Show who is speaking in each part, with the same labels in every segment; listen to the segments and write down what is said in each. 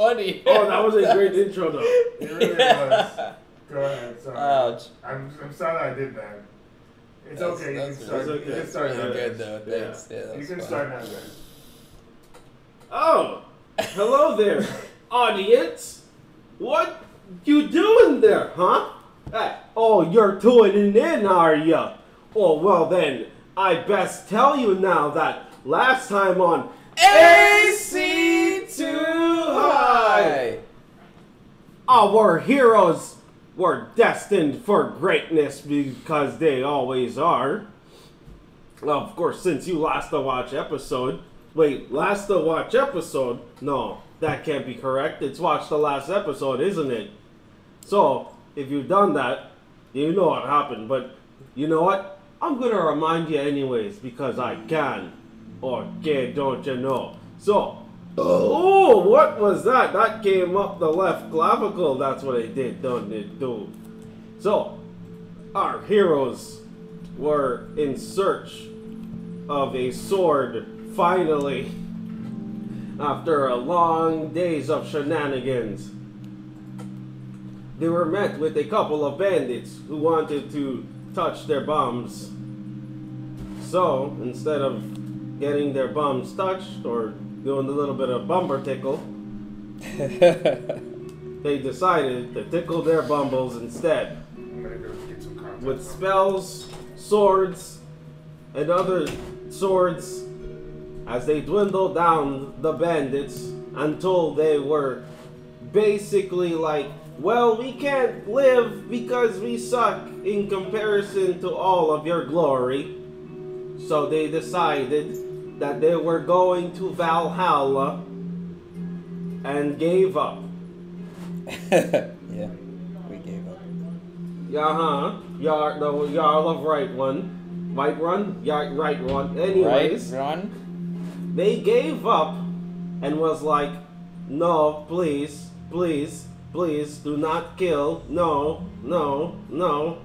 Speaker 1: funny.
Speaker 2: Oh, that was a great intro, though.
Speaker 3: It really was. Go ahead. Sorry.
Speaker 1: Ouch.
Speaker 3: I'm, I'm sorry I did that. It's
Speaker 1: That's-
Speaker 3: okay. You
Speaker 1: that's
Speaker 3: can start.
Speaker 2: really-
Speaker 3: You can
Speaker 2: that's
Speaker 3: start now.
Speaker 1: Really good
Speaker 3: Rich.
Speaker 1: though.
Speaker 2: Yeah.
Speaker 1: Thanks. Yeah. that
Speaker 3: You
Speaker 1: was
Speaker 3: can
Speaker 1: fun.
Speaker 3: start now. Rich.
Speaker 2: Oh, hello there, audience. What you doing there, huh? Hey, oh, you're tuning in, are ya? Oh, well then, I best tell you now that last time on
Speaker 1: AC2 High.
Speaker 2: our heroes were destined for greatness because they always are. Well, of course, since you last to watch episode, wait, last to watch episode? No, that can't be correct. It's watch the last episode, isn't it? So, if you've done that, you know what happened. But you know what? I'm gonna remind you anyways because I can. Okay, don't you know? So, Oh, what was that? That came up the left clavicle. That's what it did, don't it? Do. So, our heroes were in search of a sword, finally, after a long days of shenanigans. They were met with a couple of bandits who wanted to touch their bums. So, instead of getting their bums touched or doing a little bit of bumper tickle, they decided to tickle their bumbles instead
Speaker 3: I'm gonna go get some content.
Speaker 2: with spells, swords, and other swords as they dwindled down the bandits until they were basically like, well, we can't live because we suck in comparison to all of your glory. So they decided that they were going to Valhalla and gave up.
Speaker 1: yeah. We gave up.
Speaker 2: Yeah, huh? Y'all, no, y'all love right one. Right run? Yeah, right one. Anyways,
Speaker 1: Right, Ron?
Speaker 2: they gave up and was like, no, please, please, please, do not kill. No, no, no.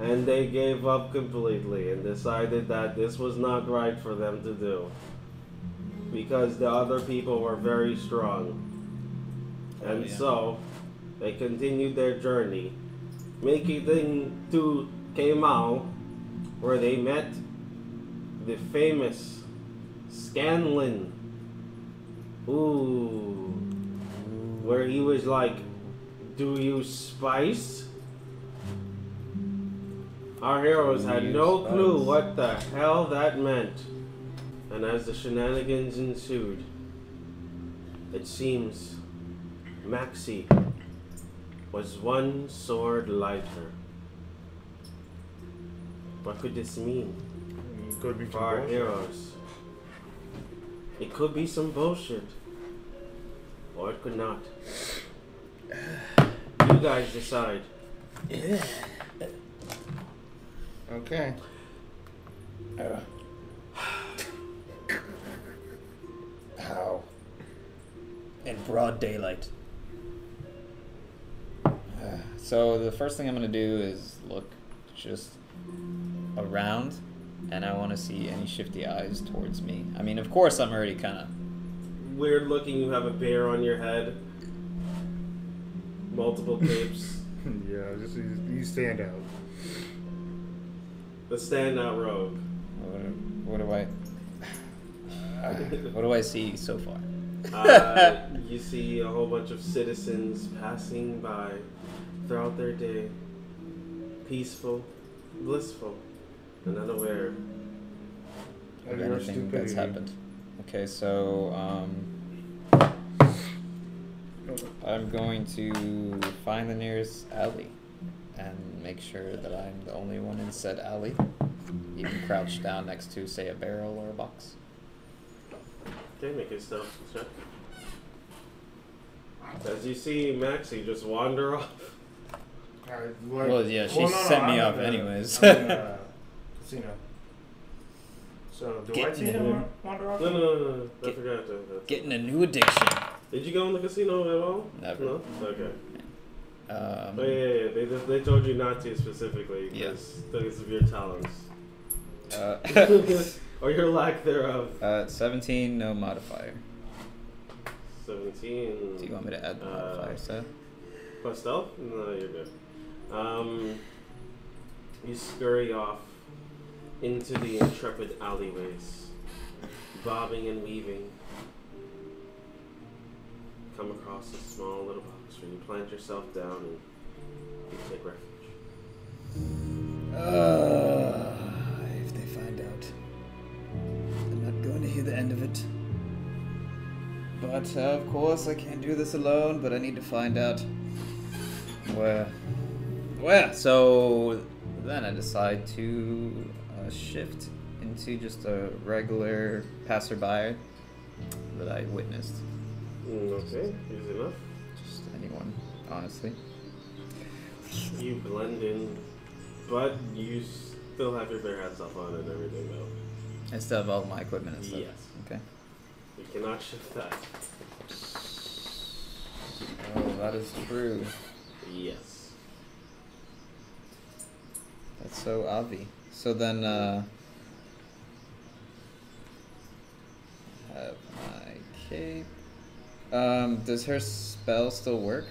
Speaker 2: And they gave up completely and decided that this was not right for them to do. Because the other people were very strong. And
Speaker 1: Oh, yeah.
Speaker 2: so they continued their journey, making them to Kemal, where they met the famous Scanlan. Ooh, where he was like, "Do you spice?" Our heroes
Speaker 1: Do
Speaker 2: had
Speaker 1: you
Speaker 2: no
Speaker 1: spice?
Speaker 2: clue what the hell that meant, and as the shenanigans ensued, it seems Maxie was one sword lighter. What could this mean?
Speaker 3: Could be some
Speaker 2: our
Speaker 3: bullshit.
Speaker 2: heroes. It could be some bullshit. Or it could not. You guys decide.
Speaker 3: Okay.
Speaker 4: How? In broad daylight.
Speaker 1: So the first thing I'm gonna do is look just around, and I want to see any shifty eyes towards me. I mean, of course, I'm already kind of
Speaker 2: Weird looking, you have a bear on your head. Multiple capes.
Speaker 3: yeah, just you, you stand out.
Speaker 2: the standout rogue.
Speaker 1: What, what do I? what do I see so far?
Speaker 2: Uh, you see a whole bunch of citizens passing by throughout their day. Peaceful, blissful, and unaware.
Speaker 3: of
Speaker 1: Of
Speaker 3: your
Speaker 1: anything that's
Speaker 3: stupidity.
Speaker 1: happened. Okay, so um, I'm going to find the nearest alley and make sure that I'm the only one in said alley. You can crouch down next to, say, a barrel or a box.
Speaker 2: Okay, make a stealth check. As you see Maxie just wander off.
Speaker 3: Alright, like-
Speaker 1: Well, yeah, she set me up anyways.
Speaker 3: I'm in, uh, casino. So, do I
Speaker 1: Getting
Speaker 3: see
Speaker 1: it.
Speaker 3: him wa- wander off?
Speaker 2: No, no, no, no, no. I
Speaker 1: Get-
Speaker 2: forgot to. uh,
Speaker 1: Getting a new addiction.
Speaker 2: Did you go in the casino at all?
Speaker 1: Never.
Speaker 2: No? Okay.
Speaker 1: Um,
Speaker 2: Oh, yeah, yeah, yeah. They, just, they told you not to specifically because of your talents.
Speaker 1: uh,
Speaker 2: or your lack thereof.
Speaker 1: uh, 17, no modifier.
Speaker 2: seventeen.
Speaker 1: Do you want me to add the
Speaker 2: Uh,
Speaker 1: modifier, Seth?
Speaker 2: Plus stealth? No, you're good. Um, you scurry off into the intrepid alleyways, bobbing and weaving. Come across a small little box where you plant yourself down and you take refuge.
Speaker 1: Ah,
Speaker 5: Uh, if they find out, I'm not going to hear the end of it.
Speaker 1: But uh, of course, I can't do this alone. But I need to find out where. Where? So then I decide to uh, shift into just a regular passerby that I witnessed.
Speaker 2: Mm, okay, easy enough.
Speaker 1: Just anyone, honestly.
Speaker 2: You blend in, but you still have your bare hats up on and everything though.
Speaker 1: I still have all my equipment and stuff.
Speaker 2: Yes.
Speaker 1: Okay.
Speaker 2: You cannot shift that.
Speaker 1: Oh, that is true.
Speaker 2: Yes.
Speaker 1: That's so obvi. So then, uh, have my cape. Um, does her spell still work,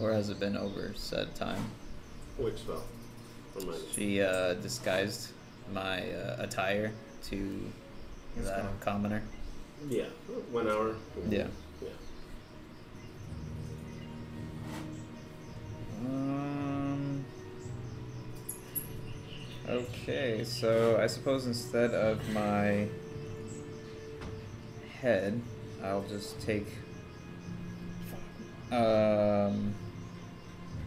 Speaker 1: or has it been over said time?
Speaker 2: Which spell? Remind me.
Speaker 1: She uh, disguised my uh, attire to
Speaker 3: It's
Speaker 1: that
Speaker 3: gone.
Speaker 1: commoner.
Speaker 2: Yeah, one hour.
Speaker 1: Yeah.
Speaker 2: Yeah.
Speaker 1: Um. Okay, so I suppose instead of my head, I'll just take. Um.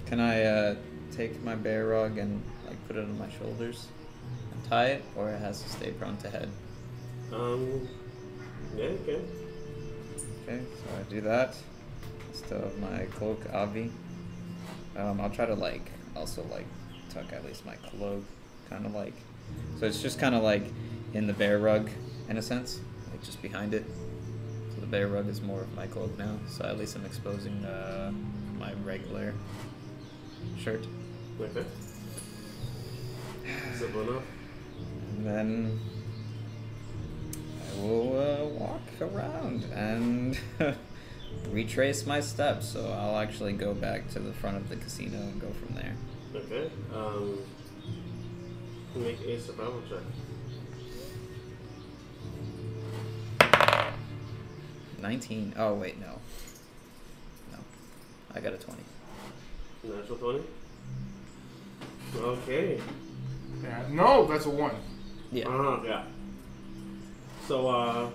Speaker 1: Can I uh, take my bear rug and like put it on my shoulders and tie it, or it has to stay prone to head?
Speaker 2: Um. Yeah, you can.
Speaker 1: Okay, so I do that. Still have my cloak, Avi. Um, I'll try to like also like tuck at least my cloak, kind of like. So it's just kind of like in the bear rug, in a sense, like just behind it. So the bear rug is more of my cloak now. So at least I'm exposing uh, my regular shirt.
Speaker 2: Okay. Simple enough.
Speaker 1: And then I will uh, walk around and retrace my steps. So I'll actually go back to the front of the casino and go from there.
Speaker 2: Okay. Um. Make a survival check.
Speaker 1: Nineteen. Oh wait, no. No, I got a twenty.
Speaker 2: Natural twenty. Okay.
Speaker 3: Yeah. No, that's a one.
Speaker 1: Yeah.
Speaker 2: Uh-huh, yeah. So uh,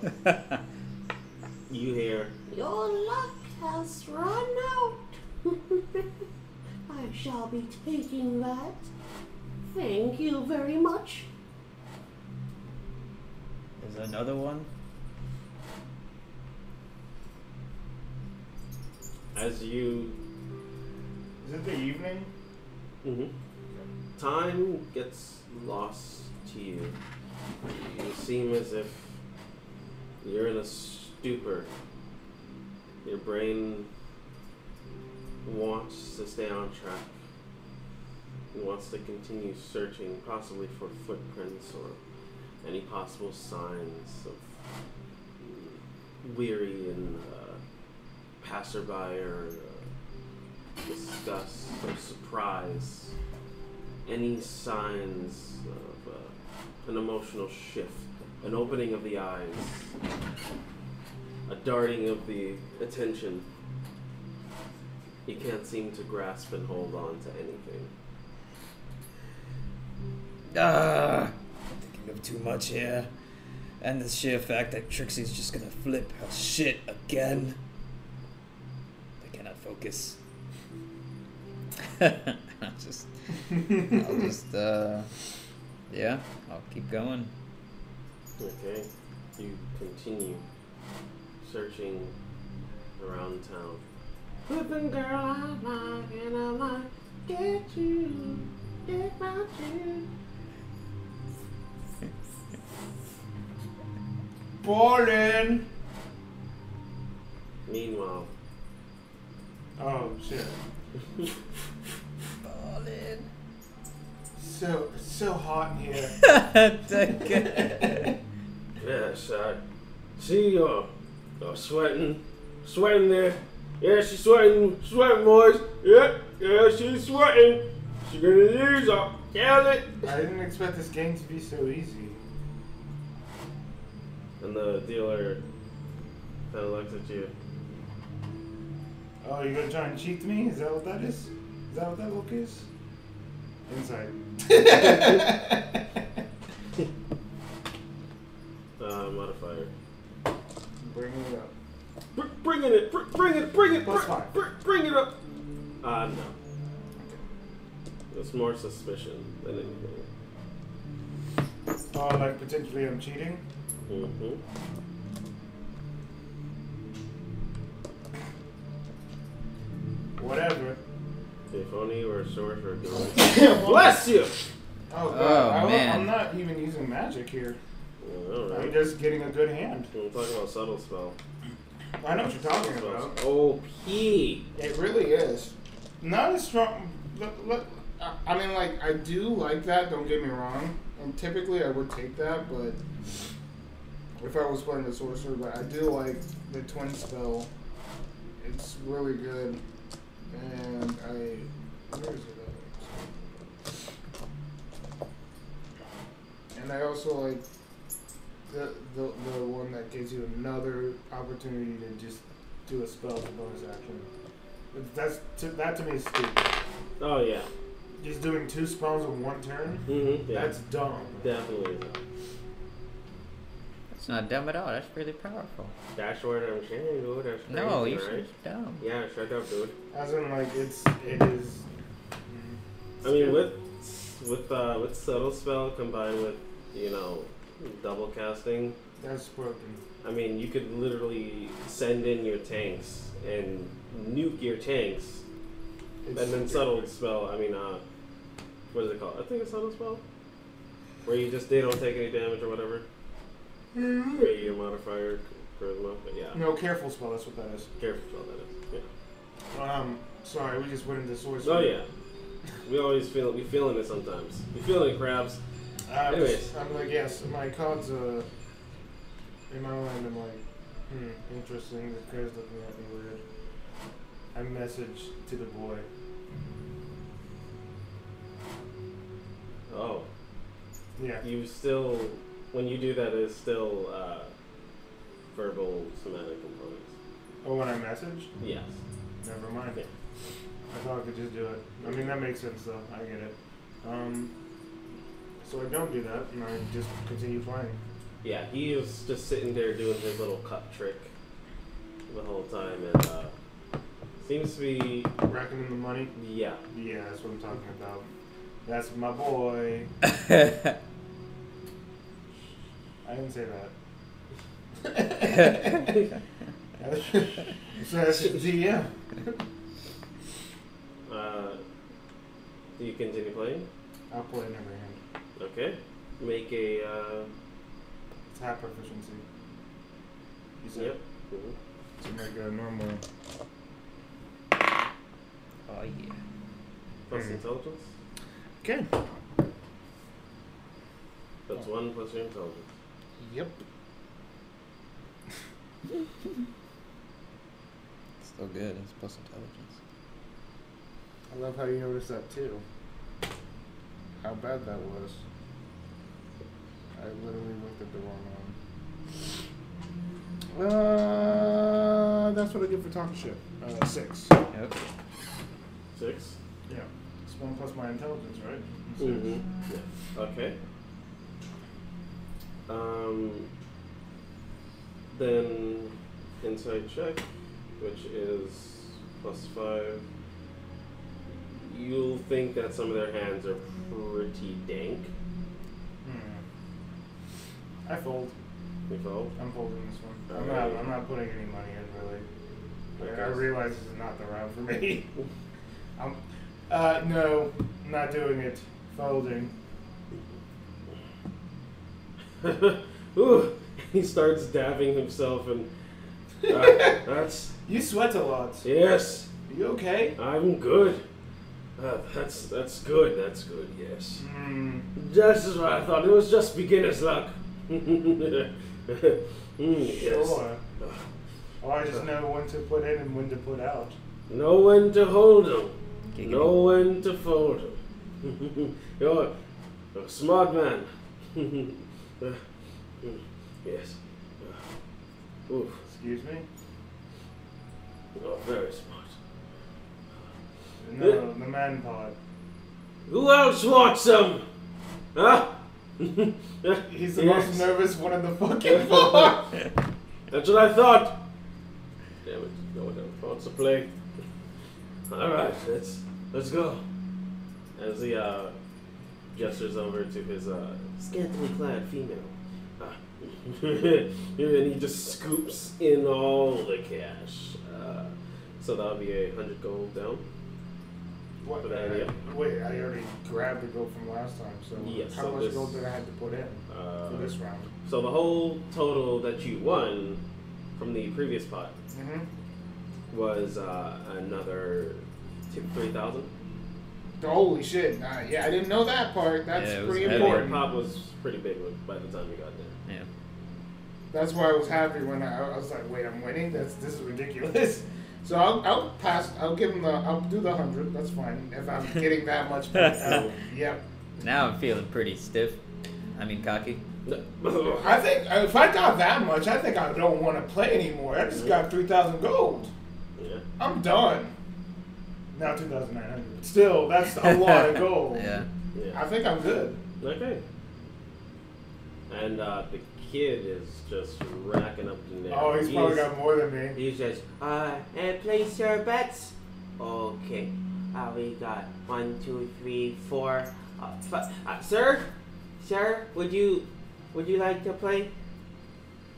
Speaker 2: you hear
Speaker 6: Your luck has run out. I shall be taking that. Thank you very much.
Speaker 5: There's another one.
Speaker 2: as you
Speaker 3: Is it the evening?
Speaker 2: Mhm. Time gets lost to you. You seem as if you're in a stupor. Your brain wants to stay on track. It wants to continue searching, possibly for footprints or any possible signs of weary and uh, passerby or uh, disgust or surprise any signs of uh, an emotional shift, an opening of the eyes, a darting of the attention. You can't seem to grasp and hold on to anything.
Speaker 1: Uh,
Speaker 5: Ah, thinking of too much here. And the sheer fact that Trixie's just gonna flip her shit again. I cannot focus.
Speaker 1: I'll just, I'll just, uh, yeah, I'll keep going.
Speaker 2: Okay, you continue searching around town. Flippin' girl, I like and I like get you, get my you.
Speaker 3: Boring.
Speaker 2: Meanwhile,
Speaker 3: Oh shit.
Speaker 5: Ballin'.
Speaker 3: So it's so hot in here.
Speaker 1: Take it.
Speaker 2: Yes, I see you're, you're sweating, sweating there. Yeah, she's sweating, sweating, boys. Yeah, yeah, she's sweating. She's gonna use her talent.
Speaker 3: I didn't expect this game to be so easy.
Speaker 2: And the dealer kind of looks at you.
Speaker 3: Oh, you're gonna try and cheat me? Is that what that is? Is that what that look is? Inside.
Speaker 2: Uh, modifier.
Speaker 3: Bringing it up.
Speaker 2: Br- bring it, br- bring it, bring it, br-
Speaker 3: Plus five.
Speaker 2: br- bring it up. Uh, no. It's more suspicion than anything.
Speaker 3: Oh, like potentially I'm cheating?
Speaker 2: Mm-hmm.
Speaker 3: Whatever.
Speaker 2: If only you were a sorcerer. girl.
Speaker 3: Bless
Speaker 2: you!
Speaker 3: Oh, God.
Speaker 1: Oh,
Speaker 3: I,
Speaker 1: man.
Speaker 3: am not even using magic here. I'm
Speaker 2: Alright.
Speaker 3: just getting a good hand.
Speaker 2: We'll talk about subtle spell.
Speaker 3: I know what you're talking
Speaker 2: Spells. Oh,
Speaker 3: about.
Speaker 2: OP.
Speaker 3: It really is. Not as strong. Look, look, I- I mean, like, I do like that, don't get me wrong. And typically I would take that, but if I was playing the sorcerer, but I do like the twin spell. It's really good. And I. Where is it at? And I also like the, the, the one that gives you another opportunity to just do a spell as a bonus action. But That's to, that to me is stupid.
Speaker 2: Oh yeah.
Speaker 3: Just doing two spells in one turn.
Speaker 2: Mm-hmm. Yeah.
Speaker 3: That's dumb.
Speaker 2: definitely
Speaker 1: That's not dumb at all. That's really powerful.
Speaker 2: dash word on Shannon. Go dash.
Speaker 1: No,
Speaker 2: crazy,
Speaker 1: you
Speaker 2: right?
Speaker 1: should dumb.
Speaker 2: Yeah, shut up, dude.
Speaker 3: As in, like it's it is. mm,
Speaker 2: I mean, with with uh, with subtle spell combined with you know double casting,
Speaker 3: That's broken.
Speaker 2: I mean you could literally send in your tanks and nuke your tanks,
Speaker 3: It's
Speaker 2: and then
Speaker 3: stupid.
Speaker 2: subtle spell. I mean, uh, what is it called? I think it's subtle spell, where you just they don't take any damage or whatever. Where your modifier, charisma, but yeah,
Speaker 3: No, careful spell. That's what that is.
Speaker 2: careful spell that is.
Speaker 3: Um, sorry, we just went into source.
Speaker 2: Yeah. Oh yeah, we always feel we feeling it sometimes. We feeling it, crabs.
Speaker 3: I'm,
Speaker 2: Anyways.
Speaker 3: I'm like yes. My cards are. In my mind, I'm like, hmm, interesting. This guy's looking at me weird. I message to the boy.
Speaker 2: Oh.
Speaker 3: Yeah.
Speaker 2: You still, when you do that, it's still uh, verbal somatic components.
Speaker 3: Oh, when I message.
Speaker 2: Yes.
Speaker 3: Never mind.
Speaker 2: Yeah.
Speaker 3: I thought I could just do it. I mean, that makes sense though. I get it. Um, so I don't do that, and I just continue playing.
Speaker 2: Yeah, he was just sitting there doing his little cup trick the whole time, and uh, seems to be,
Speaker 3: Racking in the money.
Speaker 2: yeah.
Speaker 3: Yeah, that's what I'm talking about. That's my boy. I didn't say that. so that's DM.
Speaker 2: Uh, do you continue playing?
Speaker 3: I'll play in every hand.
Speaker 2: Okay. Make a, uh,
Speaker 3: It's half proficiency. You said
Speaker 2: yep. Mhm.
Speaker 3: to make a normal.
Speaker 1: Oh yeah.
Speaker 2: Plus
Speaker 3: Mhm.
Speaker 2: intelligence?
Speaker 3: Good.
Speaker 2: That's one plus your intelligence.
Speaker 3: Yep.
Speaker 1: Still good. It's plus intelligence.
Speaker 3: I love how you noticed that too. How bad that was. I literally looked at the wrong one. Uh, that's what I get for talking shit. Uh, six.
Speaker 1: Yep.
Speaker 2: Six?
Speaker 3: Yeah. It's one plus my intelligence, right?
Speaker 2: Mm-hmm. Okay. Um, then inside check, which is plus five. You'll think that some of their hands are pretty dank.
Speaker 3: Hmm. I fold.
Speaker 2: You follow?
Speaker 3: I'm folding this one. I'm not. I'm not putting any money in really. Like, I
Speaker 2: Okay.
Speaker 3: realize this is not the round for me. I'm. Uh, no, not doing it. Folding.
Speaker 2: Ooh, he starts dabbing himself, and uh, that's
Speaker 3: You sweat a lot.
Speaker 2: yes.
Speaker 3: You okay?
Speaker 2: I'm good. Uh, that's that's good. That's good. Yes.
Speaker 3: Hmm.
Speaker 2: This is what I thought. It was just beginner's luck. Mm, Hmm, yes.
Speaker 3: Sure.
Speaker 7: Well, I just know when to put in and when to put out.
Speaker 2: No one to hold him.
Speaker 1: Giggity.
Speaker 2: No one to fold him. you're, you're a smart man. yes. Oof.
Speaker 7: Excuse me?
Speaker 2: You're very smart.
Speaker 7: No, the man pod.
Speaker 2: Who else wants him? Huh?
Speaker 7: He's the
Speaker 2: Yes.
Speaker 7: most nervous one in the fucking pod.
Speaker 2: That's what I thought. Damn it! No one ever wants to play. All right, let's let's go. As he uh, gestures over to his uh, scantily clad female, Ah. and he just scoops in all the cash. Uh, so that'll be a hundred gold down.
Speaker 3: What? uh,
Speaker 2: But I- yeah.
Speaker 3: Wait, I already grabbed the gold from last time. So
Speaker 2: Yes,
Speaker 3: how
Speaker 2: so
Speaker 3: much
Speaker 2: this-
Speaker 3: gold did I have to put in
Speaker 2: Uh,
Speaker 3: for this round?
Speaker 2: so the whole total that you won from the previous pot
Speaker 3: Mm-hmm.
Speaker 2: was uh, another two, three thousand.
Speaker 3: Holy shit! Uh, yeah, I didn't know that part. That's
Speaker 1: Yeah, it was
Speaker 3: pretty
Speaker 1: heavy.
Speaker 2: Your
Speaker 3: important.
Speaker 2: pop was pretty big when- by the time you got there.
Speaker 1: Yeah.
Speaker 3: That's why I was happy when I, I was like, "Wait, I'm winning. That's this is ridiculous." So I'll, I'll pass. I'll give him the. I'll do the hundred. That's fine. If I'm getting that much, points. So, yep.
Speaker 1: Now I'm feeling pretty stiff. I mean, cocky.
Speaker 2: No.
Speaker 3: I think uh, if I got that much, I think I don't want to play anymore. I just got three thousand gold.
Speaker 2: yeah.
Speaker 3: I'm done.
Speaker 7: Now 2,900.
Speaker 3: Still, that's a lot of gold.
Speaker 1: Yeah.
Speaker 3: I
Speaker 2: Yeah.
Speaker 3: think I'm good.
Speaker 2: Okay. And uh, the kid is just racking up the net.
Speaker 7: Oh, he's probably got more than me.
Speaker 8: He says, uh, and place your bets. Okay. Uh, we got one, two, three, four, uh, fi- uh, sir? Sir, would you, would you like to play?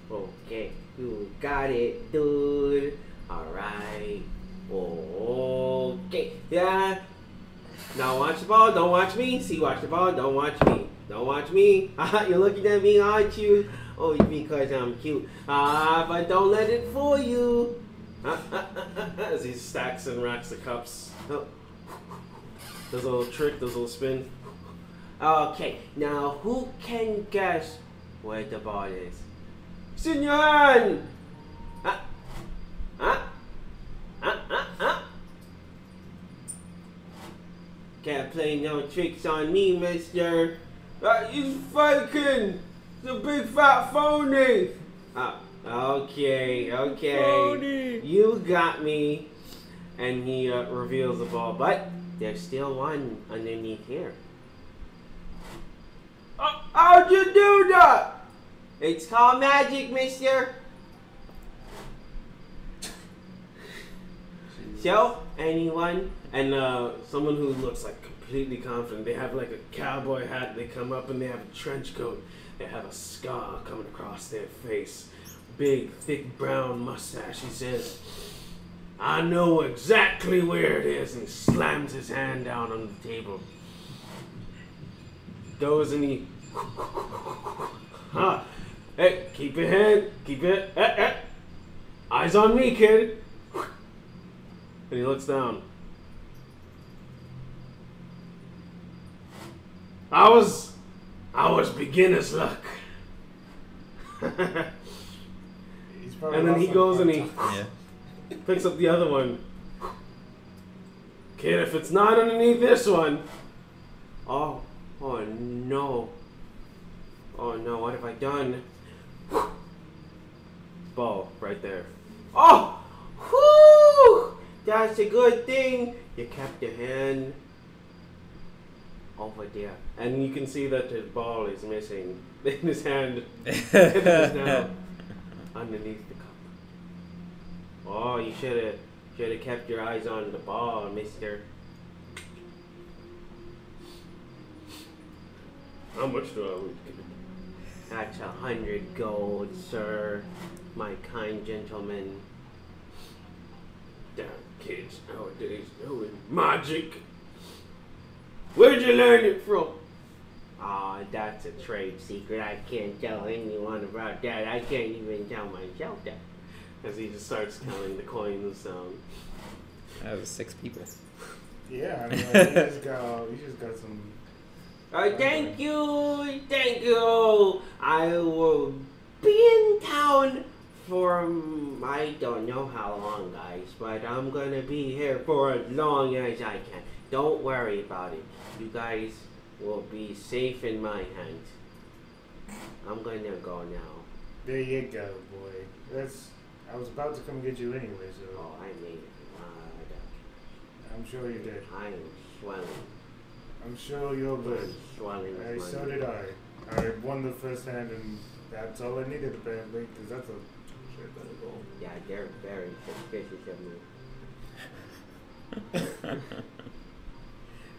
Speaker 8: Okay, you got it, dude. Alright. Okay. Yeah. Now watch the ball, don't watch me. See, watch the ball, don't watch me. Don't watch me. Ah, You're looking at me, aren't you? Oh, because I'm cute. Ah, but don't let it fool you. Ah,
Speaker 2: As he stacks and racks the cups. Oh. Does a little trick, does a little spin.
Speaker 8: Okay, now who can guess where the ball is? Senor! Ah, ah, ah, ah, ah. Can't play no tricks on me, mister. That is faking! The big fat phony! Ah, okay, okay. You got me. And he uh, reveals the ball, but there's still one underneath here. Uh, How'd you do that? It's called magic, mister. so, anyone?
Speaker 2: And uh, someone who looks like completely confident. They have like a cowboy hat. They come up and they have a trench coat. They have a scar coming across their face. Big, thick brown mustache. He says, "I know exactly where it is," and slams his hand down on the table. Goes and he, huh? Hey, keep your hand, keep it. eh, eh. Eyes on me, kid. And he looks down. I was, I was beginner's luck. and
Speaker 7: He's probably
Speaker 2: then
Speaker 7: lost
Speaker 2: he
Speaker 7: like
Speaker 2: goes
Speaker 7: five
Speaker 2: and he
Speaker 7: times.
Speaker 1: Yeah.
Speaker 2: picks up the other one. Kid, if it's not underneath this one,
Speaker 8: Oh, oh no. Oh no, what have I done?
Speaker 2: ball right there.
Speaker 8: Oh! Whew! That's a good thing you kept your hand over there.
Speaker 2: And you can see that his ball is missing in his hand. It is now
Speaker 1: yeah.
Speaker 2: underneath the cup. Oh, you should have, should have kept your eyes on the ball, Mister. How much do I owe?
Speaker 8: That's a hundred gold, sir, my kind gentleman.
Speaker 2: Damn kids nowadays knowing magic. Where'd you learn it from?
Speaker 8: Ah, that's a trade secret. I can't tell anyone about that. I can't even tell myself that.
Speaker 2: As he just starts counting the coins down.
Speaker 1: That was six people.
Speaker 7: Yeah, I mean, like, he just got, he just got some.
Speaker 8: Uh, thank you, thank you. I will be in town
Speaker 2: for um, I don't know how long, guys, but I'm gonna be here for as long as I can. Don't worry about it. You guys will be safe in my hands. I'm gonna go now.
Speaker 3: There you go, boy. That's. I was about to come get you anyway, so
Speaker 2: Oh, I made it.
Speaker 3: I'm sure you did.
Speaker 2: Uh, I am swelling.
Speaker 3: I'm sure you'll
Speaker 2: I'm
Speaker 3: win.
Speaker 2: swelling
Speaker 3: I,
Speaker 2: with
Speaker 3: so
Speaker 2: money.
Speaker 3: did I. I won the first hand, and that's all I needed apparently, because that's a shit better goal.
Speaker 2: Yeah, they're very suspicious of me.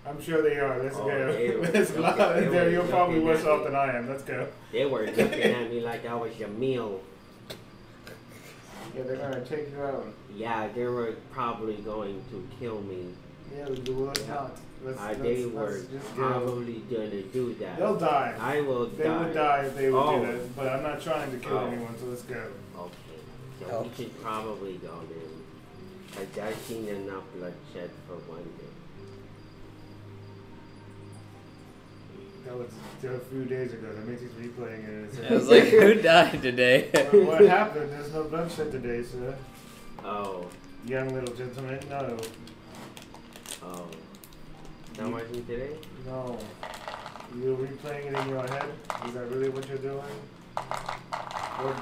Speaker 3: I'm sure they are. Let's
Speaker 2: Oh, they
Speaker 3: go.
Speaker 2: were-
Speaker 3: Let's
Speaker 2: okay, they
Speaker 3: go.
Speaker 2: were
Speaker 3: You're probably
Speaker 2: looking
Speaker 3: worse
Speaker 2: at
Speaker 3: off
Speaker 2: me.
Speaker 3: than I am. Let's go.
Speaker 2: They were looking at me like I was a meal.
Speaker 9: Yeah, they're gonna take you out.
Speaker 2: Yeah, they were probably going to kill me.
Speaker 3: Yeah, let's do it.
Speaker 2: Yeah.
Speaker 3: Not. Let's,
Speaker 2: Uh,
Speaker 3: let's,
Speaker 2: they
Speaker 3: let's
Speaker 2: were
Speaker 3: just go.
Speaker 2: probably gonna do that.
Speaker 3: They'll die.
Speaker 2: I will
Speaker 3: They
Speaker 2: die.
Speaker 3: would die if they would
Speaker 2: Oh.
Speaker 3: do that, but I'm not trying to kill
Speaker 2: Oh.
Speaker 3: anyone, so let's go.
Speaker 2: Okay, so
Speaker 1: Oh.
Speaker 2: we should probably go then. I've I've seen enough bloodshed for one day.
Speaker 3: That was a few days ago. That makes me replaying it. It's
Speaker 1: I was like, who died today?
Speaker 3: "Well, what happened? There's no bloodshed today, sir.
Speaker 2: Oh,
Speaker 3: Young little gentleman, no,
Speaker 2: oh. That wasn't today?
Speaker 3: no. You're replaying it in your head. Is that really what you're doing? Or,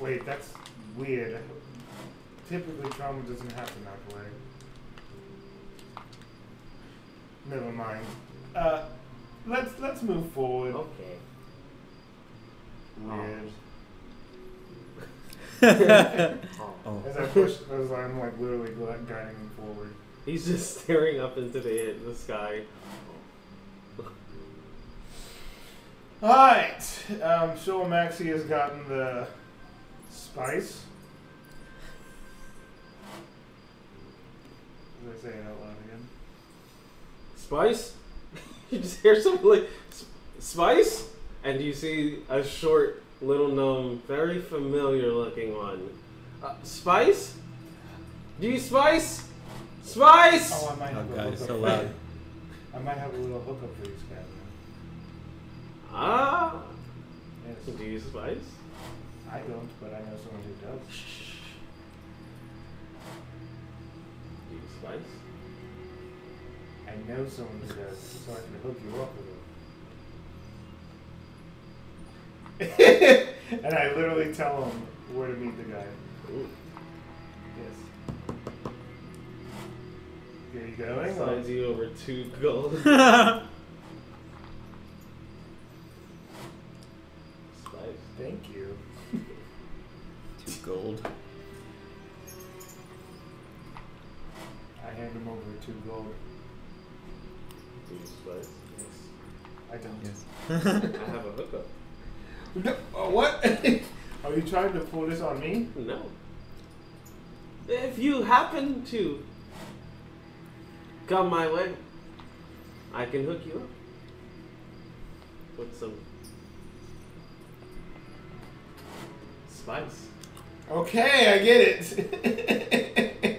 Speaker 3: wait, that's weird. Typically, trauma doesn't happen that way. Never mind. Uh, let's let's move forward.
Speaker 2: Okay.
Speaker 3: Weird.
Speaker 2: Oh.
Speaker 1: Oh.
Speaker 3: As I push, as I'm like literally gu- guiding him forward.
Speaker 2: He's just staring up into the, the sky.
Speaker 3: Alright, um, so Maxie has gotten the spice. Was I saying out loud again?
Speaker 2: Spice? you just hear something like "S- Spice? And you see a short little gnome, very familiar looking one. Uh, spice? Do you spice? Spice!
Speaker 3: Oh, I might
Speaker 1: Oh
Speaker 3: have a
Speaker 1: god, it's
Speaker 3: hookup.
Speaker 1: so loud.
Speaker 3: I might have a little hookup for you, Scatman.
Speaker 2: Ah!
Speaker 3: Yes,
Speaker 2: Do you spice?
Speaker 3: I don't, but I know someone who does.
Speaker 2: Do you spice?
Speaker 3: I know someone who does, so I can hook you up with him. and I literally tell him where to meet the guy.
Speaker 2: Ooh.
Speaker 3: Yes. Here you go. Hang on.
Speaker 2: Signs you over two gold. spice?
Speaker 3: Thank you.
Speaker 1: Two gold.
Speaker 3: I hand him over two gold.
Speaker 2: Do you spice?
Speaker 3: Yes. I don't.
Speaker 1: Yes.
Speaker 2: I have a hookup.
Speaker 3: No, oh, what? Are you trying to pull this on me?
Speaker 2: No. If you happen to come my way, I can hook you up with some spice.
Speaker 3: Okay, I get it.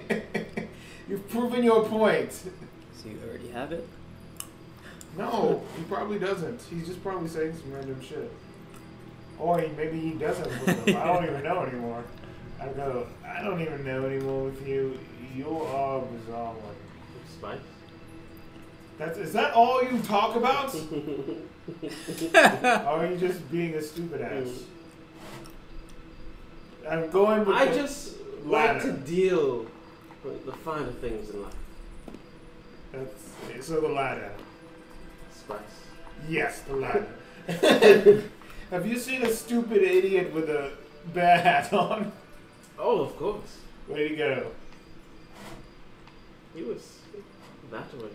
Speaker 3: You've proven your point.
Speaker 1: So you already have it?
Speaker 3: No, he probably doesn't. He's just probably saying some random shit. Or he, maybe he doesn't. hook up. I don't even know anymore. I go, I don't even know anymore with you. You are a bizarre one.
Speaker 2: Spice?
Speaker 3: That's, is that all you talk about? or are you just being a stupid ass?
Speaker 2: Mm.
Speaker 3: I'm going with
Speaker 2: I
Speaker 3: the-
Speaker 2: just like to
Speaker 3: Ladder.
Speaker 2: deal with the finer things in life.
Speaker 3: That's, so the ladder.
Speaker 2: Spice.
Speaker 3: Yes, the ladder. Have you seen a stupid idiot with a bear hat on?
Speaker 2: Oh, of course.
Speaker 3: Way to go.
Speaker 2: He was that way.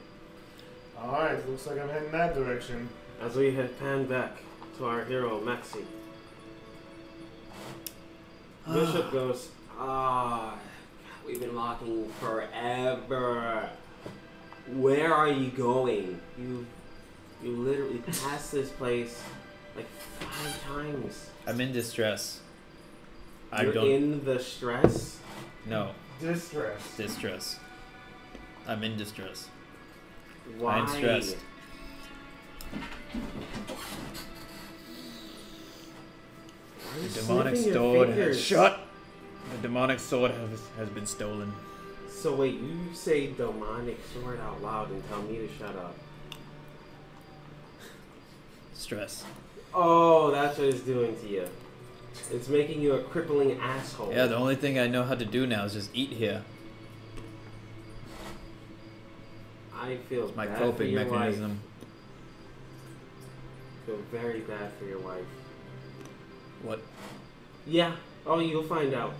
Speaker 3: Alright, looks like I'm heading that direction.
Speaker 2: As we had panned back to our hero, Maxi, Bishop goes, Ah, we've been walking forever. Where are you going? You you literally passed this place like five times.
Speaker 1: I'm in distress. I
Speaker 2: You're
Speaker 1: don't
Speaker 2: in the stress.
Speaker 1: no
Speaker 3: Distress.
Speaker 1: distress. I'm in distress.
Speaker 2: Why?
Speaker 1: I'm stressed. The demonic
Speaker 2: sniffing your
Speaker 1: sword has
Speaker 2: fingers.
Speaker 1: shut. The demonic sword has, has been stolen.
Speaker 2: So wait, you say demonic sword out loud and tell me to shut up.
Speaker 1: Stress.
Speaker 2: Oh, that's what it's doing to you. It's making you a crippling asshole.
Speaker 1: Yeah, the only thing I know how to do now is just eat here.
Speaker 2: I feel
Speaker 1: My
Speaker 2: bad for
Speaker 1: coping
Speaker 2: your
Speaker 1: mechanism.
Speaker 2: Wife. Feel very bad for your wife.
Speaker 1: What?
Speaker 2: Yeah. Oh, you'll find out.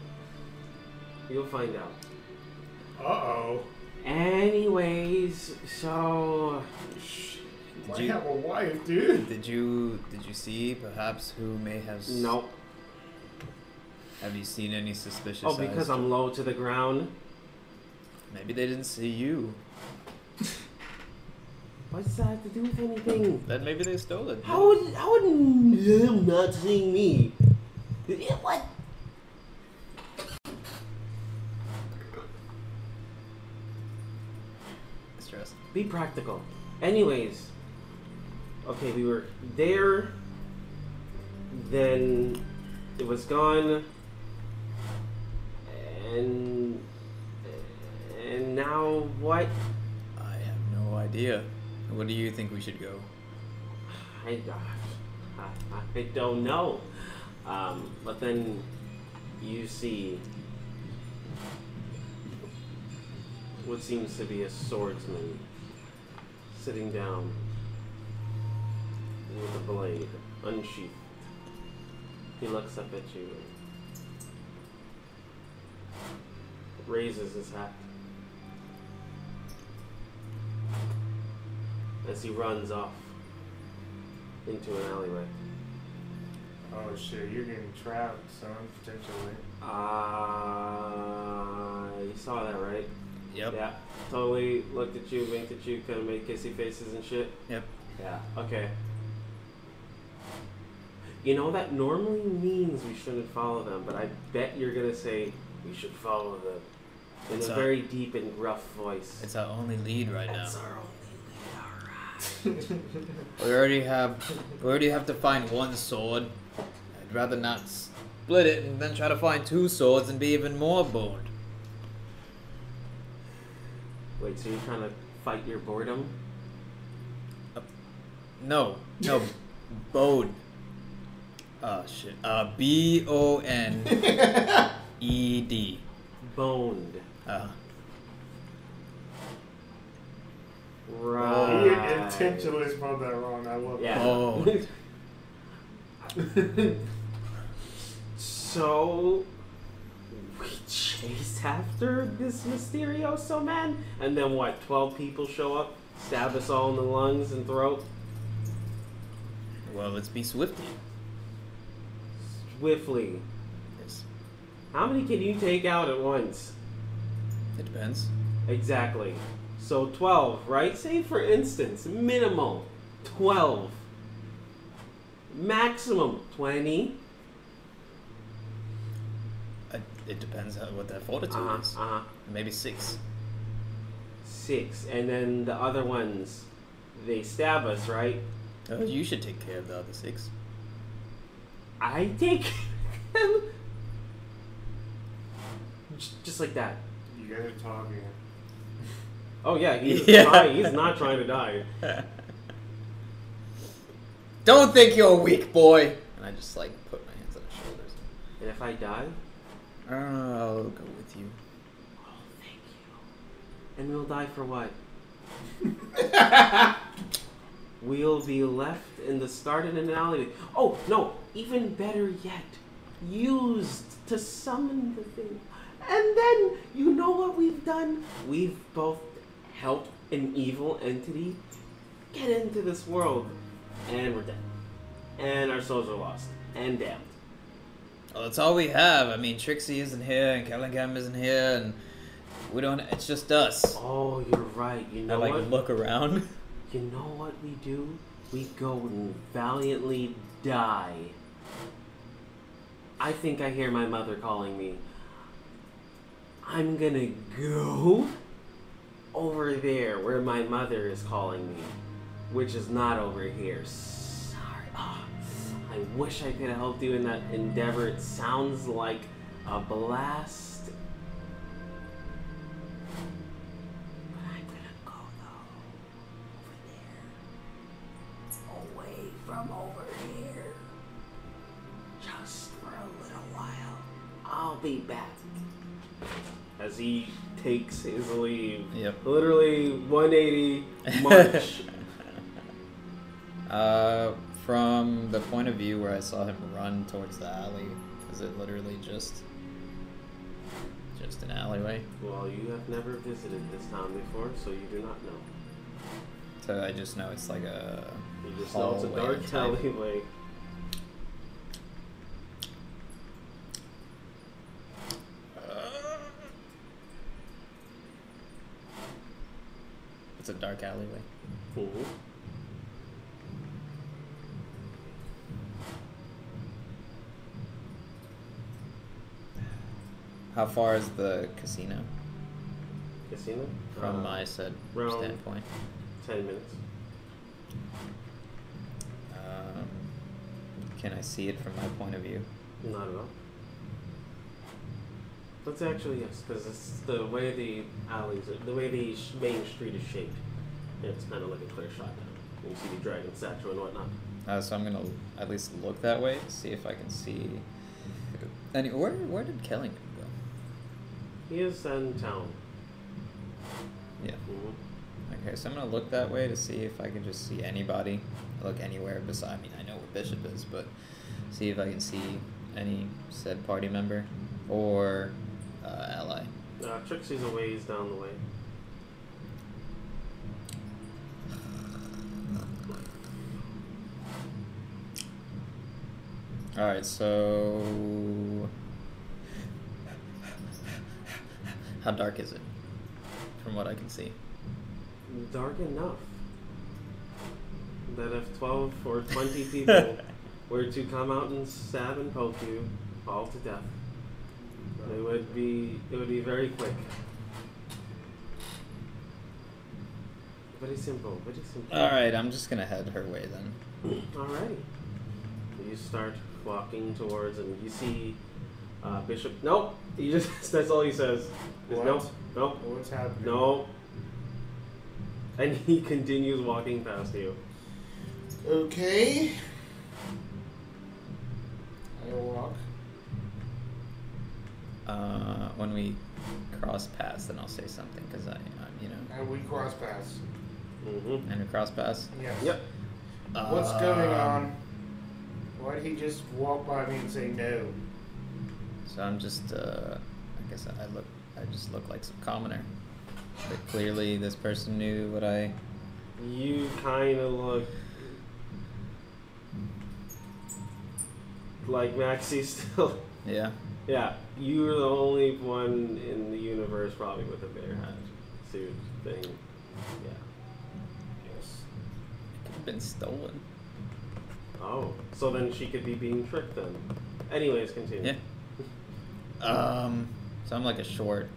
Speaker 2: You'll find out.
Speaker 3: Uh oh.
Speaker 2: Anyways, so
Speaker 3: Why
Speaker 1: Did you-
Speaker 3: have a wife, dude?
Speaker 1: Did you did you see perhaps who may have? s-
Speaker 2: no.
Speaker 1: Have you seen any suspicious?
Speaker 2: Oh,
Speaker 1: eyes?
Speaker 2: because I'm low to the ground.
Speaker 1: Maybe they didn't see you.
Speaker 2: What does that have to do with anything?
Speaker 1: Then maybe they stole it.
Speaker 2: How would how would them not see me? Yeah, What?
Speaker 1: Stress.
Speaker 2: Be practical. Anyways, okay, we were there. Then it was gone, and and now what?
Speaker 1: I have no idea. Where do you think we should go?
Speaker 2: I, I, I don't know. Um, but then you see what seems to be a swordsman sitting down with a blade unsheathed. He looks up at you and raises his hat as he runs off into an alleyway.
Speaker 3: Oh shit, you're getting trapped, son, potentially.
Speaker 2: Ah, Uh, you saw that, right?
Speaker 1: Yep.
Speaker 2: Yeah. Totally looked at you, winked at you, kind of made kissy faces and shit.
Speaker 1: Yep.
Speaker 2: Yeah. Okay. You know that normally means we shouldn't follow them, but I bet you're gonna say we should follow them in
Speaker 1: It's
Speaker 2: a
Speaker 1: a-
Speaker 2: very deep and gruff voice.
Speaker 1: It's our only lead right now.
Speaker 2: That's our only
Speaker 1: We already have we already have to find one sword. I'd rather not split it and then try to find two swords and be even more boned.
Speaker 2: Wait, so you're trying to fight your boredom?
Speaker 1: No, no, bone. Oh shit. Uh, B O N E D.
Speaker 2: Boned.
Speaker 1: Uh,
Speaker 2: Right.
Speaker 3: He intentionally spelled that wrong. I love
Speaker 2: Ah. Yeah.
Speaker 1: Boned.
Speaker 2: So we chase after this Mysterioso man, and then what? Twelve people show up, stab us all in the lungs and throat.
Speaker 1: well, let's be swifty.
Speaker 2: Swiftly.
Speaker 1: Yes.
Speaker 2: How many can you take out at once?
Speaker 1: It depends.
Speaker 2: Exactly. So twelve, right? Say for instance, minimal twelve. Maximum twenty.
Speaker 1: It, it depends how, what their fortitude
Speaker 2: Uh-huh.
Speaker 1: is.
Speaker 2: Uh-huh.
Speaker 1: Maybe six.
Speaker 2: Six. And then the other ones they stab us, right?
Speaker 1: Oh, you should take care of the other six.
Speaker 2: I take him. J- Just like that.
Speaker 3: You guys are talking.
Speaker 2: Oh yeah, he's
Speaker 1: Yeah.
Speaker 2: dying. He's not trying to die.
Speaker 1: Don't think you're weak, boy. And I just like put my hands on his shoulders.
Speaker 2: And if I die,
Speaker 1: I'll go with you.
Speaker 2: oh thank you. And we'll die for what? we'll be left in the start in an alleyway. Oh no! Even better yet, used to summon the thing. And then you know what we've done? We've both helped an evil entity get into this world, and we're dead. And our souls are lost and damned.
Speaker 1: Well, that's all we have. I mean, Trixie isn't here, and Kellingham isn't here, and we don't. It's just us.
Speaker 2: Oh, you're right. You
Speaker 1: I
Speaker 2: know
Speaker 1: like
Speaker 2: what?
Speaker 1: look around.
Speaker 2: You know what we do? We go and valiantly die. I think I hear my mother calling me. I'm gonna go over there where my mother is calling me, which is not over here. Sorry. Oh, I wish I could have helped you in that endeavor. It sounds like a blast. But I'm gonna go though. Over there. Away from over here. Just for a little while. I'll be back. As he takes his leave.
Speaker 1: Yep.
Speaker 2: Literally 180 march.
Speaker 1: Uh, from the point of view where I saw him run towards the alley, is it literally just just an alleyway?
Speaker 2: well, you have never visited this town before, so you do not know.
Speaker 1: So I just know it's like a
Speaker 2: You just know it's a
Speaker 1: hallway
Speaker 2: dark
Speaker 1: type.
Speaker 2: alleyway.
Speaker 1: It's a dark alleyway.
Speaker 2: Cool.
Speaker 1: How far is the casino
Speaker 2: Casino?
Speaker 1: from
Speaker 2: Uh,
Speaker 1: my said
Speaker 2: round-
Speaker 1: standpoint?
Speaker 2: 10 minutes.
Speaker 1: Um, can I see it from my point of view?
Speaker 2: Not at all. Let's actually, yes, because it's the way the alleys, are, the way the sh- main street is shaped. It's kind of like a clear shot now. You see the dragon statue and whatnot.
Speaker 1: Uh, so I'm gonna at least look that way, see if I can see. Any where where did Kellington go?
Speaker 2: He is in town.
Speaker 1: Yeah.
Speaker 2: Mhm.
Speaker 1: Okay, so I'm gonna look that way to see if I can just see anybody. Look anywhere beside. I mean, I know where Bishop is, but see if I can see any said party member or uh, ally.
Speaker 2: Uh, Trixie's a ways down the way.
Speaker 1: All right, so how dark is it from what I can see?
Speaker 2: Dark enough that if 12 or 20 people were to come out and stab and poke you all to death, it would be it would be very quick. Very simple, very simple.
Speaker 1: All right, I'm just gonna head her way then.
Speaker 2: Alrighty. You start walking towards him. You see uh, Bishop. Nope. He just that's all he says. is
Speaker 3: What?
Speaker 2: Nope. Nope.
Speaker 3: What's happening?
Speaker 2: No. And he continues walking past you.
Speaker 9: Okay. I walk.
Speaker 1: Uh, when we cross paths, then I'll say something because I, I'm, you know,
Speaker 9: And we cross paths.
Speaker 2: hmm
Speaker 1: and we cross paths.
Speaker 3: Yes.
Speaker 2: Yep.
Speaker 3: What's
Speaker 1: Um,
Speaker 3: going on? Why did he just walk by me and say no?
Speaker 1: So I'm just, uh, I guess I look, I just look like some commoner. But clearly, this person knew what I.
Speaker 2: You kind of look like Maxie still.
Speaker 1: Yeah.
Speaker 2: yeah, you were the only one in the universe probably with a bear hat suit thing. Yeah.
Speaker 3: Yes.
Speaker 1: Could have been stolen.
Speaker 2: Oh, so then she could be being tricked then. Anyways, continue.
Speaker 1: Yeah. Um. So I'm like a short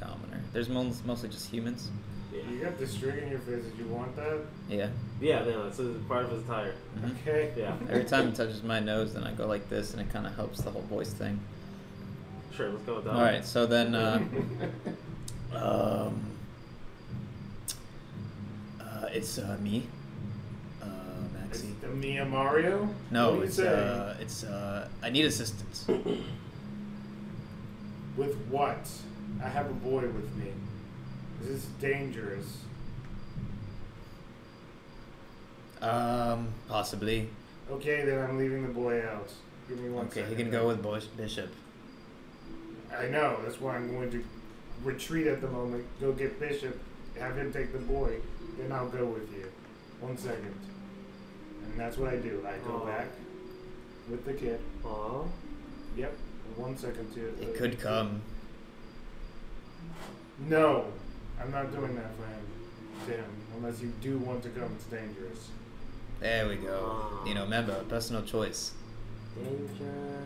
Speaker 1: commoner. There's mo- mostly just humans.
Speaker 2: Yeah.
Speaker 3: You got the string in your face. Did you want that?
Speaker 1: Yeah.
Speaker 2: Yeah, no, it's a part of his attire.
Speaker 1: Mhm.
Speaker 3: Okay.
Speaker 2: Yeah.
Speaker 1: Every time it touches my nose, then I go like this, and it kind of helps the whole voice thing.
Speaker 2: Sure, let's go with that.
Speaker 1: All right. So then. Uh, Um, uh, it's uh, me, uh,
Speaker 3: It's
Speaker 1: Maxie.
Speaker 3: the Mia Mario? What
Speaker 1: No,
Speaker 3: do you
Speaker 1: it's
Speaker 3: say?
Speaker 1: uh, it's uh, I need assistance.
Speaker 3: With what? I have a boy with me. This is dangerous.
Speaker 1: Um, possibly.
Speaker 3: Okay, then I'm leaving the boy out. Give me one
Speaker 1: Okay, he
Speaker 3: second.
Speaker 1: can go with Bush, Bishop.
Speaker 3: I know. That's why I'm going to retreat at the moment. Go get Bishop. Have him take the boy. Then I'll go with you. One second. And that's what I do. I go
Speaker 2: Aw.
Speaker 3: back with the kid.
Speaker 2: Aw.
Speaker 3: Yep. One second to.
Speaker 1: It could come.
Speaker 3: No, I'm not doing that for him. To him, unless you do want to come, it's dangerous.
Speaker 1: There we go. You know, remember, personal choice.
Speaker 2: Danger.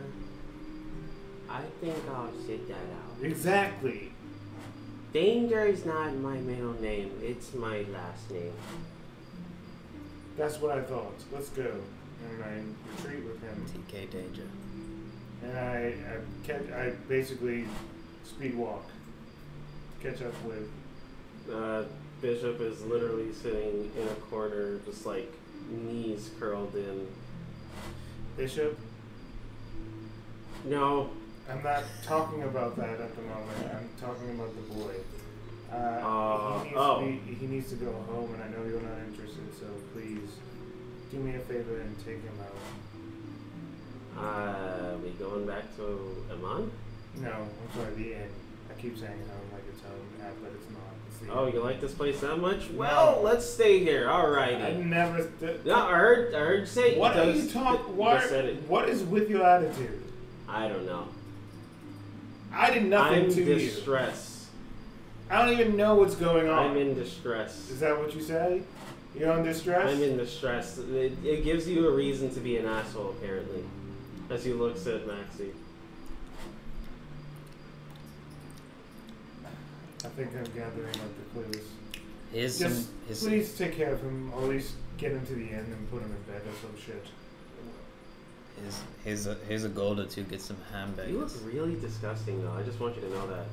Speaker 2: I think I'll sit that out.
Speaker 3: Exactly.
Speaker 2: Danger is not my middle name, it's my last name.
Speaker 3: That's what I thought. Let's go. and I retreat with him.
Speaker 10: TK danger.
Speaker 3: And I, I kept, I basically speed walk, catch up with.
Speaker 2: Uh, Bishop is literally sitting in a corner, just like knees curled in.
Speaker 3: Bishop,
Speaker 2: No.
Speaker 3: I'm not talking about that at the moment. I'm talking about the boy. Uh,
Speaker 2: Uh,
Speaker 3: he, needs
Speaker 2: oh.
Speaker 3: to be, he needs to go home, and I know you're not interested, so please do me a favor and take him out.
Speaker 2: Uh, we going back to Amman?
Speaker 3: No, I'm sorry, the inn. I keep saying home like it's home, uh, but it's not. It's the
Speaker 2: Oh,
Speaker 3: inn.
Speaker 2: you like this place that much? Well, let's stay here.
Speaker 3: I
Speaker 2: Alrighty.
Speaker 3: never. Th-
Speaker 2: No, I heard. I heard you say.
Speaker 3: what are
Speaker 2: does-
Speaker 3: you talking?
Speaker 2: you
Speaker 3: What,
Speaker 2: said it.
Speaker 3: what is with your attitude?
Speaker 2: I don't know.
Speaker 3: I did nothing
Speaker 2: I'm
Speaker 3: to you.
Speaker 2: distress.
Speaker 3: I don't even know what's going on.
Speaker 2: I'm in distress.
Speaker 3: Is that what you say? You're on distress?
Speaker 2: I'm in distress. It, it gives you a reason to be an asshole, apparently. As he looks at Maxie.
Speaker 3: I think I'm gathering up the clues.
Speaker 1: Here's some.
Speaker 3: Just
Speaker 1: Here's some,
Speaker 3: please take care of him, or at least get him to the end and put him in bed or some shit.
Speaker 1: here's, here's a here's a gold or two. Get some hamburgers.
Speaker 2: You look really disgusting, though. I just want you to know that.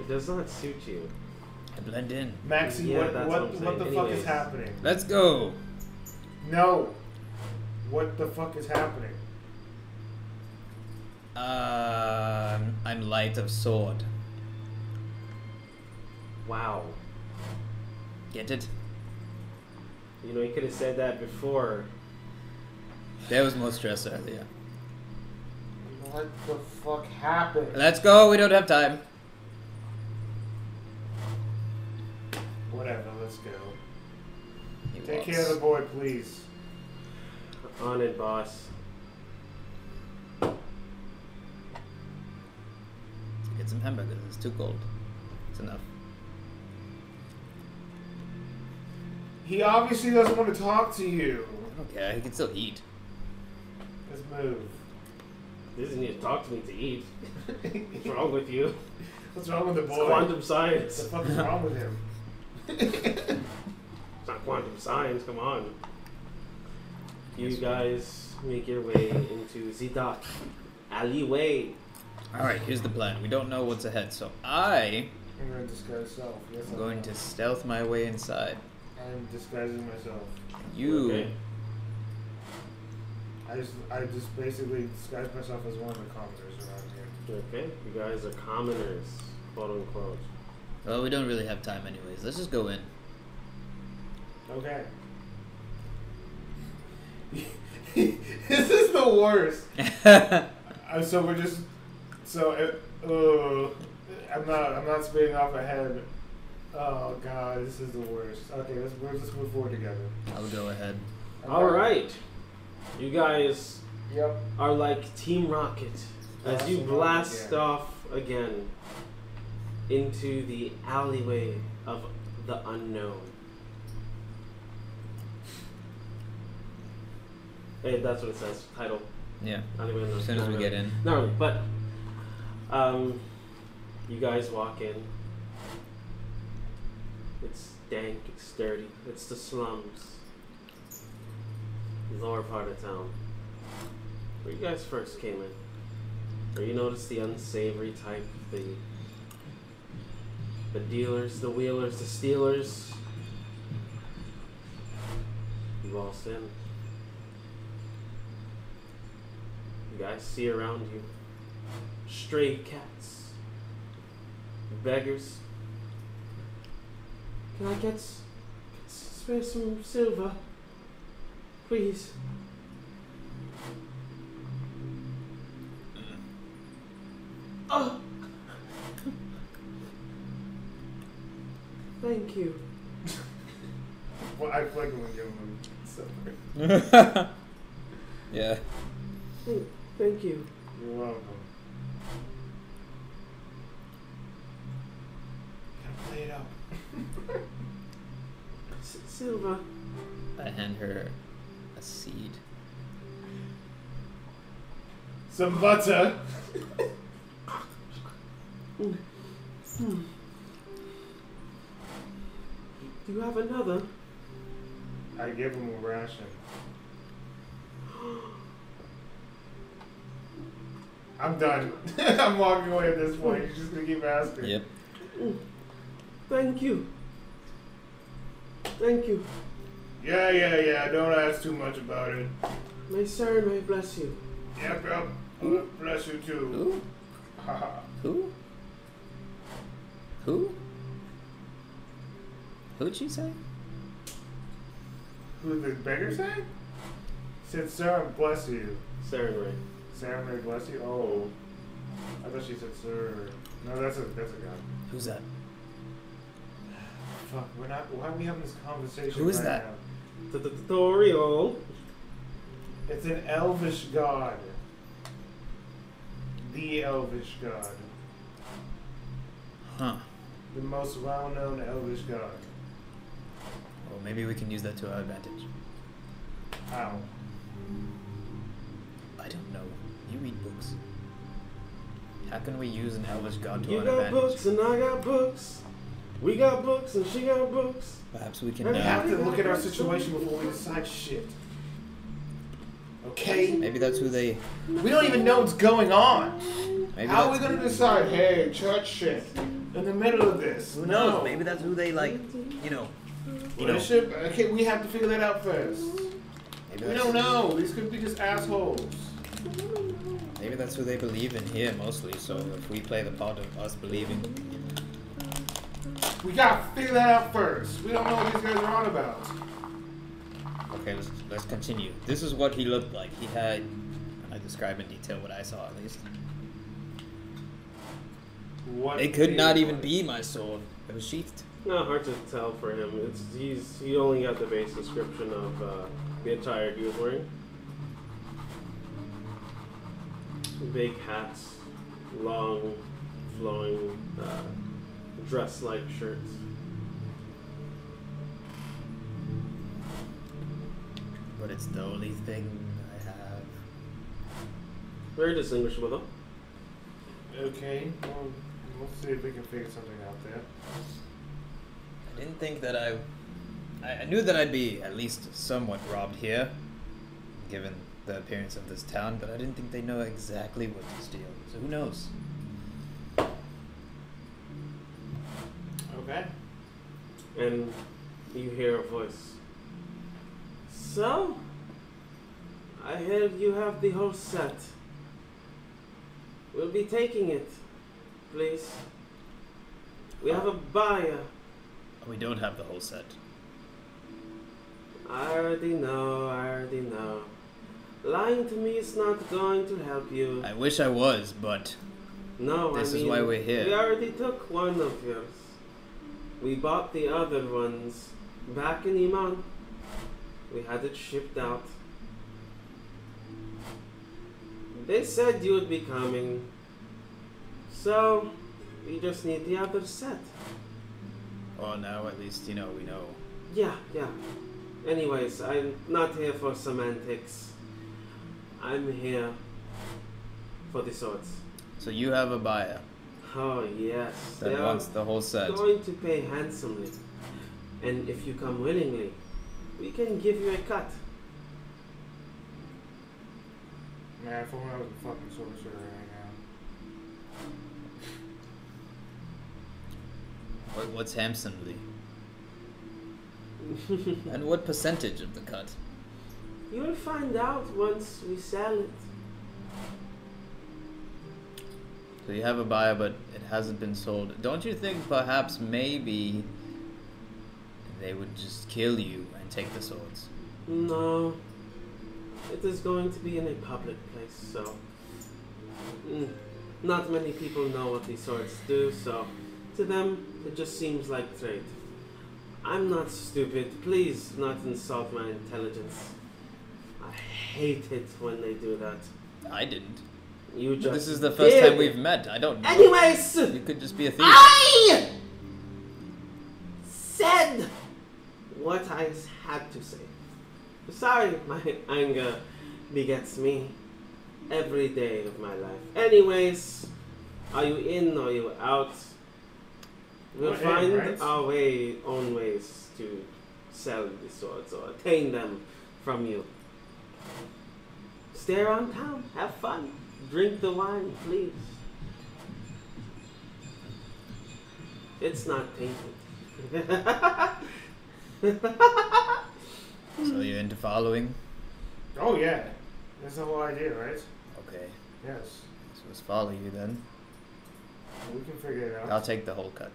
Speaker 2: It does not suit you.
Speaker 1: I blend in.
Speaker 3: Maxie,
Speaker 2: Yeah,
Speaker 3: what
Speaker 2: that's
Speaker 3: what,
Speaker 2: what I'm
Speaker 3: what the
Speaker 2: saying.
Speaker 3: fuck is
Speaker 2: Anyways.
Speaker 3: happening?
Speaker 1: Let's go.
Speaker 3: No. What the fuck is happening?
Speaker 1: Um, I'm light of sword.
Speaker 2: Wow.
Speaker 1: Get it?
Speaker 2: You know, you could have said that before.
Speaker 1: There was more stress earlier.
Speaker 9: What the fuck happened?
Speaker 1: Let's go. We don't have time.
Speaker 3: Whatever, let's go.
Speaker 1: He
Speaker 3: Take
Speaker 1: walks.
Speaker 3: care of the boy, please.
Speaker 2: On it, boss.
Speaker 1: Get some hamburgers. It's too cold. It's enough.
Speaker 3: He obviously doesn't want to talk to you.
Speaker 1: Okay, he can still eat.
Speaker 3: Let's move.
Speaker 2: This doesn't need to talk to me to eat. What's wrong with you?
Speaker 3: What's wrong with the
Speaker 2: It's
Speaker 3: boy?
Speaker 2: quantum
Speaker 3: What the
Speaker 2: science.
Speaker 3: fuck is wrong with him?
Speaker 2: It's not quantum science, come on. You guys make your way into the dock. Alleyway.
Speaker 1: All right, here's the plan. We don't know what's ahead, so I
Speaker 3: I'm gonna disguise self. Yes,
Speaker 1: am
Speaker 3: I'm
Speaker 1: going to stealth my way inside.
Speaker 3: I'm disguising myself.
Speaker 1: You,
Speaker 2: Okay.
Speaker 3: I just, I just basically disguise myself as one of the commoners around here.
Speaker 2: Okay, you guys are commoners, quote unquote.
Speaker 1: well, we don't really have time, anyways. Let's just go in.
Speaker 3: Okay. this is the worst. Uh, so we're just, so it, uh, I'm not, I'm not spinning off ahead. Oh god, this is the worst. Okay, let's we'll just move forward together.
Speaker 1: I'll go ahead.
Speaker 2: All right, you guys
Speaker 3: Yep.
Speaker 2: are like Team Rocket as you
Speaker 3: Blast
Speaker 2: blast
Speaker 3: again.
Speaker 2: off again into the alleyway of the unknown. Hey, that's what it says. Title.
Speaker 1: Yeah,
Speaker 2: Alleyway of the
Speaker 1: as soon as we
Speaker 2: Unknown.
Speaker 1: get in.
Speaker 2: Not really, but um, you guys walk in. It's dank, it's dirty, it's the slums, lower part of town, where you guys first came in. Where you notice the unsavory type, the the dealers, the wheelers, the stealers. You all sin. You guys see around you stray cats, beggars. Can I get s- spare some silver, please? Oh. Thank you.
Speaker 3: Well, I feel like I'm gonna give him something.
Speaker 1: yeah.
Speaker 2: Thank, thank you.
Speaker 3: You're welcome. Gotta play it up.
Speaker 2: S- silver.
Speaker 1: I hand her a seed.
Speaker 3: Some butter.
Speaker 2: Hmm. Do you have another?
Speaker 3: I give him a ration. I'm done. I'm walking away at this point. You're just gonna keep asking.
Speaker 1: Yep.
Speaker 2: Thank you. Thank you.
Speaker 3: Yeah, yeah, yeah. Don't ask too much about it.
Speaker 2: May sir may bless you.
Speaker 3: Yep, yep. Bless you too.
Speaker 1: Who? Who? Who? Who'd you say?
Speaker 3: Who the beggar say? Said sir, bless you.
Speaker 2: Sir may.
Speaker 3: Sarah Mary bless you. Oh, I thought she said sir. No, that's a that's a god.
Speaker 10: Who's that?
Speaker 3: Fuck, we're not. Why are we having this conversation?
Speaker 10: Who is
Speaker 3: right
Speaker 10: that?
Speaker 3: Now?
Speaker 2: Tutorial.
Speaker 3: It's an elvish god. The elvish god.
Speaker 1: Huh.
Speaker 3: The most well-known elvish god.
Speaker 1: Well, maybe we can use that to our advantage.
Speaker 3: How?
Speaker 1: I don't know. You read books. How can we use an elvish god to
Speaker 2: You
Speaker 1: our
Speaker 2: got
Speaker 1: advantage?
Speaker 2: books and I got books. We got books and she got books.
Speaker 1: Perhaps we can.
Speaker 2: Right.
Speaker 3: We
Speaker 1: Uh,
Speaker 3: have to look at our situation before we decide shit. Okay.
Speaker 1: maybe that's who they.
Speaker 3: We don't even know what's going on.
Speaker 1: Maybe
Speaker 3: How are we
Speaker 1: that's,
Speaker 3: gonna decide? Hey, church shit. In the middle of this.
Speaker 1: who knows?
Speaker 3: no.
Speaker 1: Maybe that's who they like. You know. You know.
Speaker 3: Worship? Okay, we have to figure that out first.
Speaker 1: Maybe
Speaker 3: We
Speaker 1: that's,
Speaker 3: don't know. These could be just assholes.
Speaker 1: Maybe that's who they believe in here mostly. So if we play the part of us believing,
Speaker 3: We gotta figure that out first. We don't know what these guys are on about.
Speaker 1: Okay, let's, let's continue. This is what he looked like. He had. I describe in detail what I saw at least.
Speaker 3: What
Speaker 1: It could not even be my sword. It was sheathed.
Speaker 2: Not hard to tell for him. It's he's he only got the base description of uh, the attire he was wearing. Big hats, long, flowing, uh, dress-like shirts.
Speaker 1: But it's the only thing I have.
Speaker 2: Very distinguishable though.
Speaker 3: Okay, well, let's see if we can figure something out there.
Speaker 1: I didn't think that I. I I knew that I'd be at least somewhat robbed here, given the appearance of this town, but I didn't think they know exactly what to steal. So who knows?
Speaker 3: Okay.
Speaker 2: and you hear a voice. So, I heard you have the whole set. We'll be taking it, please. We have a buyer.
Speaker 1: We don't have the whole set.
Speaker 2: I already know, I already know. Lying to me is not going to help you.
Speaker 1: I wish I was, but
Speaker 2: No,
Speaker 1: This
Speaker 2: I
Speaker 1: is
Speaker 2: mean,
Speaker 1: why we're here.
Speaker 2: We already took one of yours. We bought the other ones back in Iman. We had it shipped out. They said you would be coming, so we just need the other set.
Speaker 1: well, oh, now at least you know we know.
Speaker 2: Yeah, yeah. Anyways, I'm not here for semantics. I'm here for the swords.
Speaker 1: So you have a buyer
Speaker 2: Oh yes,
Speaker 1: that
Speaker 2: they are
Speaker 1: wants the whole set.
Speaker 2: going to pay handsomely. And if you come willingly, we can give you a cut.
Speaker 3: Man, if only I was a fucking sorcerer right
Speaker 1: What, what's handsomely? and what percentage of the cut?
Speaker 2: You will find out once we sell it.
Speaker 1: So you have a buyer, but it hasn't been sold. Don't you think perhaps maybe they would just kill you and take the swords?
Speaker 2: No. It is going to be in a public place, so. Mm, Not many people know what these swords do, so to them, it just seems like trade. I'm not stupid. Please not insult my intelligence. I hate it when they do that.
Speaker 1: I didn't.
Speaker 2: You just.
Speaker 1: This is the first
Speaker 2: did. Ah!
Speaker 1: time we've met. I don't know.
Speaker 2: Anyways!
Speaker 1: You could just be a thief.
Speaker 2: I said what I had to say. Sorry, my anger begets me every day of my life. Anyways, are you in or are you out? We'll
Speaker 3: Well, in,
Speaker 2: find
Speaker 3: right?
Speaker 2: our way, own ways to selling the swords or obtain them from you. Stay around town, have fun, drink the wine, please. It's not tainted.
Speaker 1: So you're into following?
Speaker 3: Oh yeah, that's the whole idea, right?
Speaker 1: Okay.
Speaker 3: Yes,
Speaker 1: So let's follow you then.
Speaker 3: we can figure it out.
Speaker 1: I'll take the whole cut.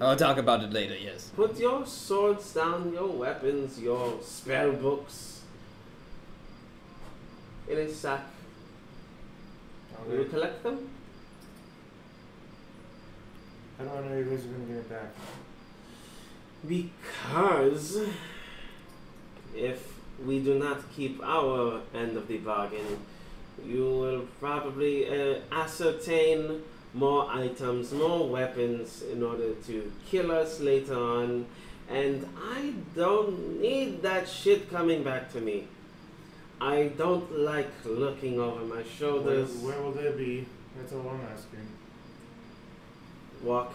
Speaker 1: I'll talk about it later, yes.
Speaker 2: Put your swords down, your weapons, your spell books in a sack. Will you
Speaker 3: Okay.
Speaker 2: collect them?
Speaker 3: How do I know you guys are gonna get it back?
Speaker 2: Because if we do not keep our end of the bargain, you will probably uh, ascertain more items, more weapons in order to kill us later on. And I don't need that shit coming back to me. I don't like looking over my
Speaker 3: Where,
Speaker 2: shoulders.
Speaker 3: where will they be? That's all I'm asking.
Speaker 2: Walk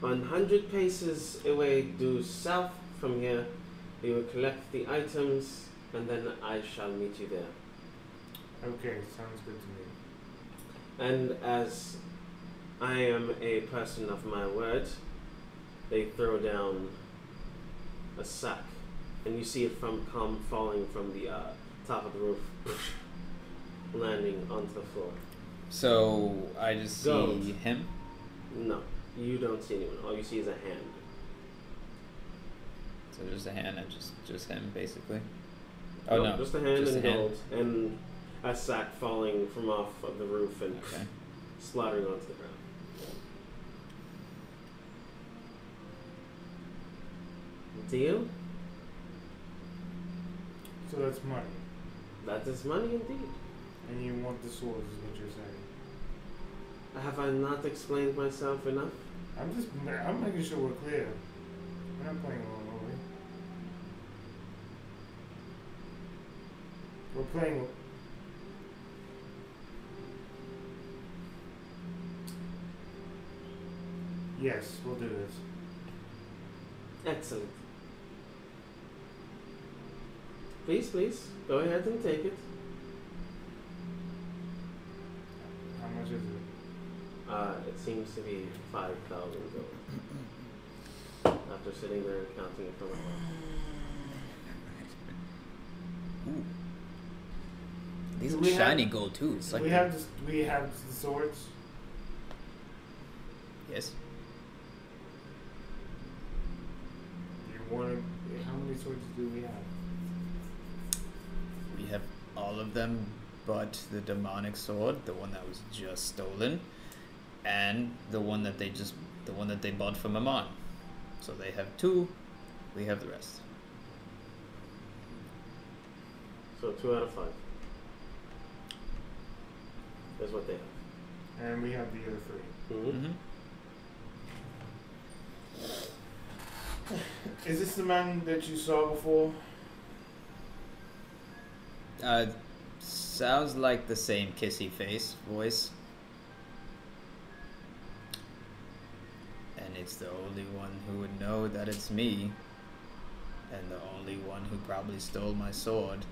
Speaker 2: 100 paces away due south from here. You will collect the items and then I shall meet you there.
Speaker 3: Okay, sounds good to me.
Speaker 2: And as I am a person of my word, they throw down a sack and you see it from come falling from the uh, top of the roof, landing onto the floor.
Speaker 1: So I just see
Speaker 2: Gold.
Speaker 1: him.
Speaker 2: No, you don't see anyone. All you see is a hand.
Speaker 1: So just a hand and just just him basically. Oh no.
Speaker 2: Nope, Just a hand
Speaker 1: just a
Speaker 2: and
Speaker 1: hand.
Speaker 2: gold and a sack falling from off of the roof and
Speaker 1: Okay.
Speaker 2: slattering onto the ground. Deal?
Speaker 3: So that's money,
Speaker 2: That is money indeed.
Speaker 3: and you want the swords, is what you're saying.
Speaker 2: Have I not explained myself enough?
Speaker 3: I'm just, I'm making sure we're clear. We're not playing along, are we? We're playing. Yes, we'll do this.
Speaker 2: Excellent. Please, please, go ahead and take it.
Speaker 3: How much is it?
Speaker 2: Uh, it seems to be 5,000 gold. After sitting there and counting it for a while.
Speaker 1: These
Speaker 3: Do
Speaker 1: are
Speaker 3: we have-
Speaker 1: shiny gold too. It's like
Speaker 3: we
Speaker 1: the-
Speaker 3: have this, we have the swords.
Speaker 1: yes.
Speaker 3: You want to, how many swords do we have?
Speaker 1: We have all of them but the demonic sword, the one that was just stolen, and the one that they just the one that they bought from Amon. So they have two, we have the rest.
Speaker 2: So two out of five. That's what they have.
Speaker 3: And we have the other three.
Speaker 1: Mm-hmm.
Speaker 3: Is this the man that you saw before?
Speaker 1: Uh, sounds like the same kissy face voice. And it's the only one who would know that it's me. And the only one who probably stole my sword.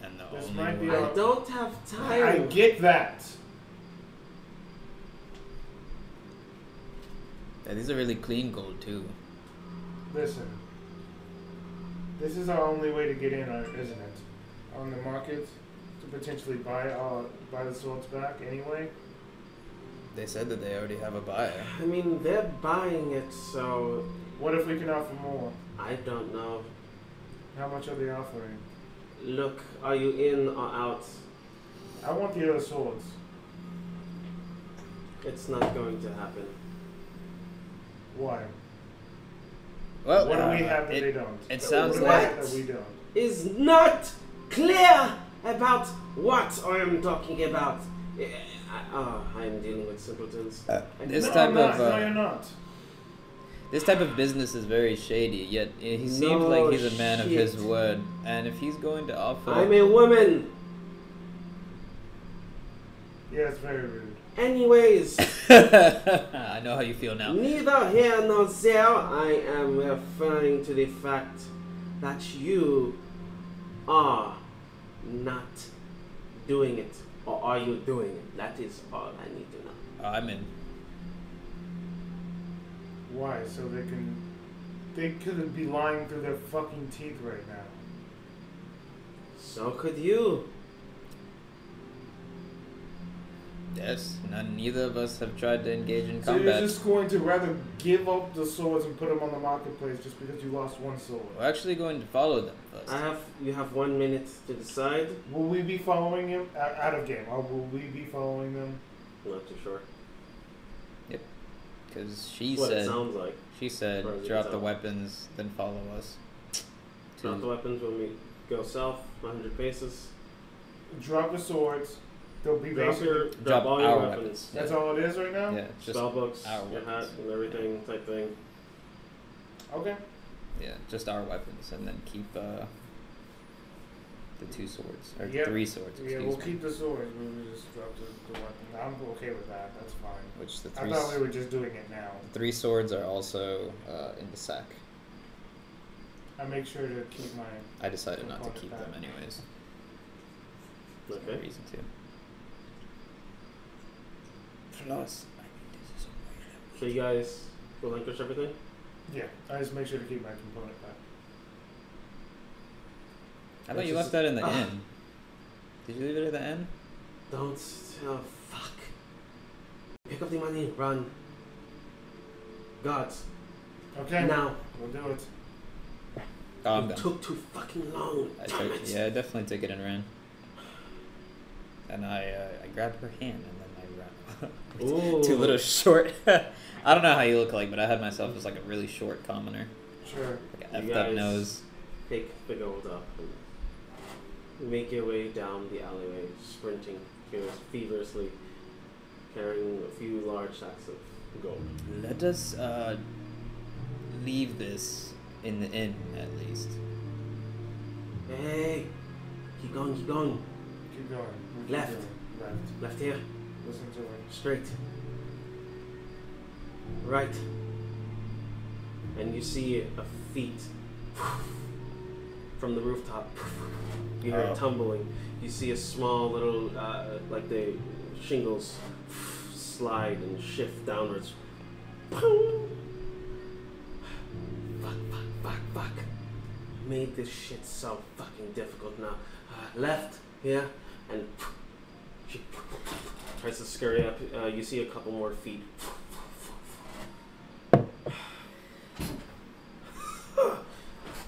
Speaker 1: And the
Speaker 3: This
Speaker 1: only
Speaker 3: might be
Speaker 1: one.
Speaker 3: our-
Speaker 2: I don't have time.
Speaker 3: I get that.
Speaker 1: Yeah, these are really clean gold, too.
Speaker 3: Listen, this is our only way to get in on it, isn't it? On the market to potentially buy uh, buy the swords back anyway.
Speaker 1: They said that they already have a buyer.
Speaker 2: I mean, they're buying it, so
Speaker 3: What if we can offer more?
Speaker 2: I don't know.
Speaker 3: How much are they offering?
Speaker 2: Look, are you in or out?
Speaker 3: I want the other swords.
Speaker 2: It's not going to happen.
Speaker 3: Why?
Speaker 1: Well,
Speaker 3: what do we
Speaker 1: uh,
Speaker 3: have that they
Speaker 1: it,
Speaker 3: don't?
Speaker 1: it sounds
Speaker 3: what do we
Speaker 2: like-
Speaker 3: have that we don't.
Speaker 2: Is not clear about what I am talking about. Eh, I, oh, I'm dealing with simpletons. I
Speaker 1: this
Speaker 3: no,
Speaker 2: cannot-
Speaker 1: type of,
Speaker 3: I'm not. no,
Speaker 1: uh,
Speaker 3: you're not.
Speaker 1: This type of business is very shady, yet he seems
Speaker 2: No
Speaker 1: like he's a man of his
Speaker 2: shit.
Speaker 1: word. And if he's going to offer.
Speaker 2: I'm a woman.
Speaker 3: Yeah, it's very rude.
Speaker 2: Anyways,
Speaker 10: I know how you feel now.
Speaker 2: neither here nor there, I am referring to the fact that you are not doing it. Or are you doing it? That is all I need to know.
Speaker 10: I'm in.
Speaker 3: Why? So they can. They could be lying through their fucking teeth right now.
Speaker 2: So could you.
Speaker 1: Yes, none, neither of us have tried to engage in
Speaker 3: So
Speaker 1: combat.
Speaker 3: you're just going to rather give up the swords and put them on the marketplace just because you lost one sword?
Speaker 1: We're actually going to follow them first.
Speaker 2: I have you have one minute to decide.
Speaker 3: Will we be following him out out of game? Or will we be following them?
Speaker 2: Not too sure.
Speaker 1: Because she
Speaker 2: what it
Speaker 1: said,
Speaker 2: sounds like.
Speaker 1: she said,
Speaker 2: Or is it
Speaker 1: drop the
Speaker 2: south?
Speaker 1: weapons, then follow us.
Speaker 2: Drop the weapons when we go south, 100 paces.
Speaker 3: Drop the swords. They'll be
Speaker 2: Drop,
Speaker 3: basically.
Speaker 2: your, drop, all your weapons.
Speaker 3: That's all it is right now.
Speaker 1: Yeah, just
Speaker 2: Spell books,
Speaker 1: our
Speaker 2: your hat,
Speaker 1: weapons.
Speaker 2: and everything type thing.
Speaker 3: Okay.
Speaker 1: yeah, just our weapons, and then keep uh, the two swords or
Speaker 3: Yeah.
Speaker 1: three swords.
Speaker 3: Yeah,
Speaker 1: Excuse
Speaker 3: we'll
Speaker 1: me.
Speaker 3: keep the swords. We'll just drop the, the weapon. I'm okay with that. That's fine.
Speaker 1: Which the
Speaker 3: I
Speaker 1: three
Speaker 3: thought
Speaker 1: s-
Speaker 3: we were just doing it now.
Speaker 1: the three swords are also uh, in the sack.
Speaker 3: I make sure to keep my.
Speaker 1: I decided not to
Speaker 3: Component
Speaker 1: keep
Speaker 3: back.
Speaker 1: them anyways. There's no
Speaker 2: Okay.
Speaker 1: reason to.
Speaker 10: Plus, I mean, this is a way that
Speaker 2: So you guys relinquish everything?
Speaker 3: Yeah, I just make sure to keep my component back.
Speaker 1: I thought
Speaker 3: That's
Speaker 1: you
Speaker 3: just-
Speaker 1: left that in the
Speaker 2: Ah.
Speaker 1: end. Did you leave it at the end?
Speaker 2: Don't. Oh, fuck. Pick up the money, run. Gods,
Speaker 3: Okay.
Speaker 2: now.
Speaker 3: We'll do it.
Speaker 1: Oh, I'm
Speaker 2: it
Speaker 1: done.
Speaker 2: took too fucking long.
Speaker 1: I
Speaker 2: Damn
Speaker 1: took,
Speaker 2: it.
Speaker 1: yeah, I definitely took it and ran. And I uh, I grabbed her hand and then I ran.
Speaker 2: Ooh.
Speaker 1: Too little short. I don't know how you look like, but I had myself as like a really short commoner,
Speaker 3: Sure.
Speaker 1: like
Speaker 2: You
Speaker 1: an effed up
Speaker 2: guys-
Speaker 1: nose.
Speaker 2: Pick the gold up and make your way down the alleyway, sprinting fever- feverishly, carrying a few large sacks of gold.
Speaker 1: Let us uh, leave this in the inn at least.
Speaker 2: Hey! Keep going, keep going.
Speaker 3: Keep going. We keep
Speaker 2: Left.
Speaker 3: going. Left.
Speaker 2: Left here,
Speaker 3: Listen to it.
Speaker 2: straight. Right. And you see a feet from the rooftop. You hear
Speaker 1: Oh.
Speaker 2: it tumbling. You see a small little, uh, like the shingles slide and shift downwards. Pow! Fuck, fuck, fuck, fuck. Made this shit so fucking difficult now. Uh, left, here, and she tries to scurry up. Uh, you see a couple more feet.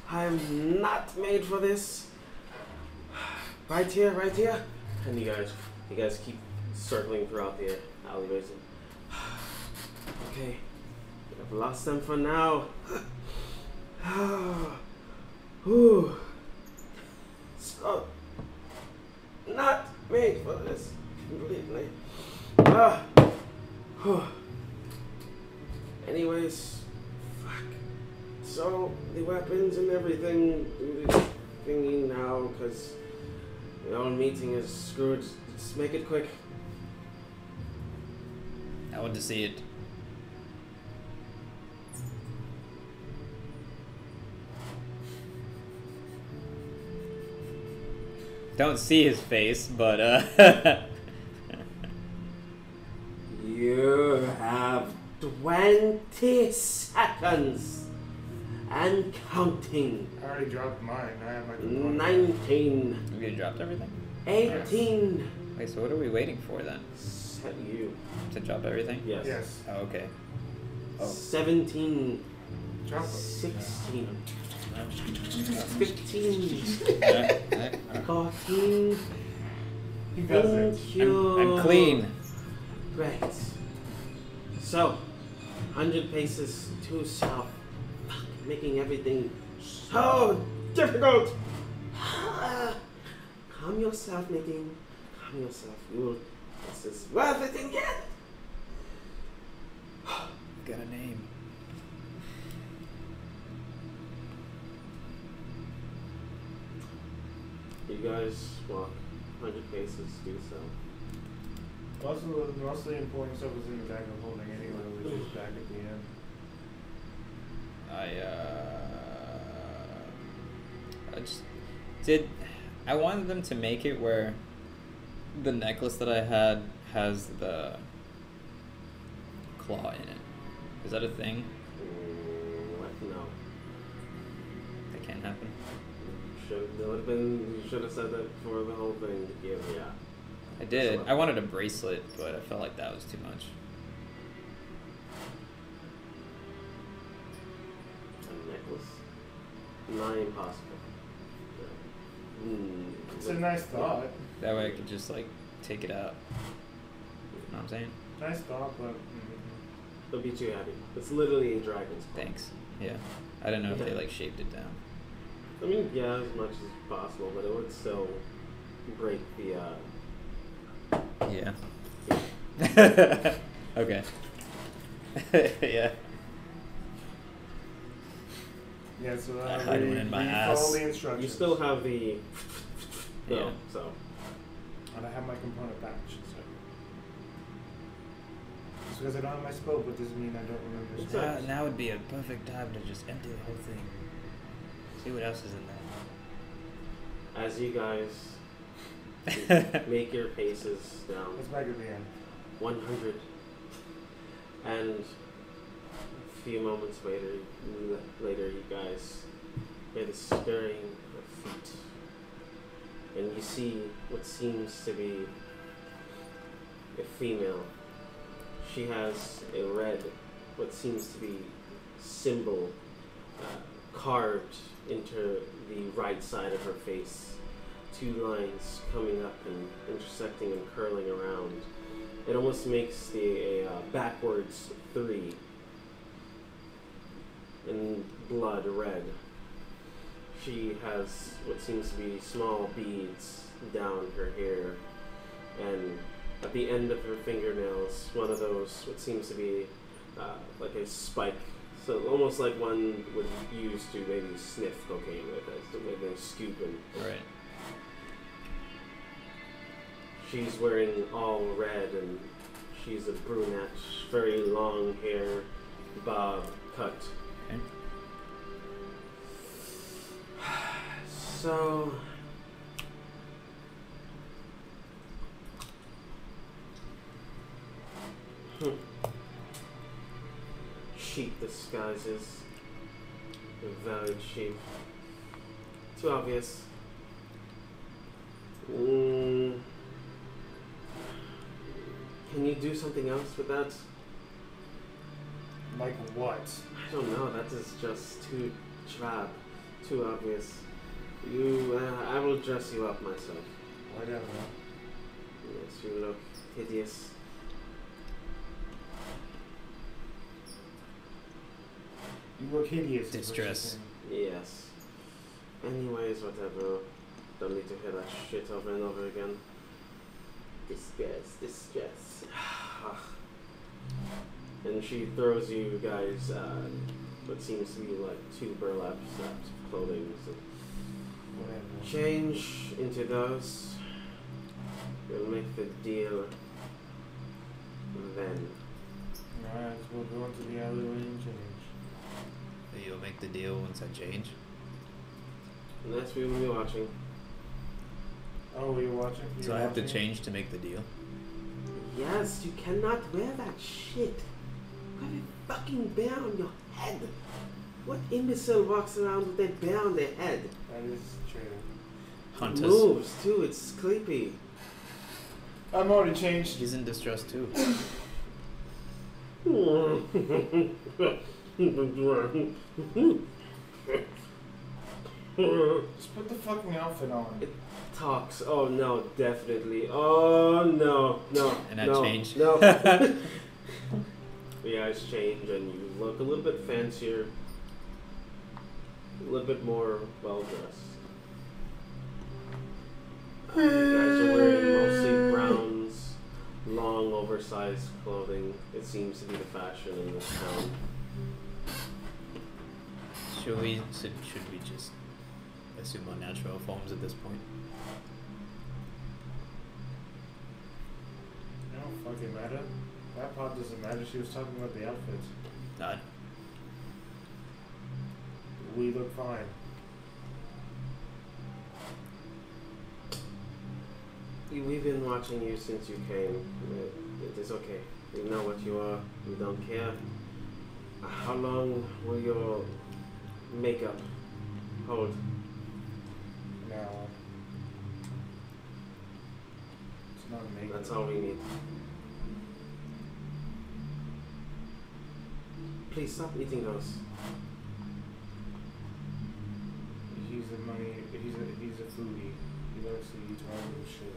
Speaker 2: I'm not made for this. Right here, right here. And you guys, you guys keep circling throughout the alleyways. Okay, I've lost them for now. Whew. So, not made for this completely. Ah. Whew. Anyways, fuck. So the weapons and everything, do the thingy now, because the whole meeting is screwed. Just make it quick.
Speaker 1: I want to see it. Don't see his face, but uh,
Speaker 2: You have 20 seconds and counting.
Speaker 3: I already dropped mine. I have my component.
Speaker 2: 19,
Speaker 1: we dropped everything.
Speaker 2: 18,
Speaker 1: Wait, so what are we waiting for then?
Speaker 2: set you.
Speaker 1: To drop everything?
Speaker 2: Yes.
Speaker 3: Yes.
Speaker 1: Oh, okay. Oh.
Speaker 2: 17,
Speaker 3: Drop it.
Speaker 2: 16, 15,
Speaker 1: Alright, alright, alright.
Speaker 2: 14.
Speaker 3: He does it.
Speaker 2: Thank
Speaker 1: I'm,
Speaker 2: you.
Speaker 1: I'm clean.
Speaker 2: Great. So, 100 paces to south. Fuck, making everything so difficult. Calm yourself, Nadine. Calm yourself. You will. This is worth it in the end.
Speaker 10: Got a name.
Speaker 2: You guys walk 100 paces due south.
Speaker 3: Most of the most of the important stuff was in the bag of holding anyway, which is back at the end.
Speaker 1: I uh, I just did. I wanted them to make it where the necklace that I had has the claw in it. Is that a thing?
Speaker 2: Mm, what? No.
Speaker 1: That can't happen.
Speaker 2: Should, that would have been, you should have said that before the whole thing. Yeah, yeah.
Speaker 1: I did. I wanted a bracelet, but I felt like that was too much.
Speaker 2: A necklace. Not impossible. No. Mm,
Speaker 3: It's a nice thought.
Speaker 1: That way I could just like take it out. You know what I'm saying?
Speaker 3: Nice thought, but mm,
Speaker 2: They'll be too happy. It's literally a dragon's claw.
Speaker 1: Thanks. Yeah. I don't know if they like shaved it down.
Speaker 2: I mean, yeah, as much as possible, but it would still break the. Uh,
Speaker 1: Yeah. okay. yeah.
Speaker 3: yeah. So
Speaker 1: I
Speaker 3: uh,
Speaker 1: hide
Speaker 3: we,
Speaker 1: one in my
Speaker 3: we
Speaker 1: ass.
Speaker 3: follow the
Speaker 2: you
Speaker 3: instructions.
Speaker 2: still have the. No,
Speaker 1: Yeah.
Speaker 2: so
Speaker 3: And I have my component back. So. Just because I don't have my spell, but doesn't mean I don't remember.
Speaker 2: It's
Speaker 3: spell.
Speaker 2: a-
Speaker 10: Now, now would be a perfect time to just empty the whole thing. See what else is in
Speaker 2: as you guys
Speaker 1: yeah.
Speaker 2: make your paces down
Speaker 3: It's back at the end.
Speaker 2: 100, and a few moments later, later you guys hear the stirring of feet, and you see what seems to be a female. She has a red, what seems to be symbol uh, carved into the right side of her face. Two lines coming up and intersecting and curling around. It almost makes the a, uh, backwards three in blood red. She has what seems to be small beads down her hair, and at the end of her fingernails, one of those what seems to be uh, like a spike. So almost like one would use to maybe sniff cocaine with, as to maybe scoop and
Speaker 1: Right.
Speaker 2: She's wearing all red and she's a brunette, very long hair, bob cut.
Speaker 1: Okay.
Speaker 2: So. Hmm. Sheep disguises. A valid sheep. Too obvious. Mm. Can you do something else with that?
Speaker 3: Like what?
Speaker 2: I don't know. That is just too drab, too obvious. You, uh, I will dress you up myself.
Speaker 3: Whatever.
Speaker 2: Yes, you look hideous.
Speaker 3: You look hideous. is what she's
Speaker 1: Distress.
Speaker 3: saying.
Speaker 2: Yes. Anyways, whatever. Don't need to hear that shit over and over again. Distress, distress. and she throws you guys uh, what seems to be like two burlap straps of clothing. So
Speaker 3: Whatever.
Speaker 2: Change into those. We'll make the deal then.
Speaker 3: Alright, so we'll go into the other way and change.
Speaker 1: You'll make the deal once I change.
Speaker 2: Unless we will be watching.
Speaker 3: Oh, were you watching? You
Speaker 1: So I have to
Speaker 3: watching?
Speaker 1: change to make the deal.
Speaker 2: Yes, you cannot wear that shit. Got a fucking bear on your head. What imbecile walks around with a bear on their head?
Speaker 3: That is true.
Speaker 1: Hunters.
Speaker 2: Moves too, it's creepy.
Speaker 3: I'm already changed.
Speaker 1: He's in distress too.
Speaker 3: Just put the fucking outfit on.
Speaker 2: Talks. Oh no, definitely. Oh no, no.
Speaker 1: And I
Speaker 2: no,
Speaker 1: change.
Speaker 2: No. the eyes change, and you look a little bit fancier, a little bit more well dressed. You guys are wearing mostly browns, long, oversized clothing. It seems to be the fashion in this town.
Speaker 1: Should we? Should, should we just assume our natural forms at this point?
Speaker 3: I don't fucking matter. That part doesn't matter. She was talking about the outfits.
Speaker 10: Not.
Speaker 3: We look fine.
Speaker 2: We- We've been watching you since you came. It- It is okay. We know what you are. We don't care. How long will your makeup hold?
Speaker 3: Now. It's not me.
Speaker 2: That's all we need. Please stop eating those.
Speaker 3: He's a money. He's a he's a foodie. He likes to eat all this shit.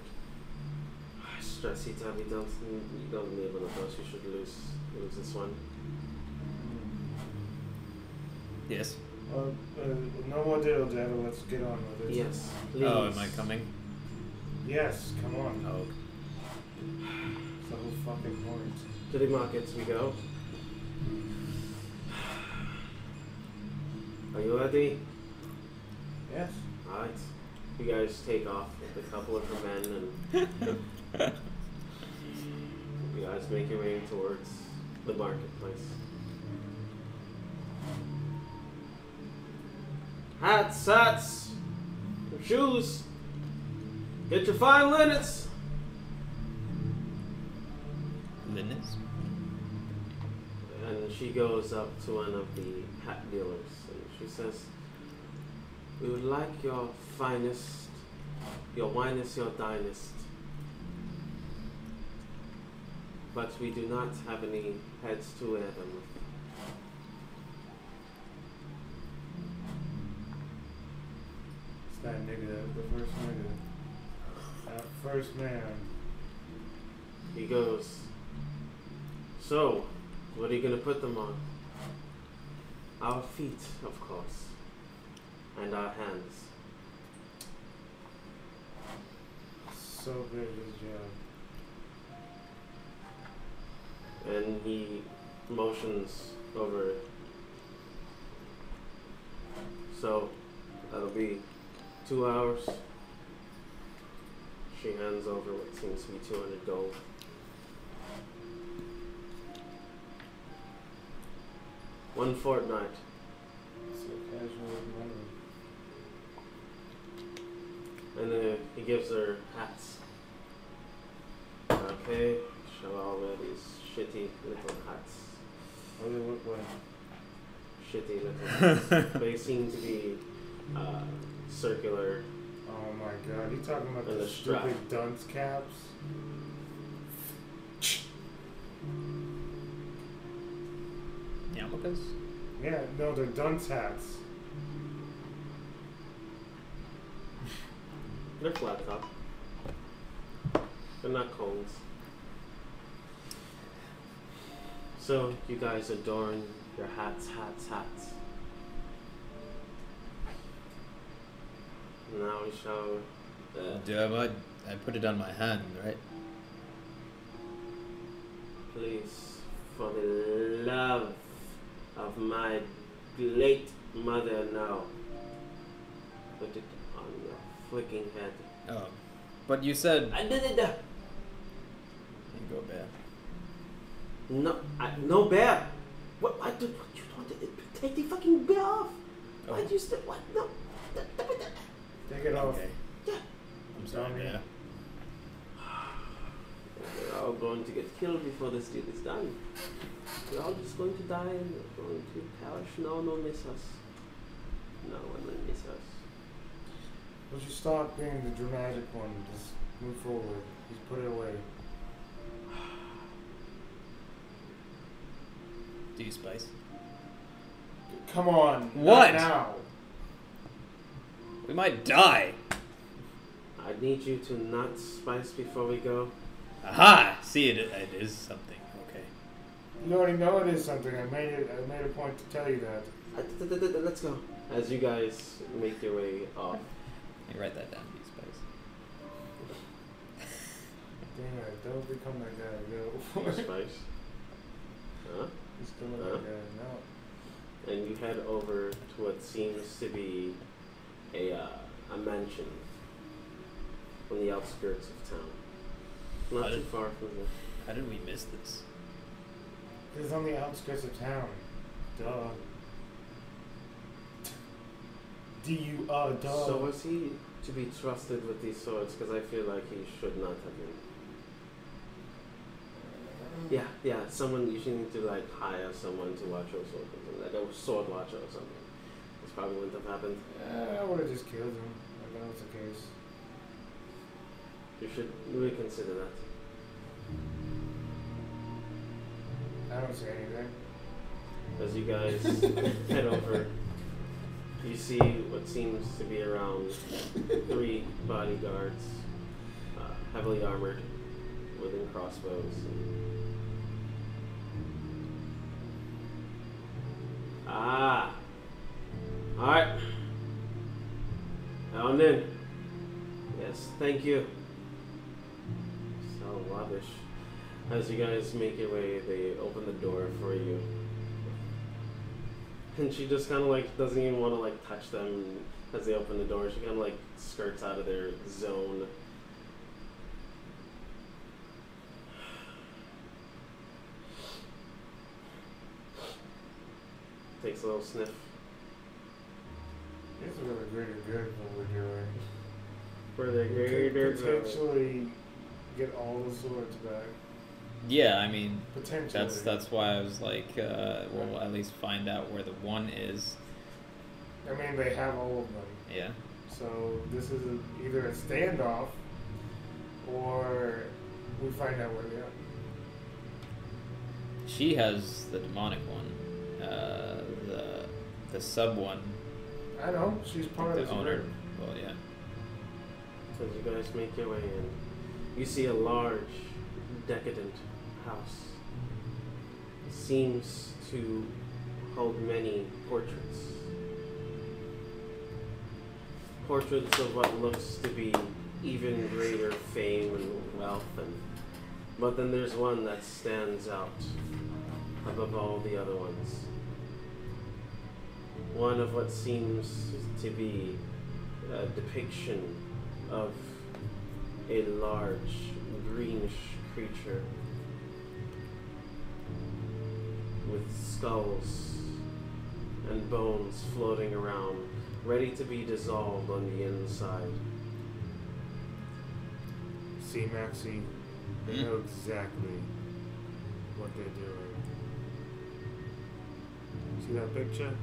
Speaker 2: Stress eater, we don't we don't need one of those. You should lose lose this one.
Speaker 1: Yes.
Speaker 3: Uh, uh, no more diddle daddle. Let's get on with it.
Speaker 2: Yes, please.
Speaker 1: Oh, am I coming?
Speaker 3: Yes. Come on.
Speaker 1: Oh.
Speaker 3: It's the whole fucking point.
Speaker 2: To the markets we go. Are you ready?
Speaker 3: Yes.
Speaker 2: Alright. You guys take off with a couple of her men and you guys make your way towards the marketplace. Hats, hats, shoes, get your fine linens.
Speaker 1: Linus?
Speaker 2: And she goes up to one of the hat dealers and she says, We would like your finest, your winest, your dinest. But we do not have any heads to wear them with.
Speaker 3: It's that nigga. That the first nigga. That first man.
Speaker 2: He goes, So, what are you going to put them on? Our feet, of course, and our hands.
Speaker 3: So good at his job.
Speaker 2: and he motions over it. So that'll be two hours. She hands over what seems to be 200 gold. One fortnight.
Speaker 3: So casual with money.
Speaker 2: And then he gives her hats. Okay, shall I wear these shitty little hats?
Speaker 3: What do they look like?
Speaker 2: Shitty little hats. they seem to be uh, circular
Speaker 3: Oh my god, you talking about
Speaker 2: And
Speaker 3: the
Speaker 2: the strap.
Speaker 3: stupid dunce caps?
Speaker 1: Yamakas?
Speaker 3: Yeah, no, they're dunce hats.
Speaker 2: They're flat top. They're not cones. So you guys adorn your hats, hats, hats. Now we shall. Uh,
Speaker 1: Do I, I put it on my hand, right?
Speaker 2: please, for the love of my late mother, now put it on your freaking head.
Speaker 1: Oh. But you said.
Speaker 2: I did it. uh,
Speaker 1: You go back.
Speaker 2: No, I, no bear. What? Why do what you want to take the fucking bear off? Why
Speaker 1: Oh.
Speaker 2: do you still? What? No. Th- th- th-
Speaker 3: Take it off.
Speaker 1: Okay. I'm sorry,
Speaker 3: Sorry.
Speaker 1: yeah.
Speaker 2: th- We're all going to get killed before this deal is done. We're all just going to die and we're going to perish. No one will miss us. No one will miss us.
Speaker 3: Would you stop being the dramatic one? Just move forward. Just put it away.
Speaker 1: Do you spice?
Speaker 3: Come on. not
Speaker 1: What?
Speaker 3: now?
Speaker 1: We might die!
Speaker 2: I need you to not spice before we go.
Speaker 1: Aha! See, it, it is something. Okay.
Speaker 3: You already know it is something. I made it. I made a point to tell you that.
Speaker 2: Uh, th- th- th- th- Let's go. As you guys make your way off.
Speaker 1: You write that down, you spice.
Speaker 3: Damn it! Don't become that guy. Go.
Speaker 2: Spice. Huh?
Speaker 3: Just don't look like that.
Speaker 2: and you head over to what seems to be a, uh, a mansion on the outskirts of town. Not too far from the
Speaker 10: How did we miss this?
Speaker 3: It's on the outskirts of town. Duh. D U uh duh.
Speaker 2: So was he to be trusted with these swords? Because I feel like he should not have been. Yeah, yeah. Someone you should need to like hire someone to watch your sword, or something, like a sword watcher or something. This probably wouldn't have happened.
Speaker 3: Yeah, I would have just killed him. If that was the case.
Speaker 2: You should reconsider that.
Speaker 3: I don't say anything.
Speaker 2: As you guys head over, you see what seems to be around three bodyguards, uh, heavily armored, wielding crossbows. Ah! Alright. Now and then. Yes, thank you. So lavish. As you guys make your way, they open the door for you. And she just kind of like doesn't even want to like touch them as they open the door. She kind of like skirts out of their zone. Takes a little sniff.
Speaker 3: It's for the greater good what we're doing.
Speaker 2: For the
Speaker 3: We could
Speaker 2: greater good.
Speaker 3: potentially get all the swords back.
Speaker 1: Yeah, I mean,
Speaker 3: Potentially.
Speaker 1: that's that's why I was like, uh, we'll at least find out where the one is.
Speaker 3: I mean, they have all of them.
Speaker 1: Yeah.
Speaker 3: So this is a, either a standoff, or we find out where they are.
Speaker 1: She has the demonic one. Uh, the the sub one.
Speaker 3: I know she's part
Speaker 1: the
Speaker 3: of the
Speaker 1: owner.
Speaker 3: group.
Speaker 1: Well, yeah.
Speaker 2: So as you guys make your way in, you see a large, decadent house. It seems to hold many portraits. Portraits of what looks to be even greater fame and wealth, and but then there's one that stands out above all the other ones. One of what seems to be a depiction of a large greenish creature with skulls and bones floating around, ready to be dissolved on the inside.
Speaker 3: See, Maxie,
Speaker 2: Hmm.
Speaker 3: they know exactly what they're doing. See that picture?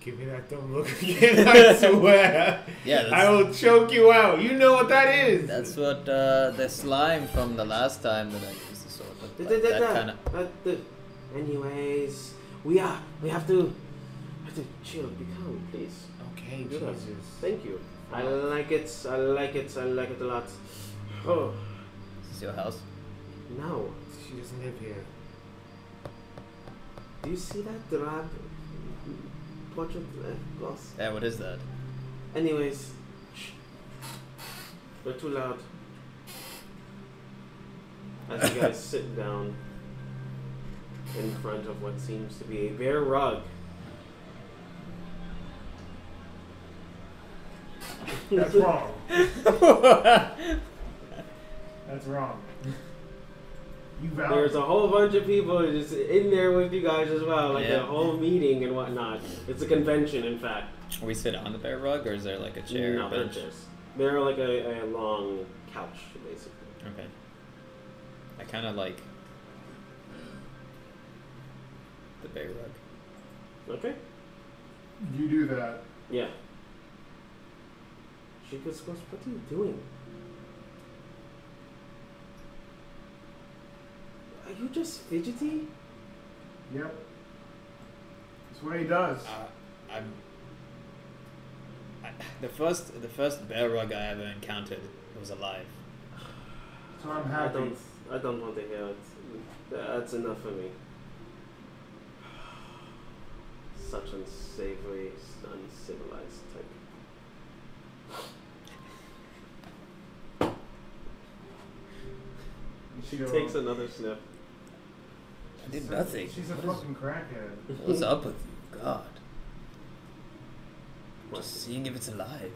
Speaker 3: Give me that dumb look again, I swear.
Speaker 1: Yeah.
Speaker 3: I will choke you out. You know what that is.
Speaker 1: That's what uh, the slime from the last time that I used the sword looked like. That kind of.
Speaker 2: Uh, the- Anyways, we are. We have to. We have to chill. Be calm, please.
Speaker 3: okay,
Speaker 2: Good idea.
Speaker 3: Jesus.
Speaker 2: Thank you. I like it. I like it. I like it a lot. Oh,
Speaker 1: Is this your house?
Speaker 2: now
Speaker 3: She doesn't live here.
Speaker 2: Do you see that drab portrait uh, glass?
Speaker 1: Yeah. What is that?
Speaker 2: Anyways, shh. We're too loud. As you guys sit down in front of what seems to be a bare rug.
Speaker 3: That's wrong. That's wrong. You valid.
Speaker 2: There's a whole bunch of people just in there with you guys as well, like
Speaker 1: Yeah.
Speaker 2: a whole meeting and whatnot. It's a convention, in fact.
Speaker 1: We sit on the bear rug, or is there like a chair?
Speaker 2: no, they're
Speaker 1: bench?
Speaker 2: chairs. They're like a, a long couch, basically.
Speaker 1: Okay. I kind of like the bear rug.
Speaker 2: Okay?
Speaker 3: You do that.
Speaker 2: Yeah. She just goes, What are you doing? Are you just fidgety?
Speaker 3: Yep. That's what he does.
Speaker 1: Uh, I'm. I, the first, the first bear rug I ever encountered was alive.
Speaker 3: So I'm
Speaker 2: I
Speaker 3: happy.
Speaker 2: don't I don't want to hear it. That's enough for me. Such unsavory, uncivilized type. She
Speaker 3: Sure.
Speaker 2: takes another sniff.
Speaker 10: I did
Speaker 3: She's a-
Speaker 10: nothing.
Speaker 3: She's a fucking crackhead.
Speaker 10: What's up with you? God. Just seeing if it's alive.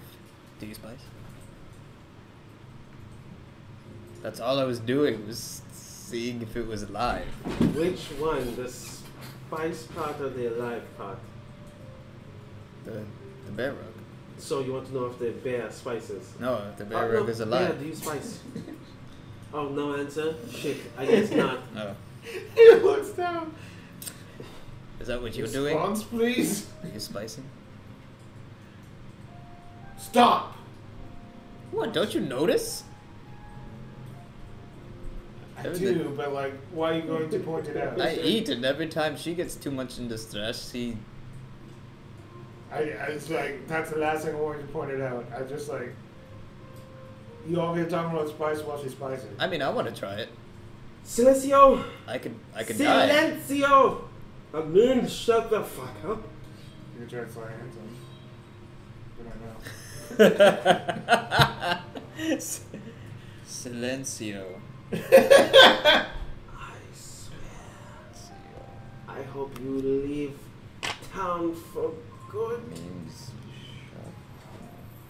Speaker 10: Do you spice?
Speaker 1: That's all I was doing was seeing if it was alive.
Speaker 2: Which one? The spice part or the alive part?
Speaker 1: The the bear rug.
Speaker 2: So you want to know if the bear spices?
Speaker 1: No, the
Speaker 2: Oh,
Speaker 1: bear
Speaker 2: no.
Speaker 1: rug is alive.
Speaker 2: Yeah, do you spice? oh, no answer? Shit, I guess not.
Speaker 1: Oh,
Speaker 3: He looks down.
Speaker 1: is that what you're doing?
Speaker 3: Response, please.
Speaker 1: Are you spicing?
Speaker 3: Stop.
Speaker 1: What? Don't you notice?
Speaker 3: I
Speaker 1: Everything.
Speaker 3: do, but like, why are you going to point it out?
Speaker 1: I eat, and every time she gets too much in distress, she.
Speaker 3: I, I it's like that's the last thing I wanted to point it out. I just like you all here talking about spice while she's spicing.
Speaker 1: I mean, I want to try it.
Speaker 2: Silencio!
Speaker 1: I could, I could die.
Speaker 2: Silencio! I mean, shut the fuck up.
Speaker 3: You can try to slide hands on. But I know.
Speaker 1: S- Silencio.
Speaker 2: I swear. I hope you leave town for good.
Speaker 1: Memes.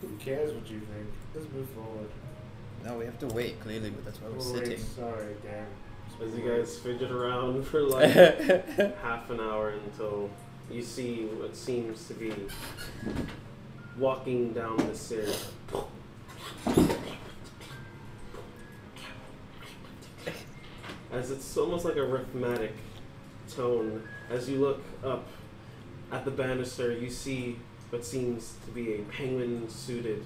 Speaker 3: Who cares what you think? Let's move forward.
Speaker 1: No, we have to wait. Clearly, but that's why we're
Speaker 3: Oh, wait,
Speaker 1: sitting.
Speaker 3: sorry, damn.
Speaker 2: As you guys fidget around for like
Speaker 1: I
Speaker 2: half an hour until you see what seems to be walking down the stairs. As it's almost like a rhythmic tone. As you look up at the banister, you see what seems to be a penguin suited,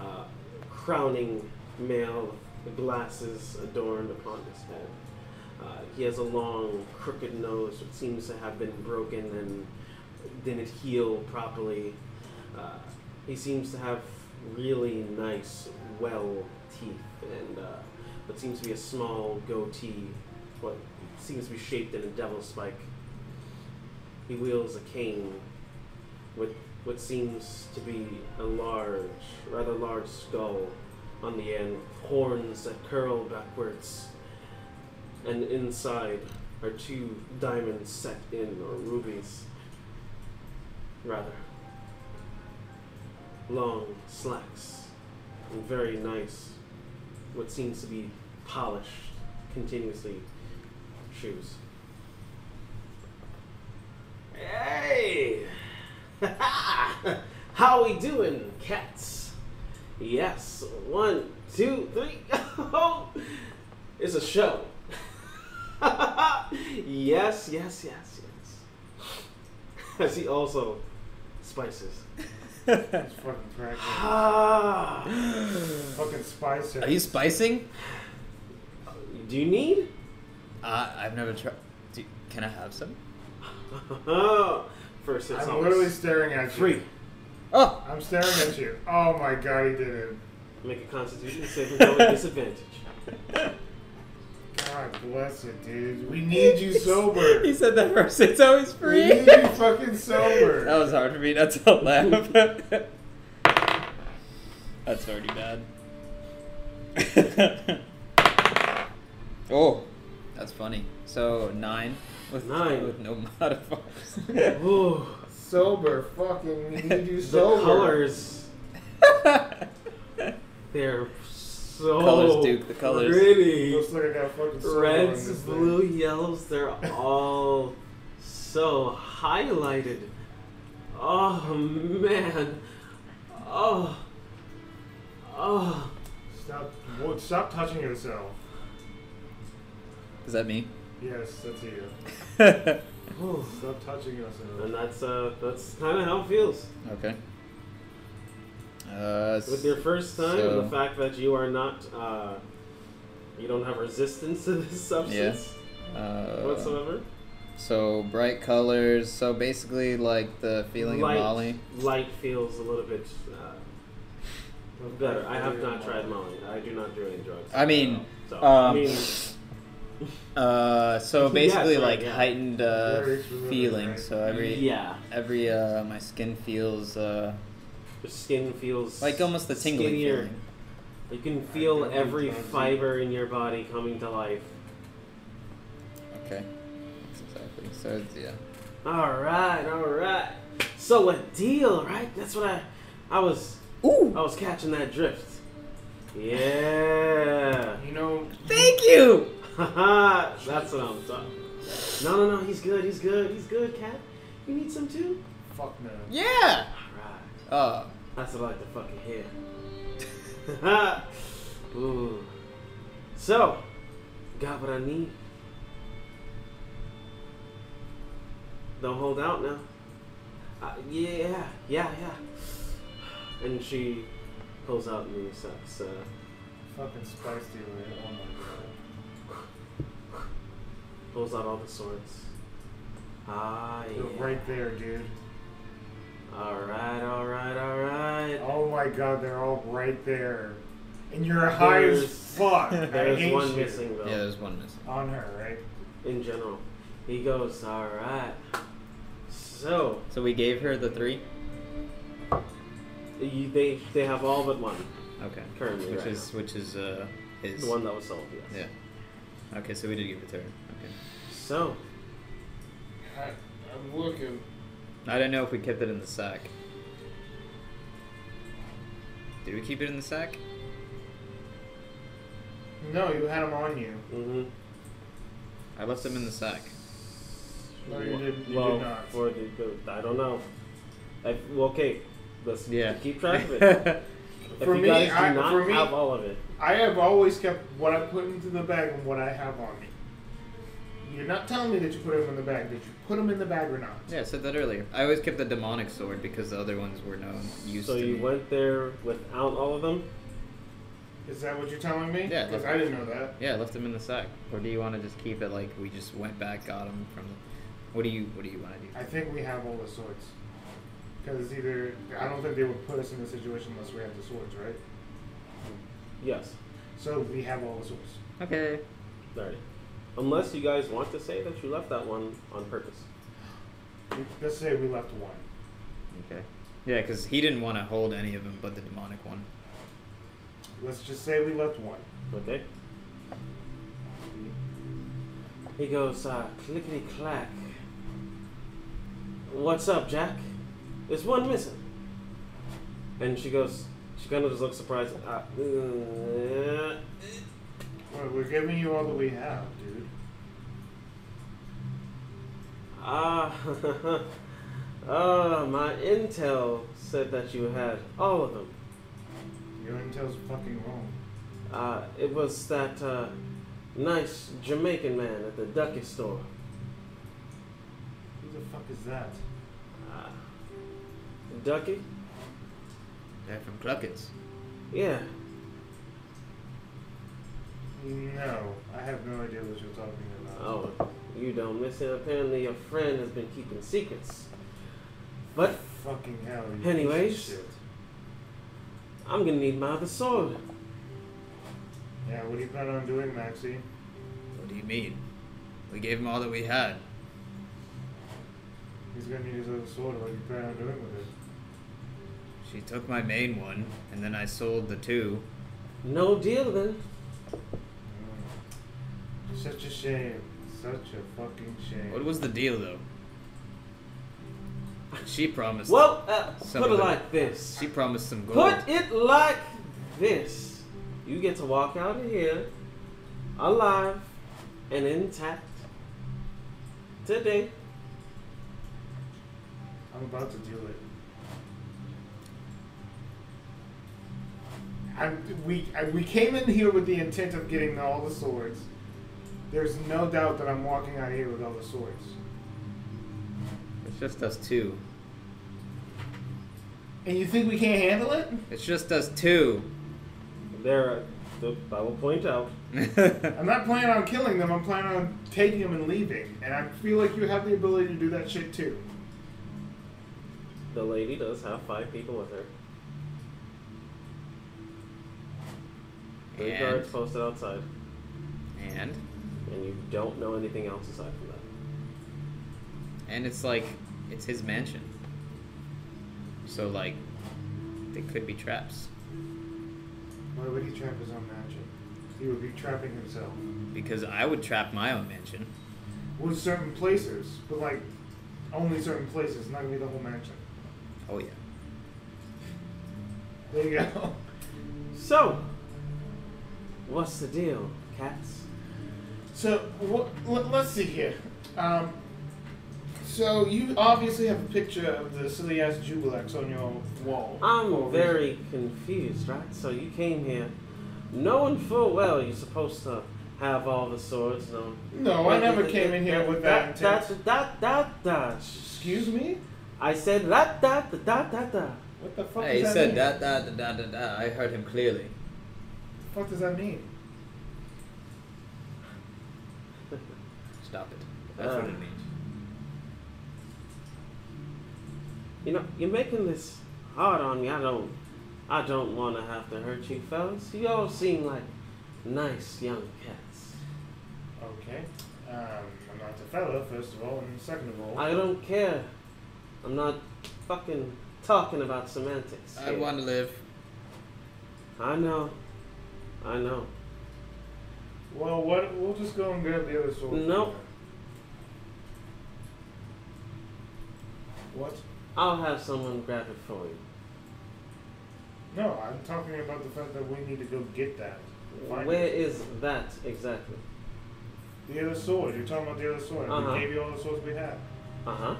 Speaker 2: uh, crowning male with glasses adorned upon his head. Uh, he has a long, crooked nose that seems to have been broken and didn't heal properly. Uh, he seems to have really nice, well teeth and uh, what seems to be a small goatee, what seems to be shaped in a devil spike. He wields a cane with what seems to be a large, rather large skull on the end, with horns that curl backwards and inside are two diamonds set in, or rubies, rather. Long slacks, and very nice, what seems to be polished continuously shoes. Hey! How we doing, cats? Yes, one, two, three. oh! it's a show. yes, yes, yes, yes. As he also spices.
Speaker 3: That's fucking crack.
Speaker 2: Ah,
Speaker 3: fucking spice.
Speaker 1: Are you spicing?
Speaker 2: do you need?
Speaker 1: Uh, I've never tried. Do, can I have some?
Speaker 2: First, it's
Speaker 3: I'm
Speaker 2: always
Speaker 3: literally staring at you.
Speaker 2: free.
Speaker 1: Oh,
Speaker 3: I'm staring at you. Oh my god, he did it.
Speaker 2: Make a Constitution saving throw with disadvantage.
Speaker 3: God bless you, dude. We need you sober.
Speaker 1: he said that first. It's always
Speaker 3: We
Speaker 1: free.
Speaker 3: need you fucking sober.
Speaker 1: That was hard for me not to laugh. That's already bad. oh, that's funny. So nine with
Speaker 2: Nine.
Speaker 1: with no modifiers.
Speaker 2: Ooh,
Speaker 3: Sober, fucking, we need you
Speaker 2: the
Speaker 3: sober.
Speaker 2: colors. They're so
Speaker 1: Colors, Duke, the colors.
Speaker 2: pretty.
Speaker 3: Looks like I got fucking sober on
Speaker 2: Reds,
Speaker 3: this
Speaker 2: blue,
Speaker 3: Thing.
Speaker 2: yellows, they're all so highlighted. Oh man. Oh. Oh.
Speaker 3: Stop, wo- stop touching yourself.
Speaker 1: Is that me?
Speaker 3: Yes, that's you.
Speaker 1: okay.
Speaker 2: Ooh.
Speaker 3: Stop touching yourself.
Speaker 2: And that's uh that's kind of how it feels.
Speaker 1: Uh,
Speaker 2: With your first time,
Speaker 1: So-
Speaker 2: the fact that you are not uh you don't have resistance to this substance
Speaker 1: uh,
Speaker 2: whatsoever.
Speaker 1: So bright colors. So basically, like the feeling
Speaker 2: light,
Speaker 1: of Molly.
Speaker 2: Light feels a little bit uh, better. I have not tried Molly. I do not do any drugs.
Speaker 1: I mean,
Speaker 2: so, I
Speaker 1: um,
Speaker 2: mean,
Speaker 1: Uh, so
Speaker 2: Yeah,
Speaker 1: basically,
Speaker 2: sorry,
Speaker 1: like
Speaker 2: yeah.
Speaker 1: heightened uh,
Speaker 3: Very familiar,
Speaker 1: feeling.
Speaker 3: right?
Speaker 1: So every
Speaker 2: yeah,
Speaker 1: every uh, my skin feels uh,
Speaker 2: your skin feels
Speaker 1: like almost the tingling
Speaker 2: skinnier.
Speaker 1: feeling.
Speaker 2: You can feel
Speaker 3: Alright,
Speaker 2: every
Speaker 3: I'm
Speaker 2: fiber in your body coming to life.
Speaker 1: Okay, that's exactly. So it's, yeah,
Speaker 2: All right, all right. So a deal, right? That's what I, I was, I was catching that drift. Yeah.
Speaker 3: You know,
Speaker 1: Thank you.
Speaker 2: Haha, That's what I'm talking. No, no, no. He's good. He's good. He's good, Cat. You need some too.
Speaker 3: fuck no.
Speaker 1: Yeah.
Speaker 2: All right.
Speaker 1: Uh,
Speaker 2: That's what I like to fucking hear. Ooh. So, got what I need. Don't hold out now. Uh, yeah, yeah, yeah. And she pulls out new socks. Uh,
Speaker 3: Fucking spice dealer. Oh my
Speaker 2: pulls out all the swords. Ah,
Speaker 3: god.
Speaker 2: yeah.
Speaker 3: You're right there, dude.
Speaker 2: All right, all right, all right.
Speaker 3: Oh my god, they're all right there. And you're high as
Speaker 2: There's-
Speaker 3: fuck. I
Speaker 2: There's
Speaker 3: hate
Speaker 2: one
Speaker 3: you.
Speaker 2: missing though.
Speaker 1: yeah, there's one missing.
Speaker 3: On her, right?
Speaker 2: in general. He goes, all right. So
Speaker 1: So we gave her the three.
Speaker 2: you, they they have all but one
Speaker 1: Okay.
Speaker 2: currently,
Speaker 1: Which
Speaker 2: right
Speaker 1: is which is uh
Speaker 2: now.
Speaker 1: his.
Speaker 2: the one that was sold. Yes.
Speaker 1: Yeah. Okay, so we did give it to her. Okay.
Speaker 2: So
Speaker 9: I, I'm looking.
Speaker 1: I don't know if we kept it in the sack. Did we keep it in the sack?
Speaker 3: No, you had them on you.
Speaker 2: mm-hmm.
Speaker 1: I left them in the sack.
Speaker 3: No, you did- you
Speaker 2: well,
Speaker 3: did not.
Speaker 2: for the, the- I don't know. If, well, okay, let's
Speaker 1: Yeah.
Speaker 2: keep track of it. if
Speaker 3: For
Speaker 2: you
Speaker 3: me,
Speaker 2: guys do
Speaker 3: I-
Speaker 2: not
Speaker 3: for me-
Speaker 2: have all of it,
Speaker 3: I have always kept what I put into the bag and what I have on me. You're not telling me that you put them in the bag. Did you put them in the bag or not?
Speaker 1: yeah, I said that earlier. I always kept the demonic sword because the other ones were no use
Speaker 2: so
Speaker 1: to
Speaker 2: you
Speaker 1: me.
Speaker 2: went there without all of them.
Speaker 3: Is that what you're telling me?
Speaker 1: Yeah,
Speaker 3: Because
Speaker 1: that's-
Speaker 3: I didn't know that.
Speaker 1: Yeah, I left them in the sack. Or do you want to just keep it like we just went back, got them from the... What do you What do you want to do?
Speaker 3: I think we have all the swords. Because either I don't think they would put us in a situation unless we have the swords, right?
Speaker 2: Yes,
Speaker 3: So we have all the swords.
Speaker 1: Okay.
Speaker 2: alright. Unless you guys want to say that you left that one on purpose.
Speaker 3: We- Let's say we left one.
Speaker 1: Okay. Yeah, because he didn't want to hold any of them but the demonic one.
Speaker 3: Let's just say we left one.
Speaker 2: Okay. He goes, uh, clickety clack. What's up, Jack? There's one missing. And she goes, she kind of just looks surprised. Uh, uh,
Speaker 3: Well, we're giving you all that we have, dude.
Speaker 2: ah, ah, my intel said that you had all of them.
Speaker 3: Your intel's fucking wrong.
Speaker 2: Uh, it was that uh, nice Jamaican man at the Ducky store.
Speaker 3: Who the fuck is that?
Speaker 2: Uh, Ducky?
Speaker 1: They're from Cluckets.
Speaker 2: Yeah.
Speaker 3: No, I have no idea what you're talking about.
Speaker 2: Oh, you don't miss it. Apparently, your friend has been keeping secrets. But
Speaker 3: Fucking hell. You piece of
Speaker 2: Anyways.
Speaker 3: shit.
Speaker 2: I'm gonna need my other sword.
Speaker 3: Yeah, what do you plan on doing, Maxi?
Speaker 1: What do you mean? We gave him all that we had.
Speaker 3: He's gonna use his other sword. What do you plan on doing with it?
Speaker 1: She took my main one, and then I sold the two.
Speaker 2: No deal then.
Speaker 3: Mm. Such a shame. Such a fucking shame.
Speaker 1: What was the deal, though? She promised.
Speaker 2: Well, uh,
Speaker 1: Some
Speaker 2: put it
Speaker 1: of it.
Speaker 2: like this.
Speaker 1: She promised some gold.
Speaker 2: Put it like this. You get to walk out of here alive and intact today.
Speaker 3: I'm about to do it. I'm, we I, we came in here with the intent of getting all the swords. There's no doubt that I'm walking out of here with all the swords.
Speaker 1: It's just us two.
Speaker 3: And you think we can't handle it?
Speaker 1: It's just us two.
Speaker 2: There, uh, I will point out.
Speaker 3: I'm not planning on killing them. I'm planning on taking them and leaving. And I feel like you have the ability to do that shit too.
Speaker 2: The lady does have five people with her. Three
Speaker 1: And-
Speaker 2: guards posted outside,
Speaker 1: and
Speaker 2: and you don't know anything else aside from that.
Speaker 1: and it's like it's his mansion. So like, they could be traps
Speaker 3: Why would he trap his own mansion? He would be trapping himself.
Speaker 1: because I would trap my own mansion.
Speaker 3: With certain places, but like only certain places, not gonna be the whole mansion.
Speaker 1: Oh yeah.
Speaker 3: There you go.
Speaker 2: So, What's the deal, cats?
Speaker 11: So wh- let- let's see here. Um, so you obviously have a picture of the silly ass Jubilex on your wall.
Speaker 2: I'm
Speaker 11: Oh,
Speaker 2: very confused, right? So you came here knowing full well you're supposed to have all the swords. No,
Speaker 11: No, Oh, I never came in here with that
Speaker 2: That's
Speaker 11: intent.
Speaker 2: that that that.
Speaker 11: Excuse me?
Speaker 2: I said that that that that that.
Speaker 11: What the fuck
Speaker 1: Hey, he
Speaker 11: does that
Speaker 1: said
Speaker 11: mean?
Speaker 1: da da da da da da. I heard him clearly.
Speaker 11: What does that mean?
Speaker 1: Stop it. That's what
Speaker 2: Uh.
Speaker 12: Ah.
Speaker 1: it means.
Speaker 2: You know, you're making this hard on me. I don't, I don't want to have to hurt you, fellas. You all seem like nice young cats.
Speaker 3: Okay. Um, I'm not the fellow, first of all, and second of all,
Speaker 2: I don't care. I'm not fucking talking about semantics.
Speaker 1: I
Speaker 2: here.
Speaker 1: want to live.
Speaker 2: I know. I know.
Speaker 3: well, what? We'll just go and grab the other sword.
Speaker 2: Nope.
Speaker 3: What?
Speaker 2: I'll have someone grab it for you.
Speaker 3: No, I'm talking about the fact that we need to go get that. Find
Speaker 2: Where
Speaker 3: it.
Speaker 2: is that exactly?
Speaker 3: The other sword. You're talking about the other sword.
Speaker 2: Uh-huh.
Speaker 3: We gave you all the swords we had.
Speaker 2: Uh huh.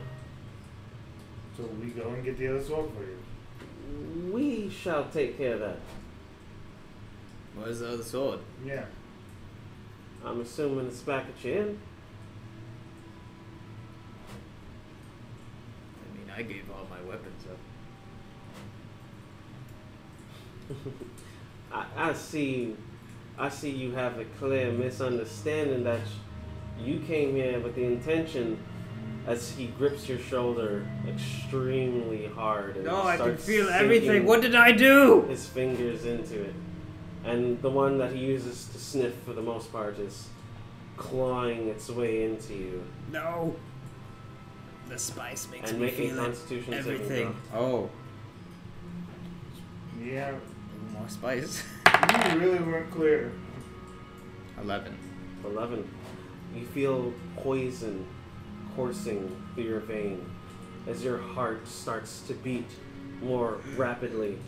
Speaker 3: So we go and get the other sword for you.
Speaker 2: We shall take care of that.
Speaker 1: Where's the other sword?
Speaker 3: Yeah.
Speaker 2: I'm assuming it's back at your inn.
Speaker 1: I mean, I gave all my weapons up.
Speaker 2: I, I see, I see you have a clear misunderstanding that you came here with the intention. As he grips your shoulder extremely hard, and
Speaker 12: No, I can
Speaker 2: starts
Speaker 12: feel
Speaker 2: sinking
Speaker 12: everything. What did I do?
Speaker 2: his fingers into it, and the one that he uses to sniff for the most part is clawing its way into you
Speaker 12: No. The spice makes
Speaker 2: and
Speaker 12: me
Speaker 2: making
Speaker 12: feel it.
Speaker 2: Constitution saving
Speaker 12: everything.
Speaker 1: Oh,
Speaker 3: Yeah.
Speaker 1: more spice.
Speaker 3: You really weren't clear.
Speaker 1: Eleven.
Speaker 2: throw. Eleven. You feel poison coursing through your vein as your heart starts to beat more rapidly.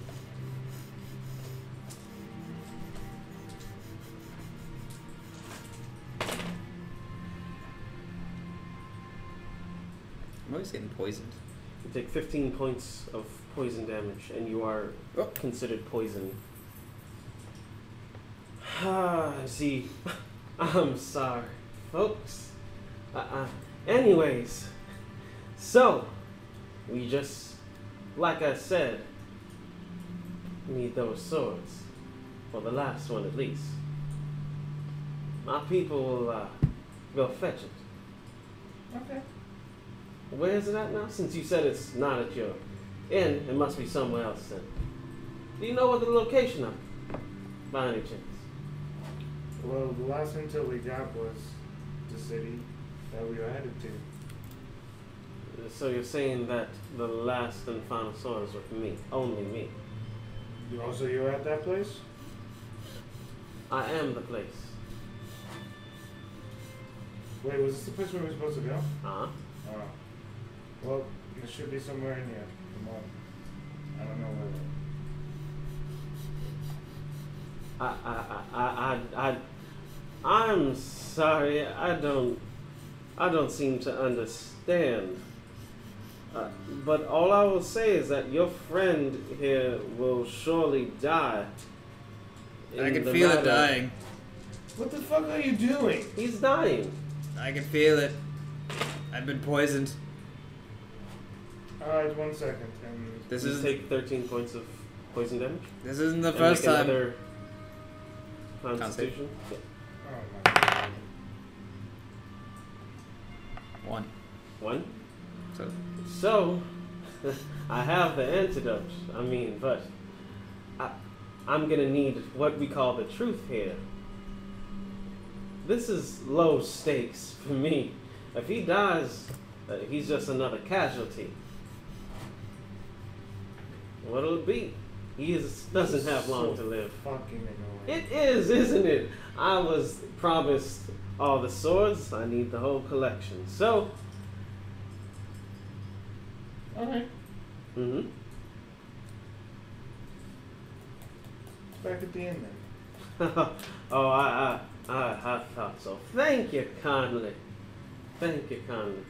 Speaker 1: I'm always getting poisoned.
Speaker 2: You take 15 points of poison damage, and you are
Speaker 1: Oh.
Speaker 2: considered poison. Ah, see, I'm sorry, folks. Uh-uh. Anyways, so we just, like I said, need those swords. Well, the last one at least. My people will uh, go fetch it.
Speaker 3: Okay.
Speaker 2: Where is it at now? Since you said it's not at your inn, it must be somewhere else then. Do you know what the location of it, by any chance?
Speaker 3: Well, the last intel we got was the city that we were headed to.
Speaker 2: So you're saying that the last and final sword is with me, only me.
Speaker 3: You also, you were at that place?
Speaker 2: I am the place.
Speaker 3: Wait, was this the place where we were supposed to go?
Speaker 2: Huh?
Speaker 3: Oh. Well, it should be somewhere in here. Come on. I don't know where.
Speaker 2: I, I, I, I, I, I, I'm sorry. I don't, I don't seem to understand. Uh, but all I will say is that your friend here will surely die.
Speaker 1: I
Speaker 2: in
Speaker 1: can
Speaker 2: the
Speaker 1: feel it
Speaker 2: matter-
Speaker 1: dying.
Speaker 3: What the fuck are you doing?
Speaker 2: He's dying.
Speaker 1: I can feel it. I've been poisoned.
Speaker 3: Alright, one second. And
Speaker 1: This
Speaker 2: you
Speaker 1: is
Speaker 2: take 13 points of poison damage.
Speaker 1: this isn't the
Speaker 2: and
Speaker 1: first
Speaker 2: make
Speaker 1: time.
Speaker 2: another
Speaker 1: save.
Speaker 2: Constitution. Yeah.
Speaker 3: oh my god.
Speaker 1: One.
Speaker 2: One.
Speaker 1: So
Speaker 2: So, I have the antidote. I mean, but I, I'm gonna need what we call the truth here. This is low stakes for me. If he dies, uh, he's just another casualty. What'll it be? He is, doesn't have long to live.
Speaker 3: Fucking annoying.
Speaker 2: It is, isn't it? I was promised all the swords. I need the whole collection. So,
Speaker 3: Alright.
Speaker 2: hmm
Speaker 3: Back at the end then.
Speaker 2: oh, I, I, I, I thought so. Thank you kindly. Thank you kindly.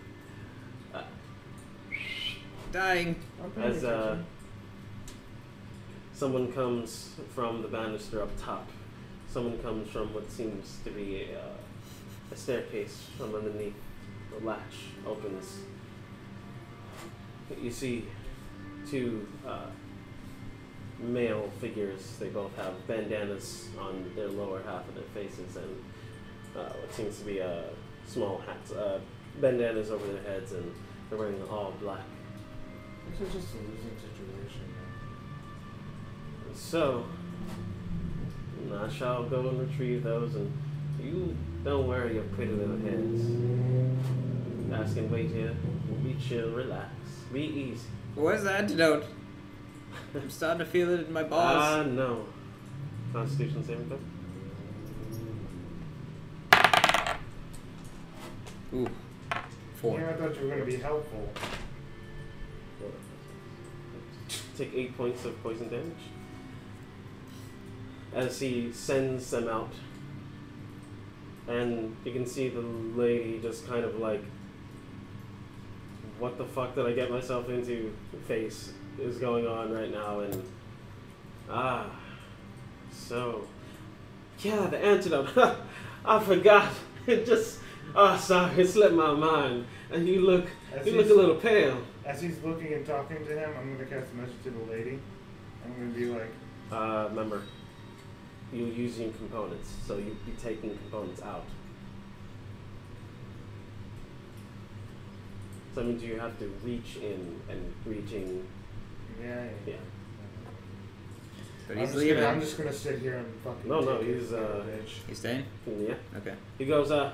Speaker 1: Dying.
Speaker 3: I'm paying
Speaker 2: As uh,
Speaker 3: attention.
Speaker 2: someone comes from the banister up top, someone comes from what seems to be a, uh, a staircase from underneath. The latch opens. You see two uh, male figures. They both have bandanas on their lower half of their faces and uh, what seems to be uh, small hats, uh, bandanas over their heads, and they're wearing all black.
Speaker 3: This is just a losing situation.
Speaker 2: So, I shall go and retrieve those, and you don't worry your pretty little heads. Ask and wait here. Be chill, relax, be easy.
Speaker 1: What is the antidote? I'm starting to feel it in my
Speaker 2: Ah,
Speaker 1: balls.
Speaker 2: no. Constitution saving throw.
Speaker 1: Ooh.
Speaker 3: Yeah, I
Speaker 1: Four.
Speaker 3: thought you were going to be helpful.
Speaker 2: Take eight points of poison damage. As he sends them out. And you can see the lady just kind of like, what the fuck did I get myself into face is going on right now. And ah, so. Yeah, the antidote. I forgot. It just, oh, sorry, it slipped my mind. And you look,
Speaker 3: As
Speaker 2: you look
Speaker 3: he's-
Speaker 2: a little pale.
Speaker 3: As he's looking and talking to him, I'm going to cast a message to the lady. I'm going to be like,
Speaker 2: Uh, remember, you're using components, so you'll be taking components out. So that means you have to reach in and reaching.
Speaker 3: yeah.
Speaker 2: Yeah.
Speaker 1: But
Speaker 3: I'm
Speaker 1: he's
Speaker 3: just gonna- I'm
Speaker 1: leaving.
Speaker 3: just going to sit here and fucking.
Speaker 2: No, no,
Speaker 3: take it,
Speaker 2: he's,
Speaker 3: you
Speaker 2: uh,
Speaker 3: bitch.
Speaker 1: He's staying?
Speaker 2: Yeah.
Speaker 1: Okay.
Speaker 2: He goes, uh.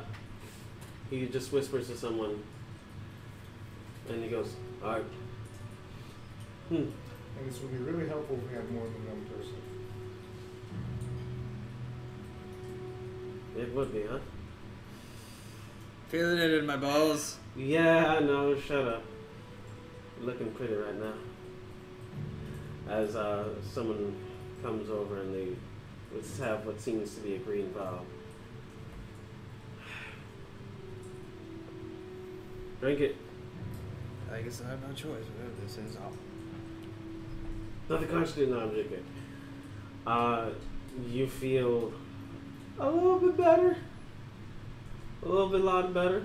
Speaker 2: He just whispers to someone. And he goes, Alright. Hmm.
Speaker 3: And this would be really helpful if we had more than one person.
Speaker 2: It would be, huh?
Speaker 1: Feeling it in my balls.
Speaker 2: Yeah, I know. Shut up. Looking pretty right now. As uh, someone comes over and they let's have what seems to be a green vial. Drink it.
Speaker 1: I guess I have no choice. Whatever this is.
Speaker 2: Not the constant no, I'm joking. Uh, you feel a little bit better, a little bit lot better,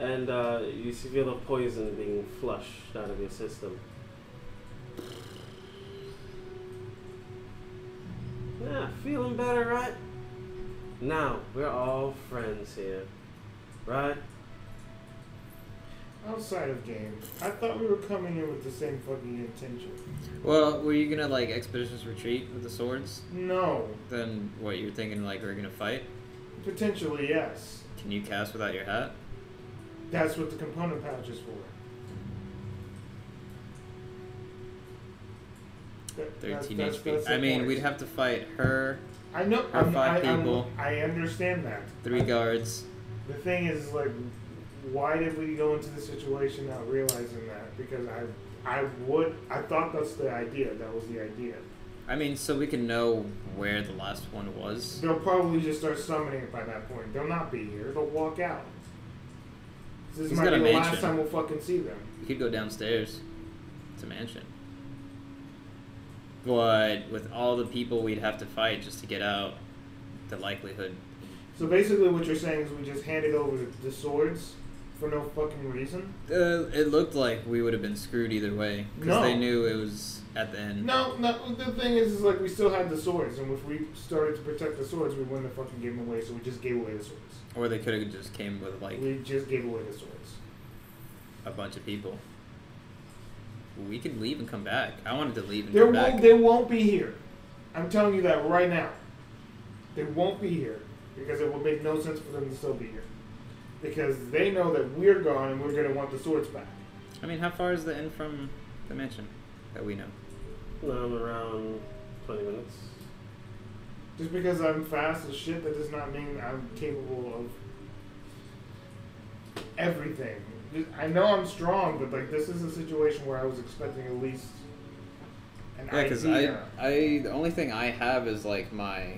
Speaker 2: and uh, you s- feel the poison being flushed out of your system. Yeah, feeling better, right? Now we're all friends here, right?
Speaker 3: Outside of game, I thought we were coming in with the same fucking intention.
Speaker 1: Well, were you gonna like expeditions retreat with the swords?
Speaker 3: No.
Speaker 1: Then what you're thinking like we're gonna fight?
Speaker 3: Potentially, yes.
Speaker 1: Can you cast without your hat?
Speaker 3: That's what the component pouch is for. That- that's-
Speaker 1: Thirteen
Speaker 3: that's-
Speaker 1: HP.
Speaker 3: that's the
Speaker 1: I mean,
Speaker 3: point.
Speaker 1: we'd have to fight her,
Speaker 3: I know.
Speaker 1: Or
Speaker 3: I'm,
Speaker 1: five
Speaker 3: I, I'm-
Speaker 1: people.
Speaker 3: i understand that.
Speaker 1: three guards.
Speaker 3: The thing is, like, why did we go into the situation not realizing that? Because I, I would, I thought that's the idea. That was the idea.
Speaker 1: I mean, so we can know where the last one was.
Speaker 3: They'll probably just start summoning it by that point. They'll not be here. They'll walk out. This
Speaker 1: He's
Speaker 3: might
Speaker 1: got
Speaker 3: be
Speaker 1: a
Speaker 3: the last
Speaker 1: mansion.
Speaker 3: time we'll fucking see them.
Speaker 1: You could go downstairs. It's a mansion. But with all the people we'd have to fight just to get out, the likelihood.
Speaker 3: So basically, what you're saying is we just handed over the, the swords for no fucking reason.
Speaker 1: Uh, it looked like we would have been screwed either way because
Speaker 3: No.
Speaker 1: they knew it was at the end.
Speaker 3: No, no. The thing is, is like we still had the swords, and if we started to protect the swords, we wouldn't have fucking given them away. So we just gave away the swords.
Speaker 1: Or they could have just came with like
Speaker 3: We just gave away the swords.
Speaker 1: a bunch of people. We could leave and come back. I wanted to leave and
Speaker 3: There
Speaker 1: come back.
Speaker 3: won't, they won't be here. I'm telling you that right now. They won't be here because it will make no sense for them to still be here. Because they know that we're gone and we're going to want the swords back.
Speaker 1: I mean, how far is the end from the mansion that we know?
Speaker 2: Now I'm around 20 minutes.
Speaker 3: Just because I'm fast as shit, that does not mean I'm capable of everything. I know I'm strong, but like this is a situation where I was expecting at least an
Speaker 1: Yeah, because I,
Speaker 3: idea.
Speaker 1: I, the only thing I have is like my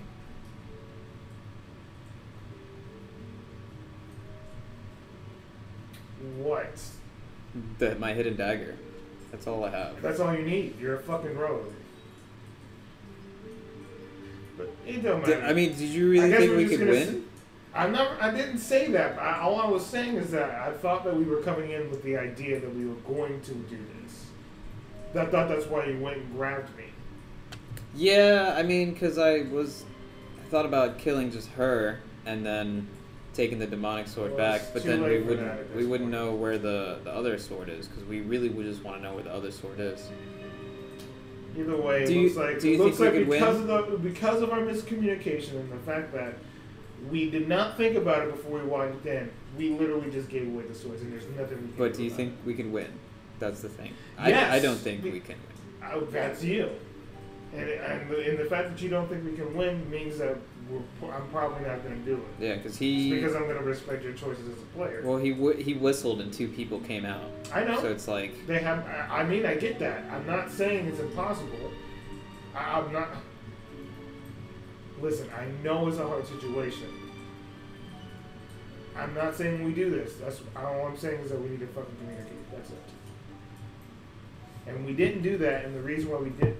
Speaker 3: what?
Speaker 1: The, my hidden dagger. That's all I have.
Speaker 3: That's all you need. You're a fucking rogue. But it don't
Speaker 1: D-
Speaker 3: matter.
Speaker 1: I mean, did you
Speaker 3: I
Speaker 1: really
Speaker 3: guess
Speaker 1: think
Speaker 3: we're
Speaker 1: we
Speaker 3: just
Speaker 1: could
Speaker 3: gonna
Speaker 1: win?
Speaker 3: I never. I didn't say that. I, all I was saying is that I thought that we were coming in with the idea that we were going to do this. I thought that's why you went and grabbed me.
Speaker 1: Yeah, I mean, because I was. I thought about killing just her and then taking the demonic sword
Speaker 3: Well,
Speaker 1: back,
Speaker 3: it's
Speaker 1: but
Speaker 3: too
Speaker 1: then
Speaker 3: late
Speaker 1: we
Speaker 3: for that
Speaker 1: wouldn't
Speaker 3: at
Speaker 1: we
Speaker 3: this
Speaker 1: wouldn't
Speaker 3: point.
Speaker 1: know where the, the other sword is because we really would just want to know where the other sword is.
Speaker 3: Either way,
Speaker 1: Do
Speaker 3: it
Speaker 1: you-
Speaker 3: looks like
Speaker 1: do you
Speaker 3: it looks
Speaker 1: think
Speaker 3: like
Speaker 1: we could
Speaker 3: because of the because of our miscommunication and the fact that we did not think about it before we walked in, we literally just gave away the swords, and there's nothing. We can
Speaker 1: But do you
Speaker 3: about
Speaker 1: think we can win? That's the thing.
Speaker 3: Yes.
Speaker 1: I, I don't think we can win.
Speaker 3: it. Oh, that's you. And, and, the, and the fact that you don't think we can win means that we're, I'm probably not going to do it.
Speaker 1: Yeah, because
Speaker 3: It's
Speaker 1: he
Speaker 3: because I'm going to respect your choices as a player.
Speaker 1: well he whi he whistled and two people came out,
Speaker 3: I know.
Speaker 1: so it's like
Speaker 3: They have. I I mean, I get that. I'm not saying it's impossible. I, I'm not. Listen, I know it's a hard situation. I'm not saying we do this. That's all I'm saying is that we need to fucking communicate. That's it. And we didn't do that, and the reason why we did,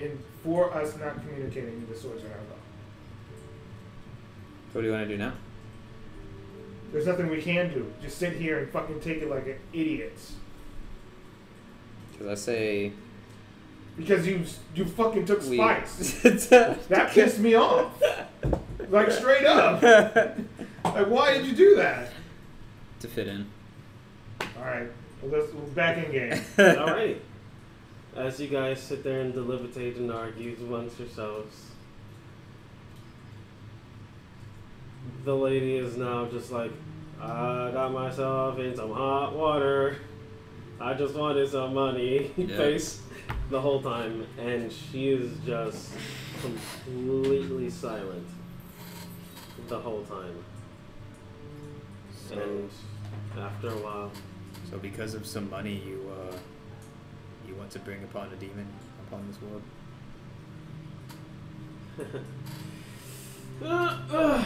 Speaker 3: and for us not communicating, the swords are now gone.
Speaker 1: what do you want to do now?
Speaker 3: There's nothing we can do. Just sit here and fucking take it like idiots.
Speaker 1: Because I say
Speaker 3: Because you you fucking took
Speaker 1: we.
Speaker 3: spice. That pissed me off. Like straight up. Like why did you do that?
Speaker 1: to fit in.
Speaker 3: All right, well, let's we're back in game.
Speaker 2: Alrighty. As you guys sit there and deliberate and argue amongst yourselves, the lady is now just like, I got myself in some hot water. I just wanted some money.
Speaker 1: Yeah.
Speaker 2: Face the whole time. And she is just completely silent the whole time.
Speaker 1: So,
Speaker 2: And after a while,
Speaker 1: so because of some money, you uh, you want to bring upon a demon upon this world.
Speaker 2: Uh, uh,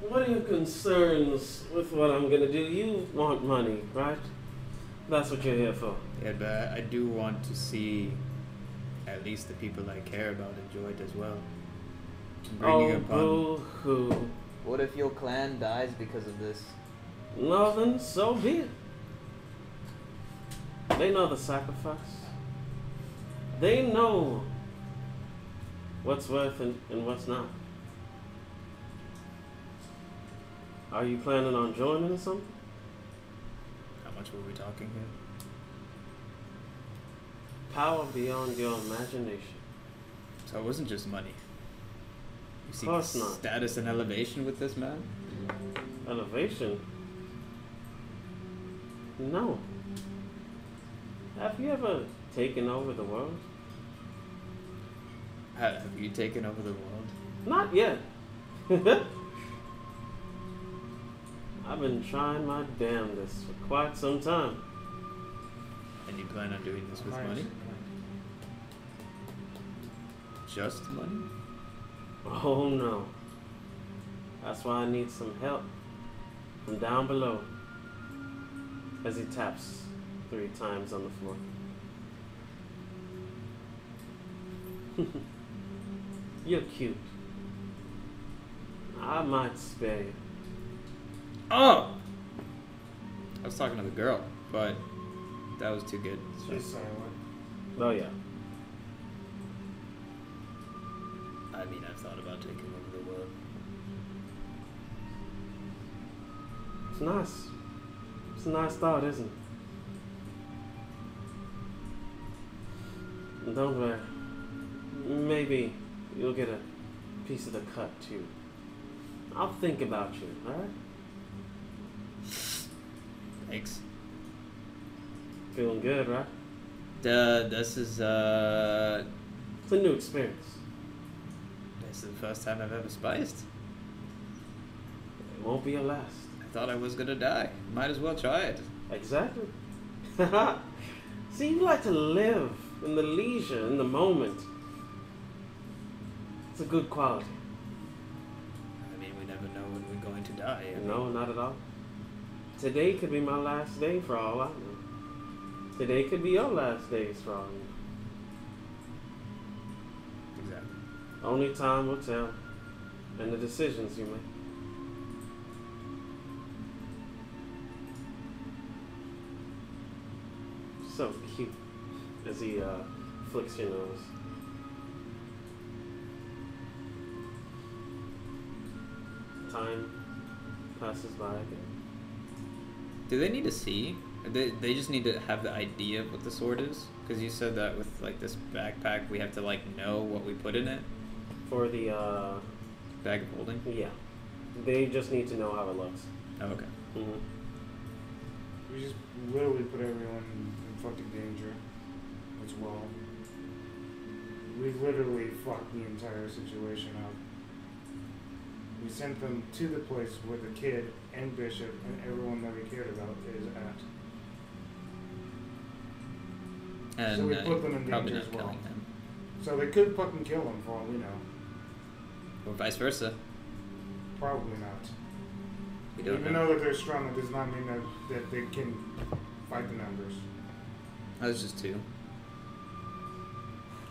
Speaker 2: what are your concerns with what I'm gonna do? You want money, right? That's what you're here for.
Speaker 1: Yeah, but I do want to see at least the people I care about enjoyed as well. Bringing
Speaker 2: oh,
Speaker 1: upon.
Speaker 2: boo hoo.
Speaker 10: What if your clan dies because of this?
Speaker 2: Well, then, so be it. They know the sacrifice. They know what's worth and, and what's not. Are you planning on joining something?
Speaker 1: How much were we talking here?
Speaker 2: Power beyond your imagination.
Speaker 1: So it wasn't just money. You see
Speaker 2: Course not.
Speaker 1: status and elevation with this man.
Speaker 2: Elevation? No. Have you ever taken over the world?
Speaker 1: Ha- Have you taken over the world?
Speaker 2: Not yet. I've been trying my damnedest for quite some time.
Speaker 1: And you plan on doing this with money? Just money?
Speaker 2: Oh no. That's why I need some help from down below. As he taps three times on the floor. You're cute. I might spare you.
Speaker 1: Oh! I was talking to the girl, but that was too good. so
Speaker 3: She's silent.
Speaker 2: Oh yeah.
Speaker 1: I mean, I've thought about taking over the world.
Speaker 2: It's nice. It's a nice thought, isn't it? Don't worry. Maybe you'll get a piece of the cut too. I'll think about you, alright?
Speaker 1: Thanks.
Speaker 2: Feeling good, right?
Speaker 1: Uh, this is uh,
Speaker 2: It's a new experience.
Speaker 1: this is the first time I've ever spiced.
Speaker 2: It won't be your last.
Speaker 1: I thought I was gonna die. Might as well try it.
Speaker 2: Exactly. See, you like to live in the leisure, in the moment. It's a good quality.
Speaker 1: I mean, we never know when we're going to die.
Speaker 2: No, not at all. It's today could be my last day for all I know. Today could be your last days for all I know.
Speaker 1: Exactly.
Speaker 2: Only time will tell, and the decisions you make. So cute, as he uh, flicks your nose. Time passes by again.
Speaker 1: Do they need to see? Or They, they just need to have the idea of what the sword is? Because you said that with like this backpack, we have to like know what we put in it.
Speaker 2: For the uh,
Speaker 1: Bag of holding.
Speaker 2: yeah, they just need to know how it looks.
Speaker 1: Oh, okay.
Speaker 2: Mhm.
Speaker 3: We just literally put everyone in fucking danger as well. We literally fucked the entire situation up. We sent them to the place where the kid and Bishop and everyone that we cared about is at.
Speaker 1: And
Speaker 3: we
Speaker 1: uh,
Speaker 3: put them in
Speaker 1: probably
Speaker 3: danger
Speaker 1: not
Speaker 3: as well.
Speaker 1: killing them,
Speaker 3: So they could fucking kill him for all we know.
Speaker 1: or vice versa.
Speaker 3: Probably not.
Speaker 1: We don't
Speaker 3: Even
Speaker 1: know.
Speaker 3: though that they're strong, it does not mean that, that they can fight the numbers.
Speaker 1: Oh, it's just two.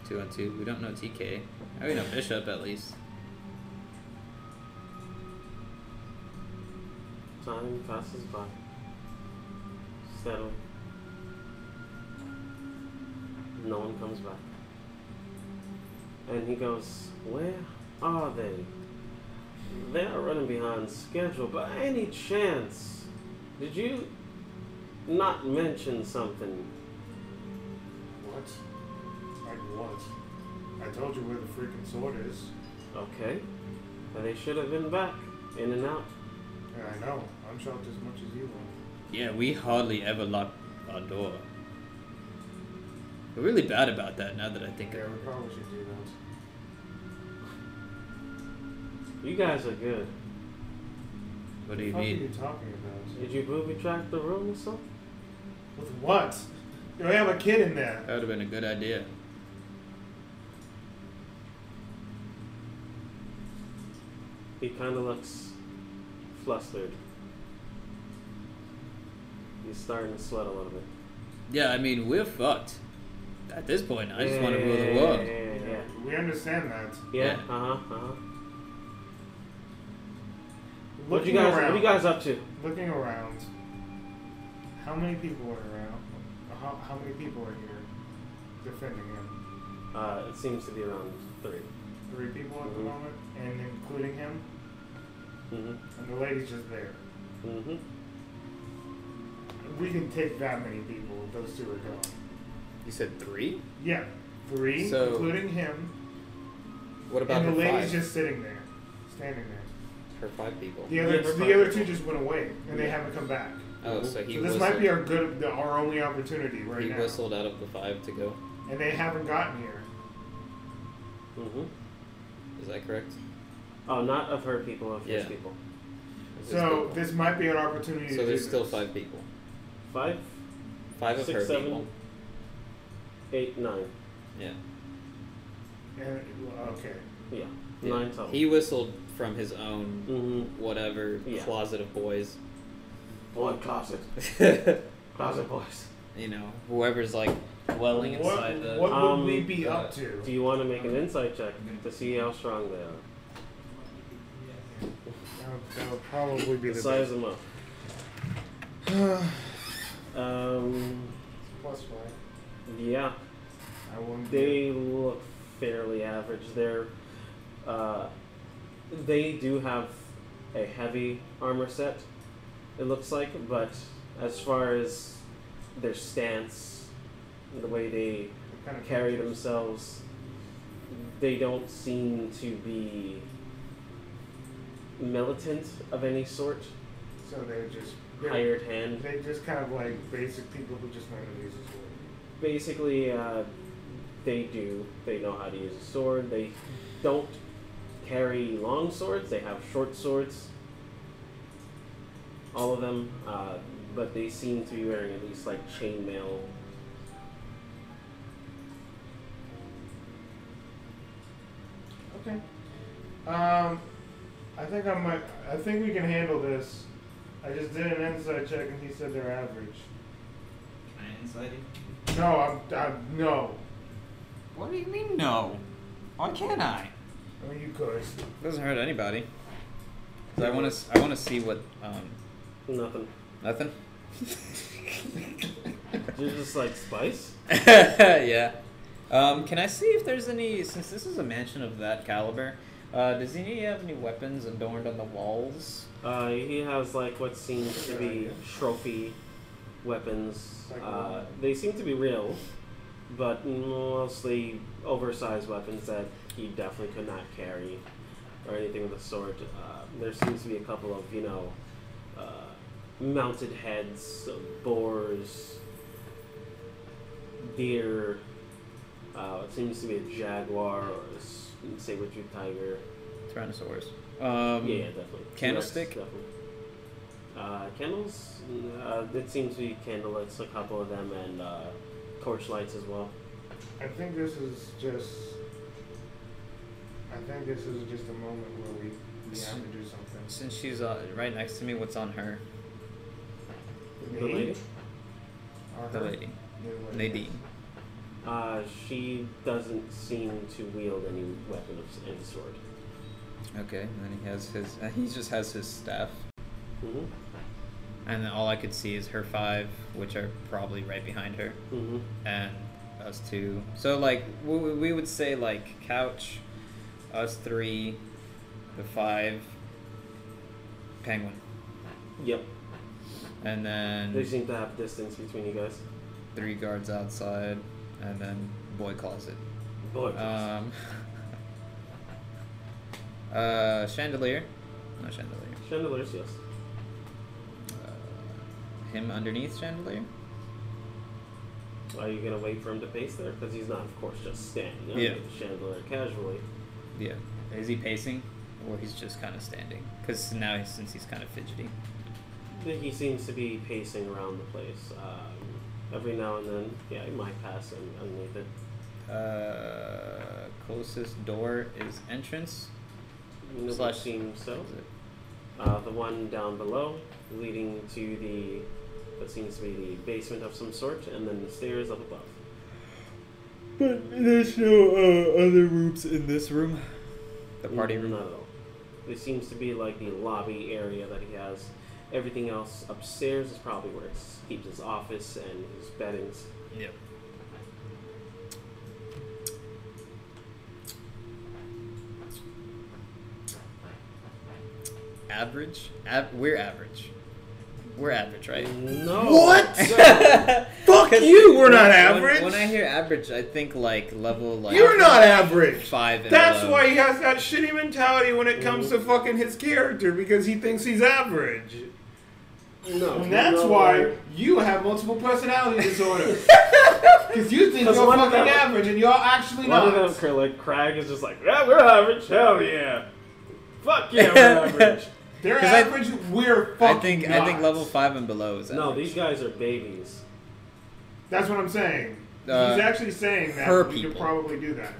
Speaker 1: Two on two. We don't know TK. Oh, we know Bishop at least.
Speaker 2: Time passes by. Settle. No one comes back. And he goes, Where are they? They are running behind schedule. By any chance, did you not mention something?
Speaker 3: What? Like what? I told you where the freaking sword is.
Speaker 2: Okay. And they should have been back, in and out.
Speaker 3: Yeah, I know. I'm shocked as much as you are.
Speaker 1: Yeah, we hardly ever lock our door. We're really bad about that now that I think
Speaker 3: Yeah,
Speaker 1: of
Speaker 3: we
Speaker 1: it.
Speaker 3: probably should do that.
Speaker 2: You guys are good.
Speaker 1: What do you
Speaker 3: What are
Speaker 1: mean?
Speaker 3: you talking about?
Speaker 2: Did you booby track the room or something?
Speaker 3: With what? You have a kid in there.
Speaker 1: That would have been a good idea.
Speaker 2: He kind of looks flustered. He's starting to sweat a little bit.
Speaker 1: Yeah, I mean, we're fucked. At this point, I just want to rule the world.
Speaker 2: Yeah, yeah,
Speaker 3: We understand that.
Speaker 2: yeah.
Speaker 1: Yeah.
Speaker 2: yeah. Uh huh. Uh huh. What you
Speaker 3: Looking
Speaker 2: guys?
Speaker 3: around.
Speaker 2: What you guys up to?
Speaker 3: Looking around. How many people are around? How, how many people are here defending him?
Speaker 2: Uh, it seems to be around 3
Speaker 3: Three people at the
Speaker 2: Mhm.
Speaker 3: moment, and including him.
Speaker 2: Mm-hmm.
Speaker 3: And the lady's just there.
Speaker 2: Mm-hmm.
Speaker 3: We can take that many people. if Those two are gone.
Speaker 1: You said three?
Speaker 3: Yeah, three,
Speaker 1: So-
Speaker 3: including him.
Speaker 1: What
Speaker 3: And the
Speaker 1: her five?
Speaker 3: lady's just sitting there, standing there.
Speaker 1: her five people?
Speaker 3: The
Speaker 2: Yeah,
Speaker 3: other,
Speaker 2: her
Speaker 3: the other
Speaker 2: five
Speaker 3: two just went away, and they haven't come back.
Speaker 1: Oh, so he
Speaker 3: So this
Speaker 1: whistled.
Speaker 3: might be our good, the, our only opportunity right
Speaker 1: he
Speaker 3: now,
Speaker 1: whistled out of the five to go.
Speaker 3: and they haven't gotten here.
Speaker 2: Mm-hmm.
Speaker 1: Is that correct?
Speaker 2: Oh, not of her people, of his
Speaker 1: Yeah.
Speaker 2: people.
Speaker 1: There's
Speaker 3: So
Speaker 1: people.
Speaker 3: this might be an opportunity. to
Speaker 1: so
Speaker 3: do
Speaker 1: there's still
Speaker 3: this.
Speaker 1: five people.
Speaker 2: Five,
Speaker 1: Five of
Speaker 2: Six,
Speaker 1: her
Speaker 2: seven.
Speaker 1: people.
Speaker 2: eight, nine.
Speaker 1: Yeah.
Speaker 3: And, well, okay,
Speaker 2: Yeah,
Speaker 1: yeah.
Speaker 2: nine total.
Speaker 1: He whistled from his own
Speaker 2: mm-hmm.
Speaker 1: whatever
Speaker 2: Yeah.
Speaker 1: closet of boys.
Speaker 2: Boy, closet,
Speaker 1: you
Speaker 2: closet boys.
Speaker 1: know, whoever's like dwelling inside
Speaker 3: what,
Speaker 1: the.
Speaker 3: what
Speaker 2: Um,
Speaker 3: would we be
Speaker 1: uh,
Speaker 3: up to?
Speaker 2: Do you want to make an insight check to see how strong they are?
Speaker 3: That would, that would probably be the
Speaker 2: Size
Speaker 3: best.
Speaker 2: them up. Um,
Speaker 3: plus five.
Speaker 2: yeah.
Speaker 3: I won't.
Speaker 2: They look fairly average. They're, uh, they do have a heavy armor set. It looks like, but as far as their stance, the way they
Speaker 3: kind of
Speaker 2: carry themselves, they don't seem to be militant of any sort.
Speaker 3: So they're just they're,
Speaker 2: Hired hand.
Speaker 3: they just kind of like basic people who just learn to use this word.
Speaker 2: basically uh, they do they know how to use a sword they don't carry long swords they have short swords all of them uh, but they seem to be wearing at least like chainmail
Speaker 3: Okay. Um, I think I might. I think we can handle this I just did an inside check and he said they're average.
Speaker 1: Can I inside you?
Speaker 3: No, I'm, I'm no.
Speaker 1: What do you mean no? Why can't I?
Speaker 3: Oh, you could.
Speaker 1: Doesn't hurt anybody. 'Cause I want to. I want to see what. Um,
Speaker 2: Nothing.
Speaker 1: nothing.
Speaker 2: You're just like spice.
Speaker 1: yeah. Um, can I see if there's any? Since this is a mansion of that caliber, uh, does any have any weapons adorned on the walls?
Speaker 2: Uh, he has like what seems to be trophy weapons. Uh, they seem to be real, but mostly oversized weapons that he definitely could not carry, or anything with a sword. Uh, there seems to be a couple of you know uh, mounted heads, of boars, deer. Uh, it seems to be a jaguar or a s- saber-tooth tiger.
Speaker 1: Tyrannosaurus. Um,
Speaker 2: Yeah, yeah, definitely.
Speaker 1: Candlestick?
Speaker 2: Yes, definitely. Uh, candles. Uh, it seems to be candlelights, a couple of them, and uh, torch lights as well.
Speaker 3: I think this is just. I think this is just a moment where we, we have to do something.
Speaker 1: Since she's uh, right next to me, what's on her?
Speaker 2: The lady.
Speaker 3: Or
Speaker 1: The
Speaker 3: her?
Speaker 1: lady.
Speaker 3: The lady.
Speaker 1: Nadine.
Speaker 2: Uh, she doesn't seem to wield any weapon of any sort.
Speaker 1: Okay. And then he has his. Uh, he just has his staff.
Speaker 2: Mhm.
Speaker 1: And then all I could see is her five, which are probably right behind her,
Speaker 2: Mhm.
Speaker 1: and us two. So like we, we would say like couch, us three, the five, penguin,
Speaker 2: Yep.
Speaker 1: and
Speaker 2: They
Speaker 1: then
Speaker 2: seem to have distance between you guys.
Speaker 1: three guards outside, and then boy closet.
Speaker 2: Boy.
Speaker 1: Um. uh, chandelier, not chandelier.
Speaker 2: Chandeliers, yes.
Speaker 1: Uh, him underneath chandelier.
Speaker 2: Are you gonna wait for him to pace there? Because he's not, of course, just standing. under
Speaker 1: Yeah.
Speaker 2: the Chandelier casually.
Speaker 1: Yeah. Is he pacing, or he's just kind of standing? Because now, he's, since he's kind of fidgety.
Speaker 2: But He seems to be pacing around the place. Um, every now and then, yeah, he might pass un- underneath it.
Speaker 1: Uh, closest door is entrance.
Speaker 2: It would
Speaker 1: Slash-
Speaker 2: seem so.
Speaker 1: Is it-
Speaker 2: Uh, the one down below, leading to the that seems to be the basement of some sort, and then the stairs up above.
Speaker 1: But there's no uh, other rooms in this room. The party room.
Speaker 2: Mm, Not at all. It seems to be like the lobby area that he has. Everything else upstairs is probably where he keeps his office and his beddings.
Speaker 1: Yep. Average. Ab- we're average. We're average, right?
Speaker 2: No.
Speaker 13: What?
Speaker 1: Fuck
Speaker 13: you, we're not average.
Speaker 1: When, I hear average, I think like level like
Speaker 13: You're not average.
Speaker 1: five. And
Speaker 13: That's
Speaker 1: below.
Speaker 13: why he has that shitty mentality when it comes to fucking his character because he thinks he's average.
Speaker 2: No.
Speaker 3: And that's
Speaker 2: no.
Speaker 3: why you have multiple personality disorder.
Speaker 13: Because you think you're
Speaker 2: 'Cause one
Speaker 13: fucking
Speaker 2: of them-
Speaker 13: average and you're actually
Speaker 2: One of
Speaker 13: not.
Speaker 2: them, Cra- like Crag, is just like, yeah, we're average. Hell yeah. Fuck yeah, we're average.
Speaker 3: They're
Speaker 1: 'Cause I-
Speaker 3: average. we're fucking.
Speaker 1: I think I think
Speaker 3: not.
Speaker 1: level five and below is
Speaker 2: no,
Speaker 1: average.
Speaker 2: these guys are babies.
Speaker 3: That's what I'm saying.
Speaker 1: Uh,
Speaker 3: He's actually saying that
Speaker 1: her
Speaker 3: we could
Speaker 1: people.
Speaker 3: probably do that.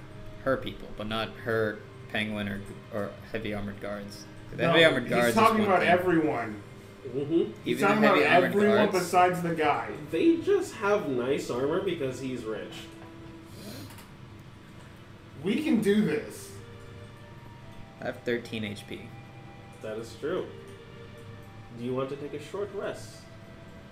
Speaker 1: her people, but not her penguin or or heavy armored guards. The
Speaker 3: No,
Speaker 1: heavy armored guards.
Speaker 3: he's
Speaker 1: is
Speaker 3: talking
Speaker 1: one
Speaker 3: about
Speaker 1: thing.
Speaker 3: everyone.
Speaker 2: hmm
Speaker 3: He's
Speaker 1: Even the
Speaker 3: talking about
Speaker 1: heavy armored
Speaker 3: everyone
Speaker 1: guards.
Speaker 3: besides the guy.
Speaker 2: They just have nice armor because he's rich.
Speaker 3: We can do this.
Speaker 1: I have 13 HP.
Speaker 2: That is true. Do you want to take a short rest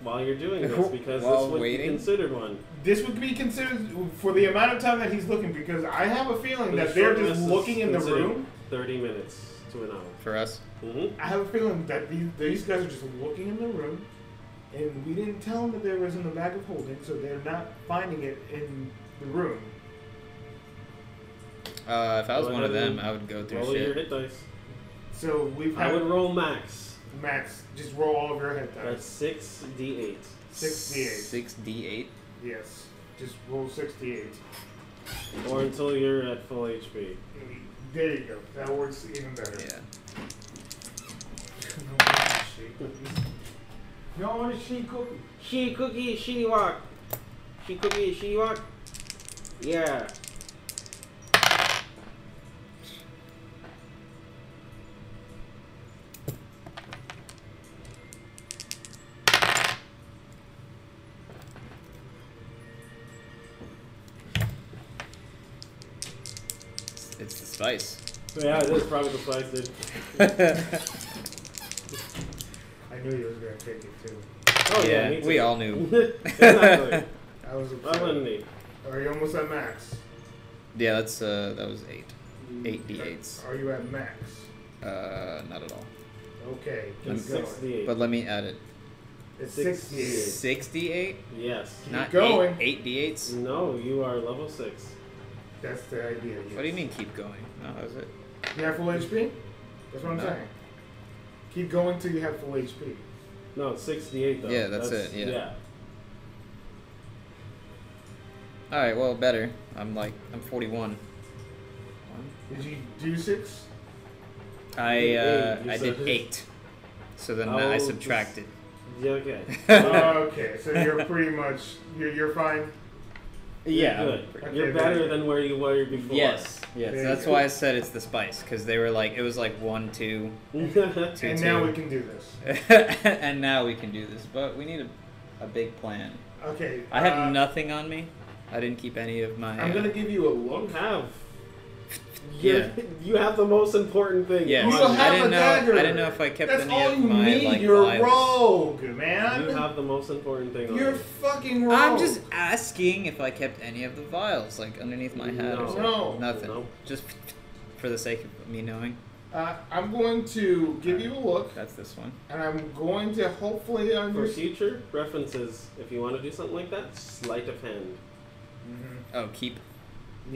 Speaker 2: while you're doing this? Because
Speaker 1: While
Speaker 2: this would
Speaker 1: waiting?
Speaker 2: be considered one.
Speaker 3: This would be considered for the amount of time that he's looking because I have a feeling
Speaker 2: But a
Speaker 3: that they're
Speaker 2: short
Speaker 3: just
Speaker 2: rest is
Speaker 3: looking in the
Speaker 2: considered
Speaker 3: room.
Speaker 2: Thirty minutes to an hour.
Speaker 1: For us,
Speaker 2: Mm-hmm.
Speaker 3: I have a feeling that these, these guys are just looking in the room, and we didn't tell them that there was in the bag of holding, so they're not finding it in the room.
Speaker 1: uh, if I was
Speaker 2: Go
Speaker 1: one of
Speaker 2: ahead
Speaker 1: them,
Speaker 2: and
Speaker 1: I would go through
Speaker 2: Roll your
Speaker 1: shit.
Speaker 2: hit dice.
Speaker 3: So we've
Speaker 2: I
Speaker 3: had
Speaker 2: would roll max.
Speaker 3: Max just roll all of your head
Speaker 2: That's
Speaker 3: dice.
Speaker 2: six d eight.
Speaker 3: 68.
Speaker 1: 6d8.
Speaker 3: Yes, just roll 68.
Speaker 2: Or until you're at full HP.
Speaker 3: There you go. That works even better.
Speaker 1: Yeah.
Speaker 3: You don't want a sheet cookie.
Speaker 14: She cookie, she walk. She cookie, she walk. Yeah.
Speaker 1: It's the spice.
Speaker 15: Yeah, it is probably the spice, dude.
Speaker 3: Oh, I knew you was gonna take it too.
Speaker 15: Oh yeah, me too.
Speaker 1: we all knew.
Speaker 15: exactly.
Speaker 3: I was.
Speaker 15: I wouldn't
Speaker 3: Upset.
Speaker 15: need.
Speaker 3: Are you almost at max?
Speaker 1: Yeah, that's uh, that was eight.
Speaker 3: You-
Speaker 1: Eight D8s.
Speaker 3: Are you at max?
Speaker 1: Uh, not at all.
Speaker 3: Okay. Keep
Speaker 15: It's
Speaker 3: going.
Speaker 15: sixty-eight.
Speaker 1: But let me add it.
Speaker 3: It's
Speaker 15: Sixty-eight.
Speaker 3: sixty-eight.
Speaker 1: Sixty-eight.
Speaker 15: yes.
Speaker 1: Not
Speaker 3: going.
Speaker 1: eight. Eight D8s.
Speaker 15: No, you are level six.
Speaker 3: That's the idea. yes.
Speaker 1: What do you mean keep going? No, that was it.
Speaker 3: You have full HP. That's what I'm
Speaker 1: No.
Speaker 3: saying. Keep going till you have full HP.
Speaker 15: No, it's sixty-eight though.
Speaker 1: Yeah, that's it, yeah.
Speaker 15: yeah.
Speaker 1: All right. Well, better. I'm like I'm 41.
Speaker 3: Did you do six?
Speaker 1: I uh,
Speaker 15: You
Speaker 1: I
Speaker 15: said-
Speaker 1: did eight. So then I
Speaker 15: Oh,
Speaker 1: subtracted.
Speaker 15: Yeah, okay.
Speaker 3: okay, so you're pretty much you're, you're fine.
Speaker 1: Yeah.
Speaker 15: Good.
Speaker 3: Okay,
Speaker 15: You're
Speaker 3: very
Speaker 15: better
Speaker 3: good.
Speaker 15: than where you were before.
Speaker 1: Yes. Yes.
Speaker 3: There
Speaker 1: that's
Speaker 3: you go.
Speaker 1: why I said it's the spice because they were like it was like one, two, two,
Speaker 3: and
Speaker 1: two.
Speaker 3: now we can do this.
Speaker 1: and now we can do this, but we need a, a big plan.
Speaker 3: Okay.
Speaker 1: I have
Speaker 3: uh,
Speaker 1: nothing on me. I didn't keep any of my.
Speaker 3: I'm
Speaker 1: uh,
Speaker 3: gonna give you a
Speaker 15: You
Speaker 3: look.
Speaker 15: have.
Speaker 1: Yeah.
Speaker 15: You- You have the most important thing.
Speaker 1: Yeah,
Speaker 3: You
Speaker 15: on
Speaker 3: don't
Speaker 1: I
Speaker 15: you.
Speaker 3: have
Speaker 1: didn't
Speaker 3: a
Speaker 1: know.
Speaker 3: dagger.
Speaker 1: I didn't know if I kept
Speaker 3: That's
Speaker 1: any
Speaker 3: all
Speaker 1: of
Speaker 3: you
Speaker 1: my
Speaker 3: need.
Speaker 1: like.
Speaker 3: you're
Speaker 1: lives.
Speaker 3: rogue, man.
Speaker 15: You have the most important thing. on
Speaker 3: You're
Speaker 15: you.
Speaker 3: fucking rogue.
Speaker 1: uh, I'm just asking if I kept any of the vials like underneath my hat
Speaker 15: No.
Speaker 1: or something.
Speaker 3: No.
Speaker 1: Nothing.
Speaker 15: No.
Speaker 1: Just for the sake of me knowing.
Speaker 3: Uh, I'm going to give you a look,
Speaker 1: That's this one.
Speaker 3: and I'm going to hopefully
Speaker 15: For
Speaker 3: understand.
Speaker 15: future references, if you want to do something like that, sleight of hand.
Speaker 1: Oh, keep.
Speaker 3: Mm-hmm.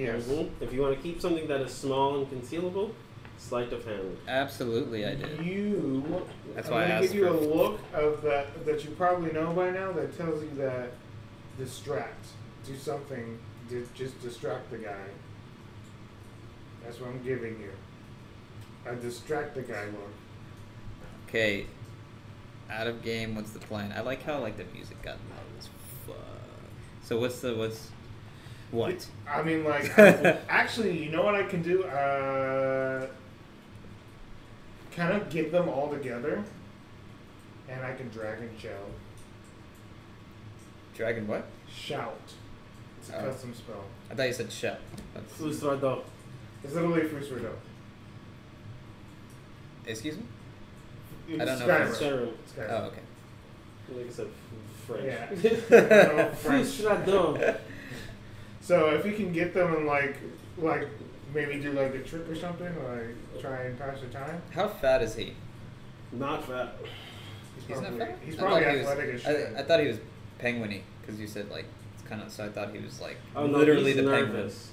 Speaker 3: Yes.
Speaker 15: Mhm. If you want to keep something that is small and concealable, sleight of hand.
Speaker 1: Absolutely, I did.
Speaker 3: You.
Speaker 1: That's
Speaker 3: I'm
Speaker 1: why I
Speaker 3: gonna
Speaker 1: asked
Speaker 3: give you
Speaker 1: for-
Speaker 3: a look of that that you probably know by now that tells you that distract, do something, di- just distract the guy. That's what I'm giving you. I distract the guy look.
Speaker 1: Okay. Out of game. What's the plan? I like how like the music got loud as fuck. So what's the what's what?
Speaker 3: I mean, like, I- actually, you know what I can do? Uh, kind of get them all together, and I can dragon shout.
Speaker 1: Dragon what?
Speaker 3: Shout. It's a
Speaker 1: Oh.
Speaker 3: custom spell.
Speaker 1: I thought you said shell. That's,
Speaker 15: Who's the dog?
Speaker 3: It's literally Fusrido.
Speaker 1: excuse me. I don't know French.
Speaker 15: Sharon.
Speaker 3: Skyrim.
Speaker 1: Oh, okay.
Speaker 15: Like I said,
Speaker 1: Oh,
Speaker 15: French.
Speaker 3: Yeah. No,
Speaker 15: French
Speaker 3: French.
Speaker 15: Radon.
Speaker 3: So if you can get them and like, like maybe do like a trick or something, like try and pass the time.
Speaker 1: How fat is he?
Speaker 15: Not fat.
Speaker 3: He's
Speaker 1: He's
Speaker 3: probably
Speaker 1: not fat.
Speaker 3: he's
Speaker 1: I
Speaker 3: probably
Speaker 1: thought he was-
Speaker 3: athletic as
Speaker 1: I,
Speaker 3: shit.
Speaker 1: I thought he was penguiny because you said like it's kind of. So I thought he was like
Speaker 15: Oh, no,
Speaker 1: literally
Speaker 15: he's
Speaker 1: the penguin.
Speaker 15: nervous.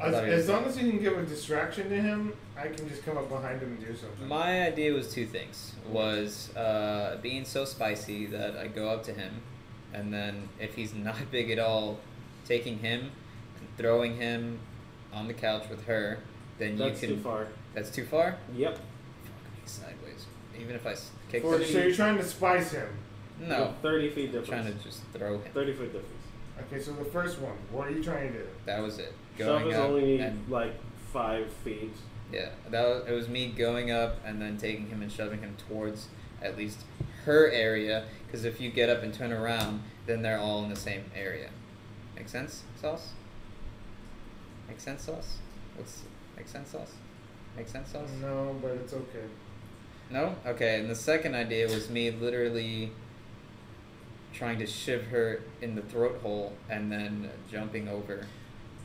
Speaker 1: I
Speaker 3: as,
Speaker 1: thought he was-
Speaker 3: as long as you can give a distraction to him, I can just come up behind him and do something.
Speaker 1: My idea was two things: was uh, being so spicy that I go up to him, and then if he's not big at all, taking him and throwing him on the couch with her. Then
Speaker 15: That's
Speaker 1: you can.
Speaker 15: too far.
Speaker 1: That's too far.
Speaker 15: Yep.
Speaker 1: He's sideways. Even if I s- kick
Speaker 3: Or-
Speaker 1: him.
Speaker 3: so you're trying to spice him.
Speaker 1: No,
Speaker 15: Thirty feet
Speaker 1: I'm
Speaker 15: difference.
Speaker 1: trying to just throw him.
Speaker 15: Thirty foot difference.
Speaker 3: Okay, so the first one, what are you trying to do?
Speaker 1: That was it. Going
Speaker 15: Shove is
Speaker 1: up
Speaker 15: only
Speaker 1: and
Speaker 15: like five feet.
Speaker 1: Yeah, that was, it was me going up and then taking him and shoving him towards at least her area. Because if you get up and turn around, then they're all in the same area. Make sense, sauce? Make sense, sauce? What's make sense, sauce? Make sense, sauce?
Speaker 3: No, but it's okay.
Speaker 1: No. Okay. And the second idea was me literally trying to shiv her in the throat hole and then jumping over,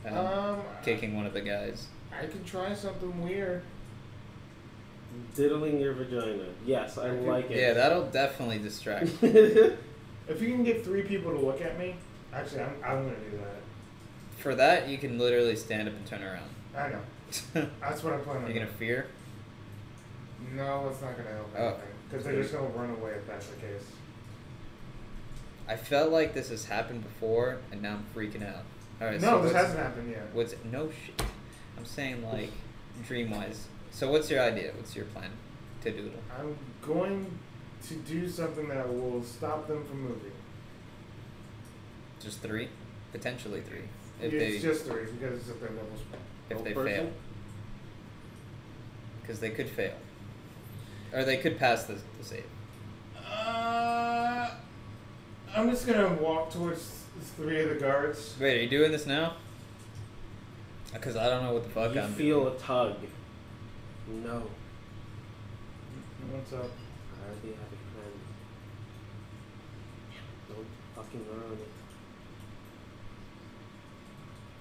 Speaker 1: um,
Speaker 3: Um,
Speaker 1: kicking one of the guys.
Speaker 3: I can try something weird.
Speaker 15: Diddling your vagina. Yes, I like it.
Speaker 1: Yeah, that'll definitely distract.
Speaker 3: If you can get three people to look at me, actually, I'm, I'm gonna do that.
Speaker 1: For that, you can literally stand up and turn around.
Speaker 3: I know.
Speaker 1: You're
Speaker 3: That's what I'm planning. on
Speaker 1: gonna
Speaker 3: doing.
Speaker 1: fear.
Speaker 3: No, it's not gonna help
Speaker 1: Oh.
Speaker 3: anything. Because they're just gonna run away if that's the case.
Speaker 1: I felt like this has happened before, and now I'm freaking out. All right.
Speaker 3: no,
Speaker 1: so
Speaker 3: this
Speaker 1: what's-
Speaker 3: hasn't happened yet.
Speaker 1: What's no shit? I'm saying like dream wise. So what's your idea? What's your plan to do it?
Speaker 3: I'm going to do something that will stop them from moving.
Speaker 1: Just three, potentially three, if
Speaker 3: it's
Speaker 1: they
Speaker 3: just three because it's a third level spell.
Speaker 1: if they
Speaker 15: person?
Speaker 1: fail, because they could fail, or they could pass the, the save.
Speaker 3: Uh, I'm just gonna walk towards th- three of the guards.
Speaker 1: Wait, are you doing this now?
Speaker 16: Because I don't know what the fuck
Speaker 17: You
Speaker 16: I'm doing.
Speaker 17: feel a tug. No,
Speaker 18: What's up?
Speaker 17: I already have a plan. Don't fucking ruin it.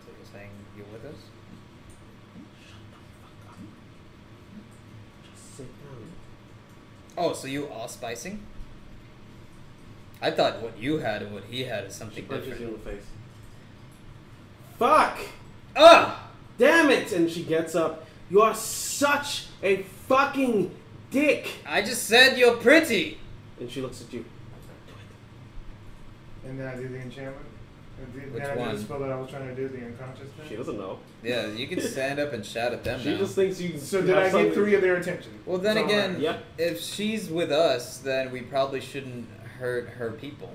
Speaker 16: So you're saying you're with us?
Speaker 17: Just sit down.
Speaker 16: Oh, so you all spicing? I thought what you had and what he had is
Speaker 17: She
Speaker 16: something
Speaker 17: punches you
Speaker 16: different.
Speaker 17: in the face. Fuck!
Speaker 16: Ah!
Speaker 17: Damn it! And she gets up. You are such a fucking dick!
Speaker 16: I just said you're pretty!
Speaker 17: And she looks at you.
Speaker 18: And then I did the enchantment. And did,
Speaker 16: Which
Speaker 18: then I
Speaker 16: one?
Speaker 18: did the spell that I was trying to do, the unconscious
Speaker 17: She
Speaker 18: thing.
Speaker 17: doesn't know.
Speaker 16: Yeah, you can stand up and shout at them
Speaker 17: She
Speaker 16: now.
Speaker 17: just thinks you.
Speaker 18: So
Speaker 17: you
Speaker 18: did
Speaker 17: have
Speaker 18: I
Speaker 17: something-
Speaker 18: get three of their attention?
Speaker 16: Well, then
Speaker 18: It's all
Speaker 16: again-
Speaker 18: right.
Speaker 17: Yeah.
Speaker 16: If she's with us, then we probably shouldn't hurt her people.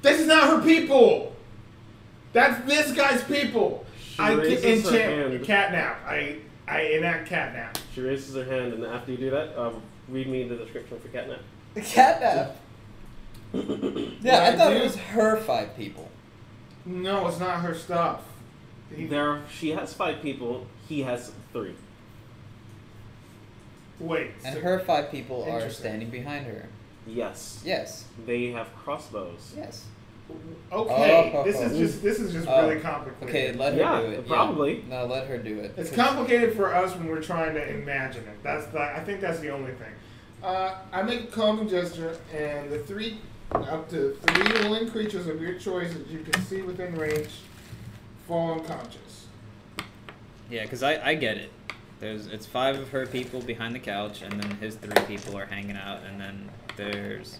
Speaker 3: This is not her people. That's this guy's people.
Speaker 17: She
Speaker 3: I ca-
Speaker 17: raises her
Speaker 3: enchant
Speaker 17: hand.
Speaker 3: catnap. I I enact catnap.
Speaker 17: She raises her hand, and after you do that, um, read me the description for catnap.
Speaker 16: Catnap! yeah, I
Speaker 3: Yeah,
Speaker 16: thought it
Speaker 3: dude.
Speaker 16: was her five people.
Speaker 3: No, it's not her stuff. He-
Speaker 17: There, she has five people. He has three.
Speaker 3: Wait.
Speaker 16: And
Speaker 3: so-
Speaker 16: her five people are
Speaker 3: Interesting.
Speaker 16: standing behind her.
Speaker 17: Yes,
Speaker 16: Yes,
Speaker 17: they have crossbows.
Speaker 16: yes.
Speaker 3: Okay.
Speaker 16: Oh.
Speaker 3: This is just this is just
Speaker 16: Oh.
Speaker 3: really complicated.
Speaker 16: Okay, let her
Speaker 17: Yeah,
Speaker 16: do it.
Speaker 17: probably.
Speaker 16: Yeah. No, let her do it.
Speaker 3: It's complicated for us when we're trying to imagine it. That's the, I think that's the only thing. Uh, I make a calming gesture, and the three, up to three willing creatures of your choice that you can see within range, fall unconscious.
Speaker 1: Yeah, because I, I get it. There's it's five of her people behind the couch, and then his three people are hanging out, and then there's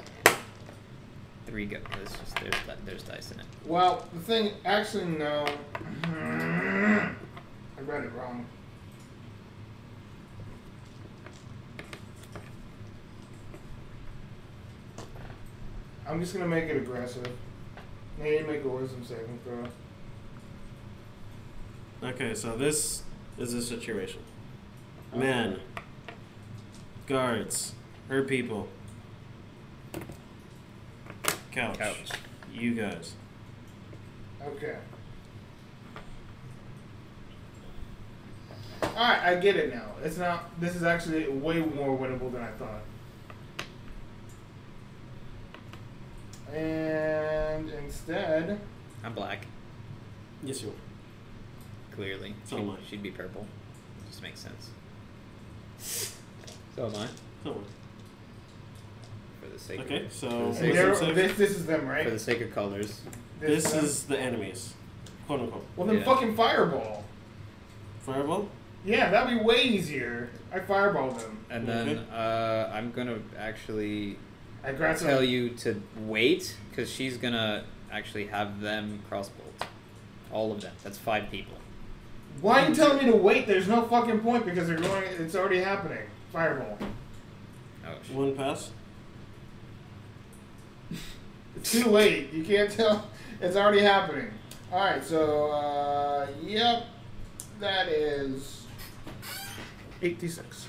Speaker 1: three go. There's just there's di- there's dice in it.
Speaker 3: Well, the thing, actually, no. I read it wrong. I'm just gonna make it aggressive. Maybe make a wisdom saving throw.
Speaker 2: Okay, so this is a situation. Men, guards, her people, couch,
Speaker 1: Couch.
Speaker 2: you guys.
Speaker 3: Okay. Alright, I get it now. It's not this is actually way more winnable than I thought. And instead
Speaker 1: I'm black,
Speaker 2: Yes, you.
Speaker 1: clearly.
Speaker 2: So am I.
Speaker 1: She'd be purple. Just makes sense. So am I.
Speaker 2: So,
Speaker 1: For the sake
Speaker 2: okay,
Speaker 1: of
Speaker 2: so
Speaker 3: and
Speaker 1: Save,
Speaker 3: they're-
Speaker 2: wisdom save.
Speaker 3: this, this is them,
Speaker 1: for
Speaker 3: right?
Speaker 1: the sake of colors.
Speaker 2: this
Speaker 3: them.
Speaker 2: is the enemies, quote unquote.
Speaker 3: Well then
Speaker 1: yeah.
Speaker 3: fucking fireball.
Speaker 2: Fireball.
Speaker 3: Yeah, that'd be way easier. I fireball them.
Speaker 1: And then uh, I'm gonna actually
Speaker 3: I grab
Speaker 1: tell
Speaker 3: some
Speaker 1: you to wait because she's gonna actually have them crossbolt, all of them. That's five people.
Speaker 3: Why are you telling me to wait? There's no fucking point because they're going it's already happening. Fireball.
Speaker 1: Oh shit.
Speaker 2: One pass.
Speaker 3: It's too late. You can't tell. It's already happening. All right. So, uh, yep, that is eighty-six.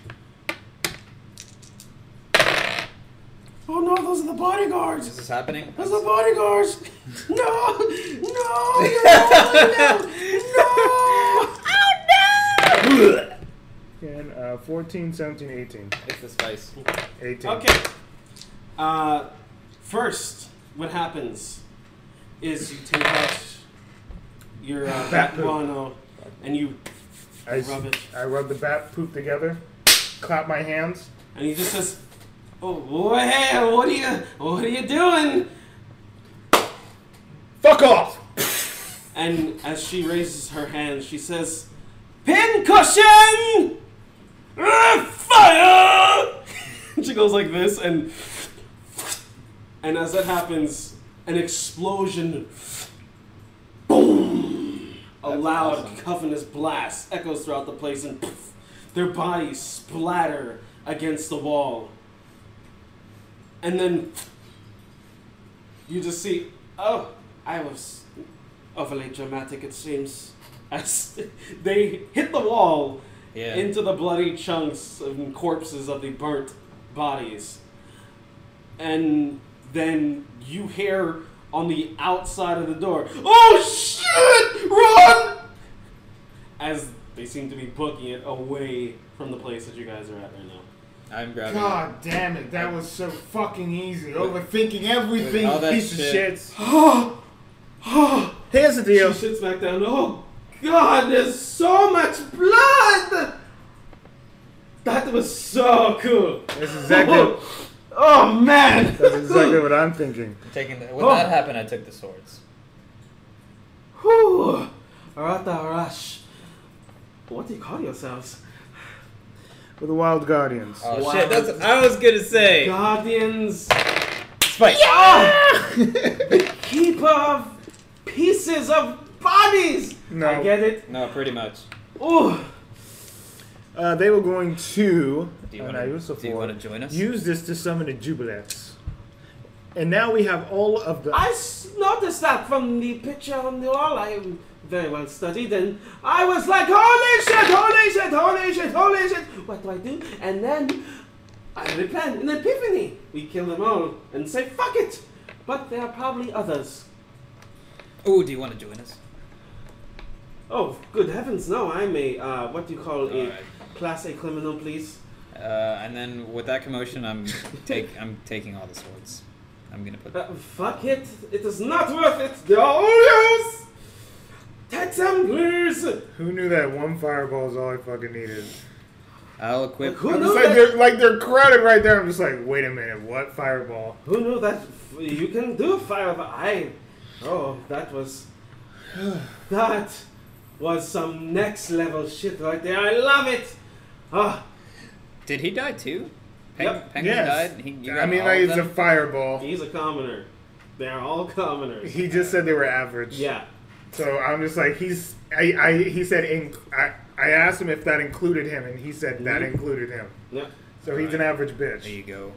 Speaker 2: Oh no, those are the bodyguards.
Speaker 1: Is this happening?
Speaker 2: Those are the bodyguards. No, no, you're holding them. No.
Speaker 18: And uh, 14, 17, 18.
Speaker 1: It's the spice.
Speaker 18: 18.
Speaker 2: Okay. Uh, first, what happens is you take out your uh,
Speaker 18: Bat
Speaker 2: bat
Speaker 18: poop.
Speaker 2: guano and you
Speaker 18: I, s-
Speaker 2: rub it,
Speaker 18: I rub the bat poop together, clap my hands.
Speaker 2: and he just says, "Oh, wha- hey, what are you, what are you doing?"
Speaker 18: Fuck off!
Speaker 2: And as she raises her hand, she says, "Pincushion, uh, fire!" she goes like this, and and as that happens, an explosion, boom! A
Speaker 16: That's
Speaker 2: loud,
Speaker 16: awesome.
Speaker 2: cavernous blast echoes throughout the place, and their bodies splatter against the wall. And then you just see, oh, I was overly dramatic, it seems. As they hit the wall
Speaker 1: Yeah.
Speaker 2: into the bloody chunks and corpses of the burnt bodies. And then you hear on the outside of the door, Oh shit! Run! as they seem to be booking it away from the place that you guys are at right now.
Speaker 1: I'm grabbing.
Speaker 19: God damn it, that was so fucking easy. Overthinking everything,
Speaker 1: all that
Speaker 19: piece of
Speaker 1: shit.
Speaker 19: shit.
Speaker 3: Here's the deal.
Speaker 2: She sits back down. Oh God, there's so much blood. That was so cool.
Speaker 3: That's exactly,
Speaker 2: Oh man.
Speaker 3: that's exactly what I'm thinking.
Speaker 1: Taking the, when that happened, I took the swords.
Speaker 2: Whew. Arata Arash. What do you call yourselves?
Speaker 3: With the Wild Guardians.
Speaker 1: Oh shit! That's what I was gonna say.
Speaker 2: Guardians,
Speaker 1: Spike.
Speaker 3: Ah!
Speaker 2: keeper of pieces of bodies.
Speaker 3: No.
Speaker 2: I get it.
Speaker 1: No, pretty much.
Speaker 2: Ooh.
Speaker 3: Uh, they were going to. uh,
Speaker 1: Do you
Speaker 3: and
Speaker 1: wanna-
Speaker 3: I used the
Speaker 1: do you
Speaker 3: four,
Speaker 1: wanna join us?
Speaker 3: Use this to summon the Jubilex. And now we have all of the.
Speaker 2: I s- noticed that from the picture on the wall. I very well studied, and I was like, "Holy shit! Holy shit! Holy shit! Holy shit! What do I do?" And then I had a plan, an epiphany. We kill them all and say, "Fuck it!" But there are probably others.
Speaker 1: Oh, do you want to join us?
Speaker 2: Oh, good heavens! No, I'm a uh, what do you call a
Speaker 1: Alright.
Speaker 2: class A criminal, please.
Speaker 1: Uh, and then with that commotion, I'm take I'm taking all the swords. I'm gonna put.
Speaker 2: Uh, fuck it! It is not worth it. They are all yours. Take them, please.
Speaker 3: Who knew that one fireball is all I fucking needed?
Speaker 1: I'll equip.
Speaker 2: Who
Speaker 3: I'm
Speaker 2: knew
Speaker 3: just like
Speaker 2: that-
Speaker 3: they're, like they're crowded right there. I'm just like, wait a minute, what fireball?
Speaker 2: Who knew that f- you can do fire? But I, oh, that was, that was some next level shit right there. I love it. Ah,
Speaker 1: Did he die too? Peng,
Speaker 2: Yep.
Speaker 1: Penguin
Speaker 3: Yes.
Speaker 1: died. He, you
Speaker 3: I
Speaker 1: got
Speaker 3: mean,
Speaker 1: all
Speaker 3: like
Speaker 1: of
Speaker 3: it's a
Speaker 1: them?
Speaker 3: fireball.
Speaker 2: he's a commoner. They're all commoners.
Speaker 3: He just said they were average.
Speaker 2: Yeah.
Speaker 3: So I'm just like, he's. I. I he said. In, I. I asked him if that included him, and he said that
Speaker 2: Mhm.
Speaker 3: included him.
Speaker 2: Yeah.
Speaker 3: So he's an average bitch.
Speaker 1: There you go.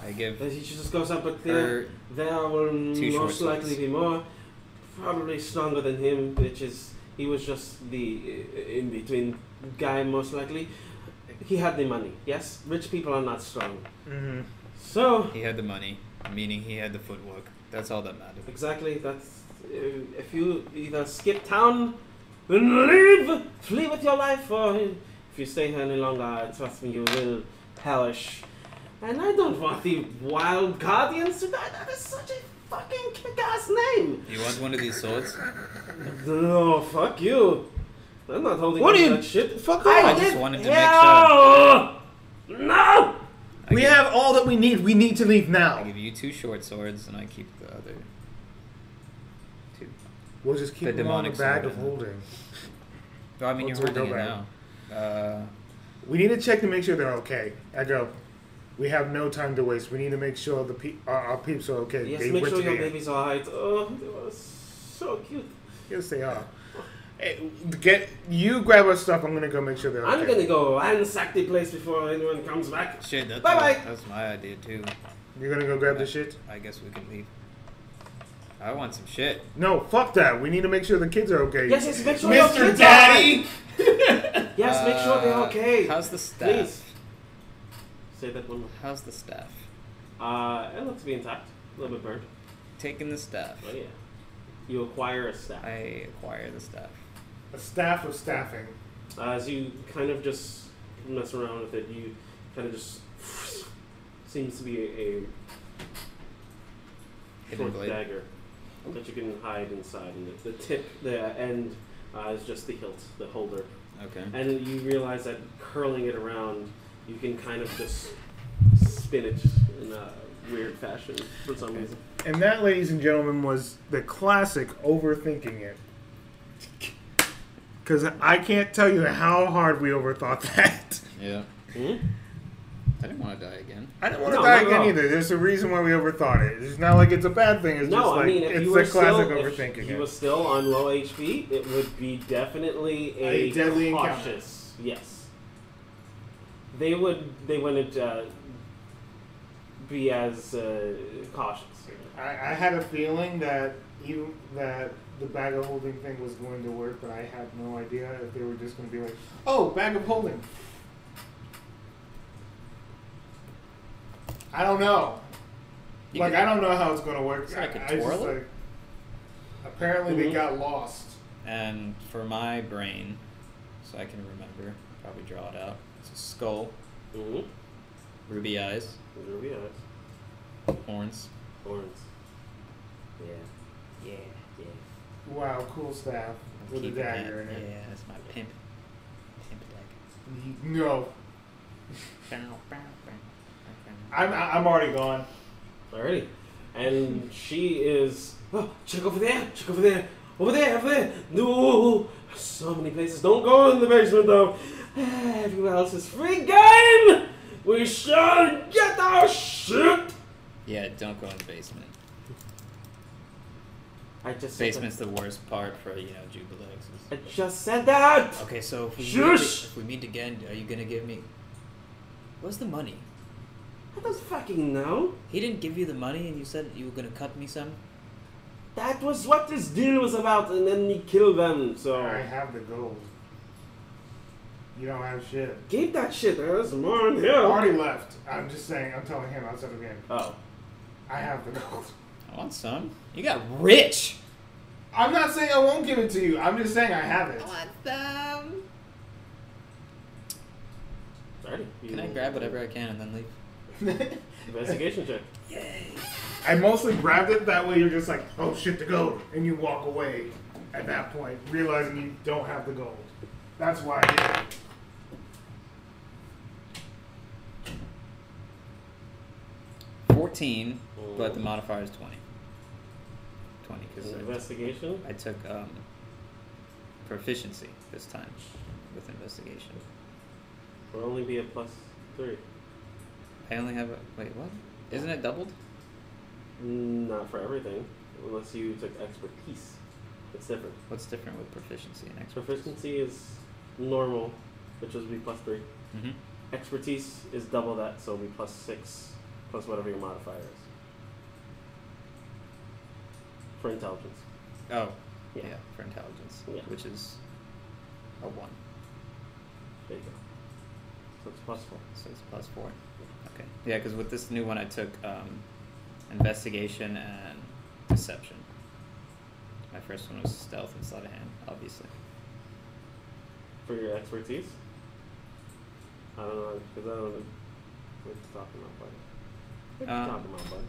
Speaker 1: I give
Speaker 2: But he just goes up, but there,
Speaker 1: her.
Speaker 2: there will
Speaker 1: Er, Two short
Speaker 2: most
Speaker 1: swords.
Speaker 2: likely be more, probably stronger than him, which is he was just the uh, in between guy most likely. He had the money. Yes, rich people are not strong.
Speaker 3: hmm
Speaker 2: So.
Speaker 1: He had the money, meaning he had the footwork. That's all that mattered.
Speaker 2: Exactly. That's uh, if you either skip town and leave, flee with your life, or if you stay here any longer, trust me, you will perish. And I don't want the wild guardians to die. That is such a fucking kick-ass name.
Speaker 1: You want one of these swords?
Speaker 2: No, fuck you. I'm not holding
Speaker 3: What
Speaker 2: on
Speaker 3: are
Speaker 2: to
Speaker 3: you-
Speaker 2: that shit.
Speaker 3: Fuck
Speaker 2: I,
Speaker 1: I
Speaker 2: did
Speaker 1: just wanted to make
Speaker 2: make sure. No.
Speaker 1: I
Speaker 3: We
Speaker 1: give-
Speaker 3: have all that we need. We need to leave
Speaker 1: I
Speaker 3: now.
Speaker 1: give you two short swords, and I keep the other. Two.
Speaker 3: We'll just keep
Speaker 1: The
Speaker 3: them on the
Speaker 1: demonic
Speaker 3: bag
Speaker 1: sword
Speaker 3: of
Speaker 1: in them.
Speaker 3: holding.
Speaker 1: Well, I mean,
Speaker 3: Let's
Speaker 1: you're holding
Speaker 3: go
Speaker 1: it
Speaker 3: back.
Speaker 1: now. Uh,
Speaker 3: We need to check to make sure they're okay. I go. We have no time to waste. We need to make sure the pe- uh, our, our peeps are okay.
Speaker 2: Yes,
Speaker 3: they
Speaker 2: make
Speaker 3: went
Speaker 2: sure
Speaker 3: to
Speaker 2: your
Speaker 3: the-
Speaker 2: baby's alright. Oh, they were so cute.
Speaker 3: Yes, they are. Eh, Get you grab our stuff. I'm gonna go make sure they're okay.
Speaker 2: I'm gonna go ransack the place before anyone comes back.
Speaker 1: shit, that's,
Speaker 2: Bye-bye.
Speaker 1: that's my idea too.
Speaker 3: You're gonna go grab the shit.
Speaker 1: I guess we can leave. I want some shit.
Speaker 3: No, fuck that. We need to make sure the kids are okay.
Speaker 2: Yes, yes, make sure your
Speaker 3: Mr.
Speaker 2: kids
Speaker 3: Daddy.
Speaker 2: are okay. Yes, make sure they're
Speaker 1: Uh,
Speaker 2: okay.
Speaker 1: How's the staff?
Speaker 2: Please. Say that one more.
Speaker 1: How's the staff?
Speaker 2: Uh, it looks to be intact. A little bit burnt.
Speaker 1: Taking the staff.
Speaker 2: Oh, yeah. You acquire a staff.
Speaker 1: I acquire the staff.
Speaker 3: A staff of staffing.
Speaker 2: Uh, as you kind of just mess around with it, you kind of just. Seems to be a, a
Speaker 1: Hidden
Speaker 2: short
Speaker 1: blade.
Speaker 2: dagger that you can hide inside. And the, the tip, the end, uh, is just the hilt, the holder.
Speaker 1: Okay.
Speaker 2: and you realize that curling it around, you can kind of just spin it in a weird fashion for some reason.
Speaker 3: And that, ladies and gentlemen, was the classic overthinking it. Because I can't tell you how hard we overthought that.
Speaker 1: Yeah.
Speaker 2: Hmm?
Speaker 1: I didn't want to die again.
Speaker 3: I don't want to
Speaker 2: No,
Speaker 3: die
Speaker 2: not at
Speaker 3: again
Speaker 2: all.
Speaker 3: either. There's a reason why we overthought it. It's not like it's a bad thing. It's just
Speaker 2: No,
Speaker 3: like
Speaker 2: I mean, if
Speaker 3: it's
Speaker 2: you
Speaker 3: the
Speaker 2: were
Speaker 3: classic
Speaker 2: still, if
Speaker 3: overthinking it.
Speaker 2: you were still on low HP, it would be definitely a,
Speaker 19: A deadly encounter.
Speaker 2: cautious. Yes, they would. They wouldn't uh, be as uh, cautious.
Speaker 19: I, I had a feeling that even that the bag of holding thing was going to work, but I had no idea if they were just going to be like, "Oh, bag of holding." I don't know.
Speaker 1: You
Speaker 19: like
Speaker 1: could-
Speaker 19: I don't know how it's going to work.
Speaker 1: So I could
Speaker 19: just,
Speaker 1: twirl it?
Speaker 19: like- apparently,
Speaker 2: Mhm.
Speaker 19: they got lost.
Speaker 1: And for my brain, so I can remember. Probably draw it out. It's a skull,
Speaker 2: Mm-hmm.
Speaker 1: ruby eyes,
Speaker 2: There we are.
Speaker 1: horns.
Speaker 2: Horns. Yeah. Yeah. Yeah.
Speaker 3: Wow, cool staff
Speaker 1: I'm
Speaker 3: with a
Speaker 1: keeping that.
Speaker 3: dagger in it.
Speaker 1: Yeah, that's my pimp. Pimp dagger.
Speaker 3: No,
Speaker 1: Bow, bow, bow, bow,
Speaker 3: I'm I'm already gone.
Speaker 2: Alrighty. And she is. Oh, check over there. Check over there. Over there. Over there. No. So many places. Don't go in the basement though. Everyone else is free game. We shall get our shit.
Speaker 1: Yeah, don't go in the basement.
Speaker 2: I just said
Speaker 1: Basement's the worst part for you know Jubilex.
Speaker 2: That. I just said that.
Speaker 1: Okay, so if we, meet,
Speaker 2: Shush!
Speaker 1: if we meet again, are you gonna give me? Where's the money?
Speaker 2: I don't fucking know.
Speaker 1: He didn't give you the money, and you said you were gonna cut me some.
Speaker 2: That was what this deal was about, and then we killed them. So
Speaker 3: I have the gold. You don't have shit.
Speaker 2: keep that shit. There's more in
Speaker 3: I
Speaker 2: here.
Speaker 3: already left. I'm just saying. I'm telling him outside again.
Speaker 2: Oh.
Speaker 3: I have the gold.
Speaker 1: I want some. You got rich.
Speaker 3: I'm not saying I won't give it to you. I'm just saying I have it.
Speaker 1: want some.
Speaker 2: Alrighty.
Speaker 1: Can I
Speaker 2: You-
Speaker 1: grab whatever I can and then leave?
Speaker 2: Investigation check.
Speaker 3: I mostly grabbed it. That way, you're just like, oh shit, the gold, and you walk away. At that point, realizing you don't have the gold. That's why. I did it.
Speaker 1: Fourteen, but the modifier is twenty. Twenty, because
Speaker 2: Investigation.
Speaker 1: I took um, proficiency this time with investigation.
Speaker 2: will only be a plus three.
Speaker 1: I only have a wait. What? Isn't it doubled?
Speaker 2: Mm, Not for everything, unless you took expertise. It's different.
Speaker 1: What's different with proficiency and expertise?
Speaker 2: Proficiency is normal, which would be plus three.
Speaker 1: Mm-hmm.
Speaker 2: Expertise is double that, so it'll be plus six, plus whatever your modifier is. For intelligence.
Speaker 1: Oh,
Speaker 2: Yeah.
Speaker 1: yeah, for intelligence,
Speaker 2: Yeah.
Speaker 1: which is a one,
Speaker 2: There you go. So it's plus four.
Speaker 1: so it's plus four. Okay. Yeah, because with this new one, I took um, investigation and deception. My first one was stealth and sleight of hand, obviously.
Speaker 2: For your expertise? I don't know, because I don't know what you're talking about, buddy. What you
Speaker 1: Um,
Speaker 2: talking about, buddy?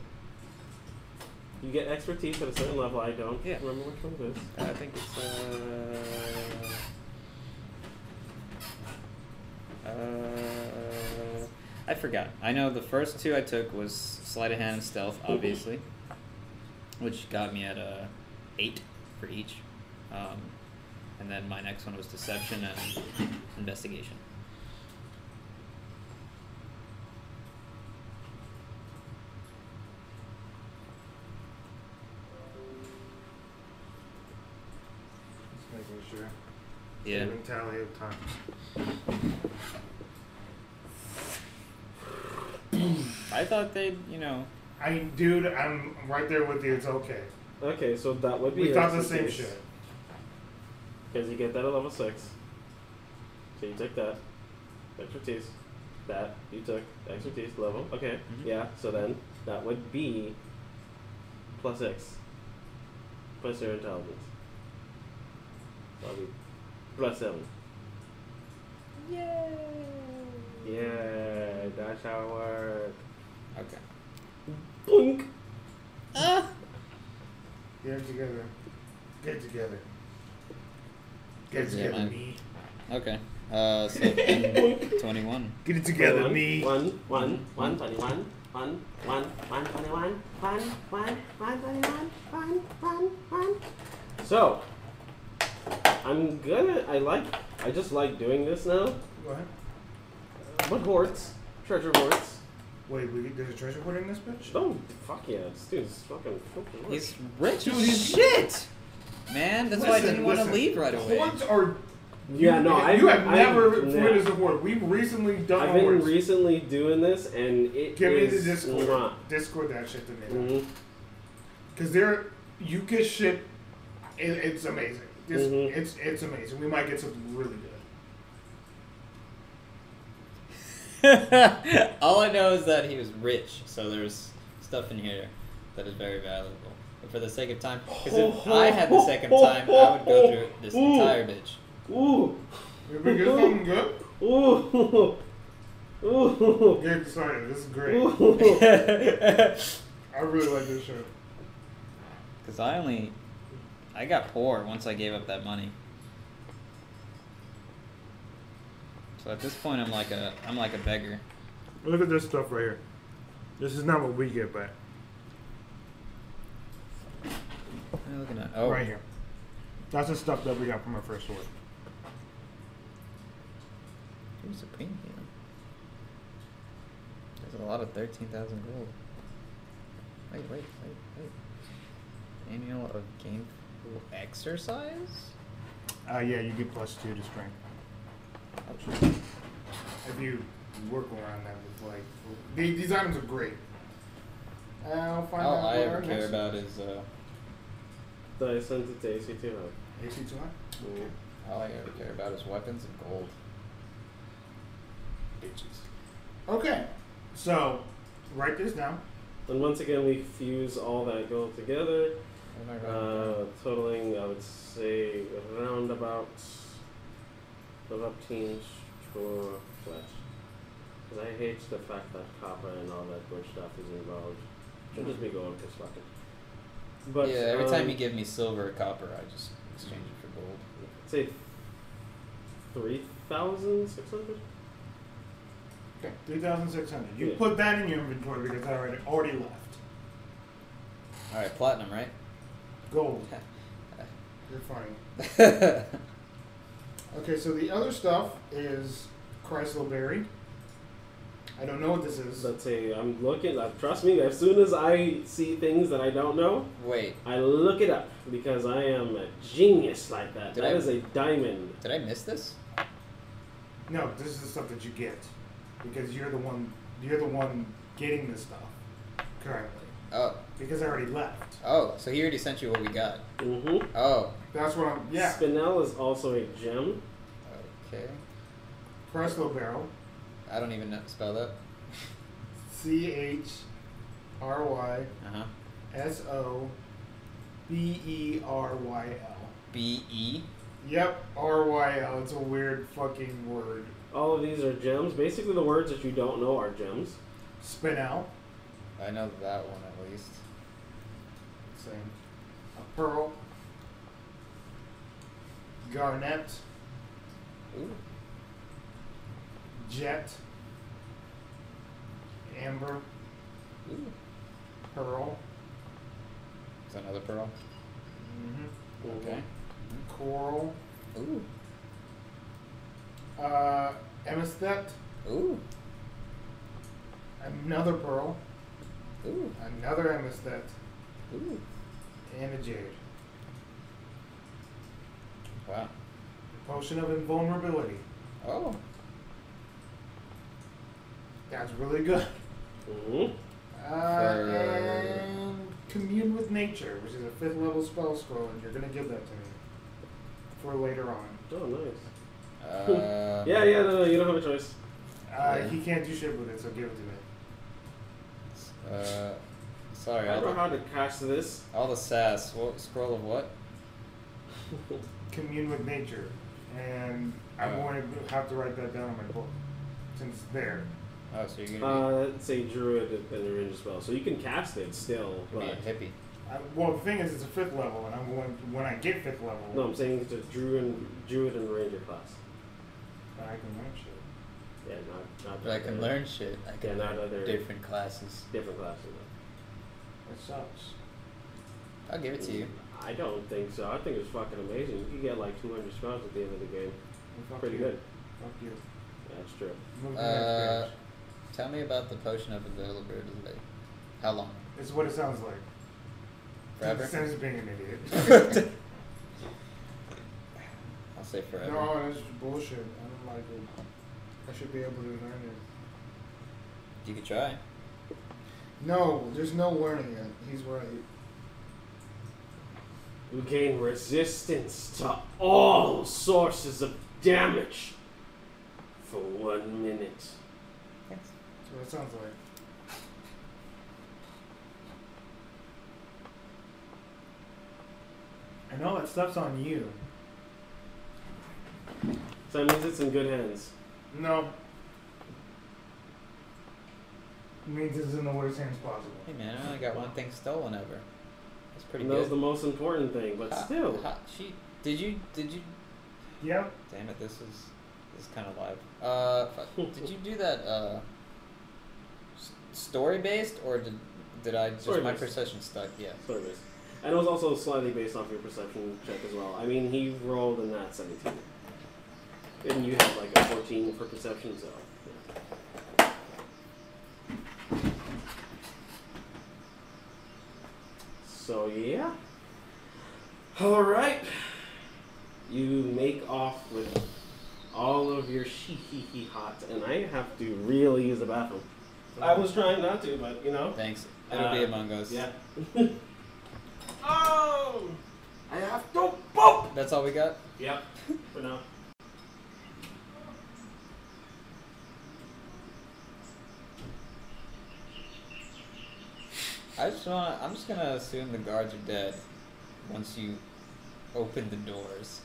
Speaker 2: You get expertise at a certain level, I don't
Speaker 1: Yeah.
Speaker 2: remember which one it is.
Speaker 1: I think it's uh, uh, I forgot. I know the first two I took was sleight of hand and stealth, obviously, which got me at a eight for each, um, and then my next one was deception and investigation.
Speaker 3: Just making sure.
Speaker 1: Yeah.
Speaker 3: Keeping tally of time.
Speaker 1: I thought they'd, you know,
Speaker 3: I, dude, I'm right there with you. It's okay.
Speaker 2: Okay, so that would be
Speaker 3: We
Speaker 2: your
Speaker 3: thought the same
Speaker 2: expertise,
Speaker 3: shit.
Speaker 2: Because you get that at level 6. So you took that. Expertise. That. You took expertise level. Okay,
Speaker 1: Mhm.
Speaker 2: yeah, so then that would be plus 6. Plus your intelligence. So that'd be plus 7. Yay! Yeah, that's how it works.
Speaker 1: okay.
Speaker 2: Boink!
Speaker 3: Get it together. Get it together. Get it
Speaker 1: Yeah,
Speaker 3: together,
Speaker 1: man.
Speaker 3: me.
Speaker 1: Okay. Uh, so twenty-one.
Speaker 3: Get it together, me.
Speaker 2: One, one, one, twenty-one, one, one, one, twenty-one, one, one, one, twenty-one, one, one, one. So, I'm gonna. I like. I just like doing this now.
Speaker 3: What?
Speaker 2: But hoards, treasure hoards.
Speaker 3: Wait, we, there's a treasure hoard in this bitch?
Speaker 2: Oh, fuck yeah! This dude's fucking. fucking rich.
Speaker 1: He's rich as shit, man. That's why I
Speaker 3: Listen,
Speaker 1: didn't want to
Speaker 3: listen.
Speaker 1: leave right away.
Speaker 3: Hoards are.
Speaker 2: Yeah, no, I.
Speaker 3: You have
Speaker 2: I've,
Speaker 3: never
Speaker 2: I've,
Speaker 3: witnessed a hoard. We've recently done
Speaker 2: I've been
Speaker 3: hoards.
Speaker 2: recently doing this, and it
Speaker 3: Give me the
Speaker 2: is
Speaker 3: Discord.
Speaker 2: not.
Speaker 3: Discord that shit to me.
Speaker 2: Mhm.
Speaker 3: Cause there, you get shit. It, it's amazing. This,
Speaker 2: Mhm.
Speaker 3: It's it's amazing. We might get something really good.
Speaker 1: All I know is that he was rich, so there's stuff in here that is very valuable. But for the sake of time, because if I had the second time, I would go through this entire bitch.
Speaker 2: Ooh,
Speaker 3: Did we get something good?
Speaker 2: Ooh. Ooh.
Speaker 3: Get excited. This is great.
Speaker 2: Ooh.
Speaker 3: I really like this shirt.
Speaker 1: Because I only. I got poor once I gave up that money. So at this point, I'm like a I'm like a beggar.
Speaker 20: Look at this stuff right here. This is not what we get back.
Speaker 1: What am I looking at? Oh,
Speaker 20: Right here. That's the stuff that we got from our first order.
Speaker 1: There's a pain here. There's a lot of 13,000 gold. Wait, wait, wait, wait. Annual of game exercise?
Speaker 20: Uh, yeah, you get plus two to strength.
Speaker 3: If you work around that with like, the- these items are great. I'll find
Speaker 1: All
Speaker 3: out.
Speaker 1: Oh, I
Speaker 3: what
Speaker 1: ever
Speaker 3: our
Speaker 1: care
Speaker 3: next-
Speaker 1: about is, uh,
Speaker 2: I sent it to AC2.
Speaker 3: AC two hundred.
Speaker 1: all I ever care about is weapons and gold.
Speaker 3: Okay, so write this down.
Speaker 2: And once again, we fuse all that gold together,
Speaker 1: What am I writing down?
Speaker 2: uh, totaling, I would say, around about 15 for flesh. Because I hate the fact that copper and all that good stuff is involved. Should just be gold, it's fucking. But,
Speaker 1: yeah, every time
Speaker 2: um,
Speaker 1: you give me silver or copper, I just exchange it for gold.
Speaker 2: Say 3,600?
Speaker 3: Okay.
Speaker 20: Three thousand six hundred. You
Speaker 2: Yeah.
Speaker 20: put that in your inventory because I already already left.
Speaker 1: Alright, platinum, right?
Speaker 20: Gold.
Speaker 3: You're funny. Okay, so the other stuff is Chrysler Berry. I don't know what this is.
Speaker 2: Let's say I'm looking, uh, trust me, as soon as I see things that I don't know,
Speaker 1: wait,
Speaker 2: I look it up because I am a genius like that.
Speaker 1: Did
Speaker 2: That
Speaker 1: I-
Speaker 2: is a diamond.
Speaker 1: did I miss this?
Speaker 20: No, this is the stuff that you get because you're the one you're the one getting this stuff currently
Speaker 1: Oh,
Speaker 20: because I already left.
Speaker 1: oh, so he already sent you what we got.
Speaker 2: hmm
Speaker 1: Oh,
Speaker 3: That's what I'm. Yeah,
Speaker 2: Spinel is also a gem.
Speaker 1: okay.
Speaker 3: Chrysler Barrel.
Speaker 1: I don't even know spell that.
Speaker 3: C H R Y
Speaker 1: Uh huh.
Speaker 3: S O B E R Y L.
Speaker 1: B E.
Speaker 3: Yep, R Y L. It's a weird fucking word.
Speaker 2: All of these are gems. Basically, the words that you don't know are gems.
Speaker 3: Spin out.
Speaker 1: I know that one at least.
Speaker 3: Same. A pearl. Garnet.
Speaker 1: Ooh.
Speaker 3: Jet. Amber.
Speaker 1: Ooh.
Speaker 3: Pearl.
Speaker 1: Is that another pearl?
Speaker 3: hmm
Speaker 1: Okay.
Speaker 3: Coral.
Speaker 1: Ooh.
Speaker 3: Uh, Amisthet.
Speaker 1: Ooh.
Speaker 3: Another pearl.
Speaker 1: Ooh.
Speaker 3: Another Amisthet.
Speaker 1: Ooh.
Speaker 3: And a jade.
Speaker 1: Wow.
Speaker 3: Potion of invulnerability.
Speaker 1: Oh.
Speaker 3: That's really good.
Speaker 2: hmm
Speaker 3: Uh,
Speaker 1: For-
Speaker 3: and commune with nature, which is a fifth level spell scroll, and you're gonna give that to me for later on.
Speaker 2: Oh, nice.
Speaker 1: Uh,
Speaker 2: Yeah, yeah, no, no, you don't have a choice.
Speaker 3: Uh,
Speaker 1: Yeah.
Speaker 3: He can't do shit with it, so give it to me.
Speaker 1: Uh,
Speaker 2: I
Speaker 1: sorry. All
Speaker 2: don't know
Speaker 1: the,
Speaker 2: how to catch this.
Speaker 1: all the sass. What scroll of what?
Speaker 3: Commune with nature, and I'm
Speaker 1: Uh.
Speaker 3: going to have to write that down in my book since it's there.
Speaker 1: Oh, so you're gonna
Speaker 2: Uh, it's a druid and a ranger spell, so you can cast it still,
Speaker 1: be,
Speaker 2: but
Speaker 1: be a hippie.
Speaker 3: I, well, the thing is, it's a fifth level, and I'm going when I get fifth level,
Speaker 2: no, I'm saying it's a druid and, druid and ranger class.
Speaker 3: then I can learn shit.
Speaker 2: Yeah, not not.
Speaker 1: But I can
Speaker 2: other-
Speaker 1: learn shit. I
Speaker 2: Yeah,
Speaker 1: can
Speaker 2: not
Speaker 1: learn
Speaker 2: other-
Speaker 1: different classes.
Speaker 2: different classes.
Speaker 3: It sucks.
Speaker 1: I'll give it to you.
Speaker 2: I don't think so. I think it's fucking amazing. You can get like 200 spells at the end of the game.
Speaker 3: Fuck
Speaker 2: Pretty
Speaker 3: you.
Speaker 2: good.
Speaker 3: Fuck you.
Speaker 2: That's true.
Speaker 3: Move to the
Speaker 1: Uh,
Speaker 3: next page.
Speaker 1: tell me about the potion of availability. How long?
Speaker 3: It's what it sounds like.
Speaker 1: Forever.
Speaker 3: Since being an idiot.
Speaker 1: I'll say forever.
Speaker 3: No, that's bullshit. I don't like it. I should be able to learn it.
Speaker 1: You could try.
Speaker 3: No, there's no learning it. He's right.
Speaker 2: You gain resistance to all sources of damage for one minute.
Speaker 3: That's what it sounds like.
Speaker 20: And all that stuff's on you.
Speaker 2: So that means it's in good hands.
Speaker 3: No. Means it's in the worst hands possible.
Speaker 1: Hey man, I only got one thing stolen ever. That's pretty
Speaker 2: And that was
Speaker 1: good.
Speaker 2: the most important thing, but
Speaker 1: Ha-
Speaker 2: still.
Speaker 1: ha- she did you did you?
Speaker 3: Yep.
Speaker 1: Damn it! This is this is kind of live. Uh, fuck, did you do that uh story based or did did I just my
Speaker 2: Story-based.
Speaker 1: perception stuck? Yeah.
Speaker 2: Sort of is. And it was also slightly based off your perception check as well. I mean, he rolled in that 17. And you had like a 14 for perception, so. yeah. So, yeah. Alright. You make off with all of your she hee hee hot, and I have to really use the bathroom. I was trying not to, but you know.
Speaker 1: Thanks. It'll be
Speaker 2: Uh,
Speaker 1: among us.
Speaker 2: Yeah.
Speaker 21: Oh! I have to poop!
Speaker 1: That's all we got.
Speaker 2: Yep. For now.
Speaker 1: I just want. I'm just gonna assume the guards are dead once you open the doors.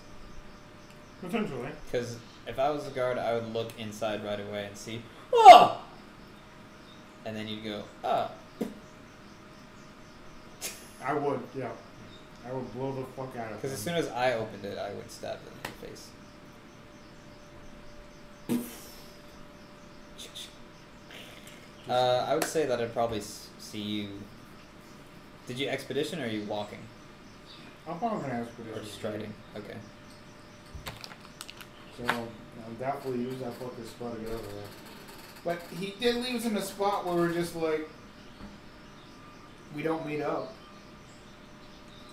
Speaker 3: Potentially.
Speaker 1: Because if I was a guard, I would look inside right away and see, oh, and then you'd go, ah,
Speaker 3: I would, yeah. I would blow the fuck out of
Speaker 1: because as
Speaker 3: him.
Speaker 1: soon as I opened it, I would stab them in the face. Uh, I would say that I'd probably s- see you. Did you expedition or are you walking
Speaker 3: I'm probably gonna ask
Speaker 1: or striding? Okay.
Speaker 3: So I'm doubtfully use that fucking spell to get over there.
Speaker 22: But he did leave us in a spot where we're just like, we don't meet up.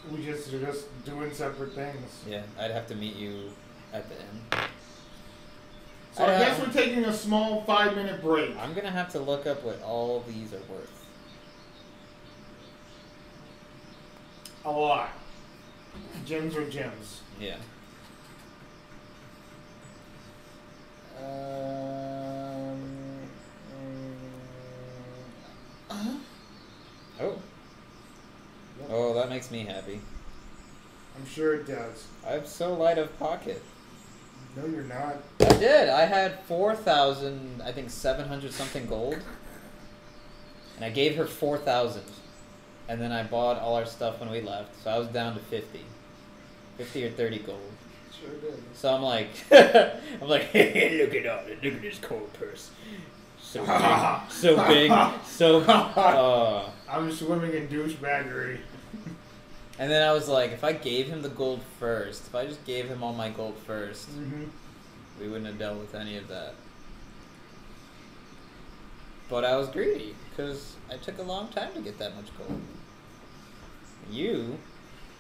Speaker 3: We just are just doing separate things.
Speaker 1: Yeah, I'd have to meet you at the end.
Speaker 22: So I guess we're taking a small five minute break.
Speaker 1: I'm gonna have to look up what all these are worth.
Speaker 3: A lot. Gems are gems.
Speaker 1: Yeah.
Speaker 22: Um,
Speaker 3: mm,
Speaker 1: Oh. Oh, that makes me happy.
Speaker 3: I'm sure it does.
Speaker 1: I'm so light of pocket.
Speaker 3: No, you're not.
Speaker 1: I did. I had four thousand. I think seven hundred something gold, and I gave her four thousand, and then I bought all our stuff when we left. So I was down to fifty. 50 or 30 gold.
Speaker 22: sure did.
Speaker 1: So I'm like, I'm like, look at all, look at this gold purse. So big, so big, so. Uh,
Speaker 3: I'm swimming in douchebaggery.
Speaker 1: And then I was like, if I gave him the gold first, if I just gave him all my gold first,
Speaker 3: Mm-hmm.
Speaker 1: we wouldn't have dealt with any of that. But I was greedy because I took a long time to get that much gold. You,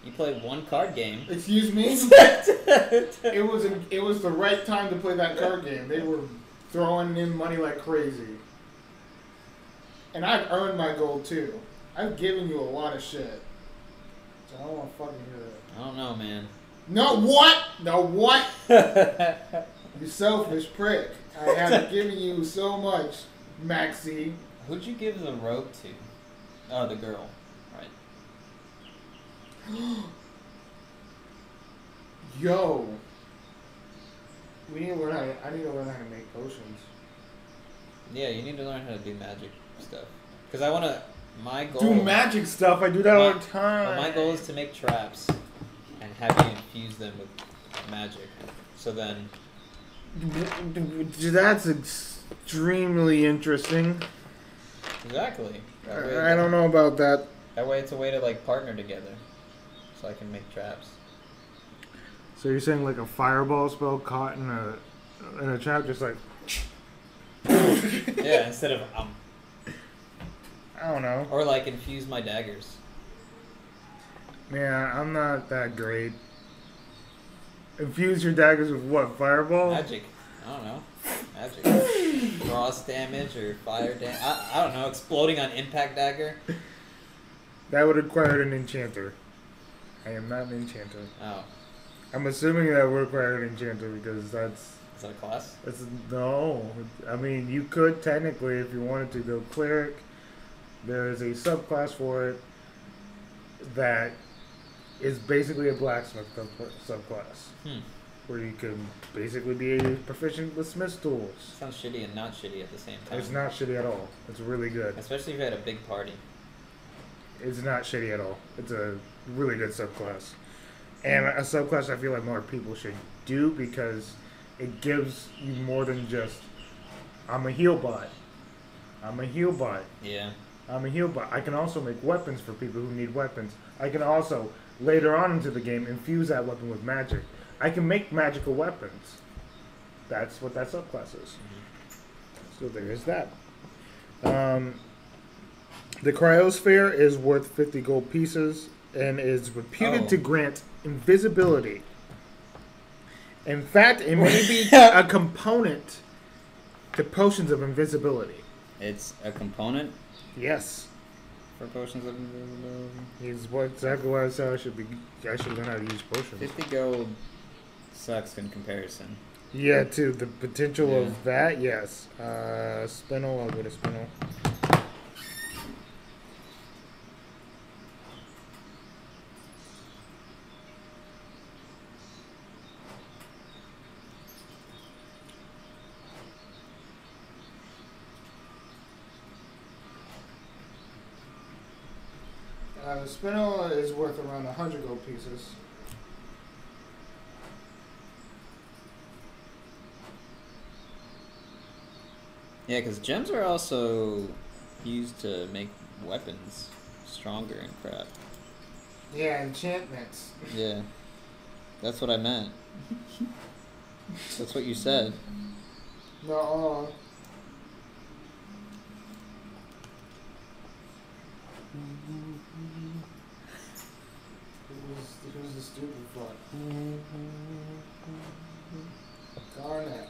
Speaker 1: you played one card game.
Speaker 22: Excuse me. it was a, it was the right time to play that card game. They were throwing in money like crazy, and I've earned my gold too. I've given you a lot of shit, so I don't want to fucking hear that.
Speaker 1: I don't know, man.
Speaker 22: No what? No what? You selfish prick! I have given you so much, Maxie.
Speaker 1: Who'd you give the rope to? Oh, the girl. Right.
Speaker 22: Yo. We need to learn how. To, I need to learn how to make potions.
Speaker 1: Yeah, you need to learn how to do magic stuff. Because I want to. My goal.
Speaker 3: Do magic stuff. I do that all the time.
Speaker 1: But Oh. my goal is to make traps and have you infuse them with magic. So then,
Speaker 3: That's extremely interesting.
Speaker 1: exactly. That way,
Speaker 3: I don't know about that.
Speaker 1: That way, it's a way to like partner together, so I can make traps.
Speaker 3: So you're saying like a fireball spell caught in a in a trap, just like
Speaker 1: yeah, instead of um,
Speaker 3: I don't know.
Speaker 1: or like infuse my daggers.
Speaker 3: Yeah, I'm not that great. Infuse your daggers with what? Fireball?
Speaker 1: Magic. I don't know. Magic. Frost damage or fire damage. I, I don't know. Exploding on impact dagger.
Speaker 3: That would require an enchanter. I am not an enchanter.
Speaker 1: Oh,
Speaker 3: I'm assuming that would require an enchanter because that's
Speaker 1: is that a class?
Speaker 3: that's no. I mean, you could technically, if you wanted to, go cleric. There is a subclass for it that is basically a blacksmith sub- subclass.
Speaker 1: Hmm.
Speaker 23: where you can basically be proficient with Smith's tools.
Speaker 1: Sounds shitty and not shitty at the same time.
Speaker 23: It's not shitty at all. It's really good.
Speaker 1: Especially if you had a big party.
Speaker 23: It's not shitty at all. It's a really good subclass. And a subclass I feel like more people should do because it gives you more than just, I'm a heal bot. I'm a heal bot.
Speaker 1: Yeah.
Speaker 23: I'm a heal bot. I can also make weapons for people who need weapons. I can also, later on into the game, infuse that weapon with magic. I can make magical weapons. That's what that subclass is. So there is that. Um, the cryosphere is worth 50 gold pieces and is reputed
Speaker 1: Oh.
Speaker 23: to grant invisibility. In fact, it may be a component to potions of invisibility.
Speaker 1: It's a component
Speaker 23: Yes.
Speaker 1: for potions of invisibility.
Speaker 23: Is what exactly what I said I should be. I should learn how to use potions.
Speaker 1: 50 gold sucks in comparison.
Speaker 23: Yeah, too. The potential
Speaker 1: Yeah.
Speaker 23: of that, yes. Uh, spinel, I'll go to spinel.
Speaker 3: Uh, Spinel is worth around 100 gold pieces.
Speaker 1: Yeah, because gems are also used to make weapons stronger and crap.
Speaker 3: Yeah, enchantments.
Speaker 1: Yeah. That's what I meant. That's what you said.
Speaker 3: No, uh, who's, who's the stupid fuck? Garnet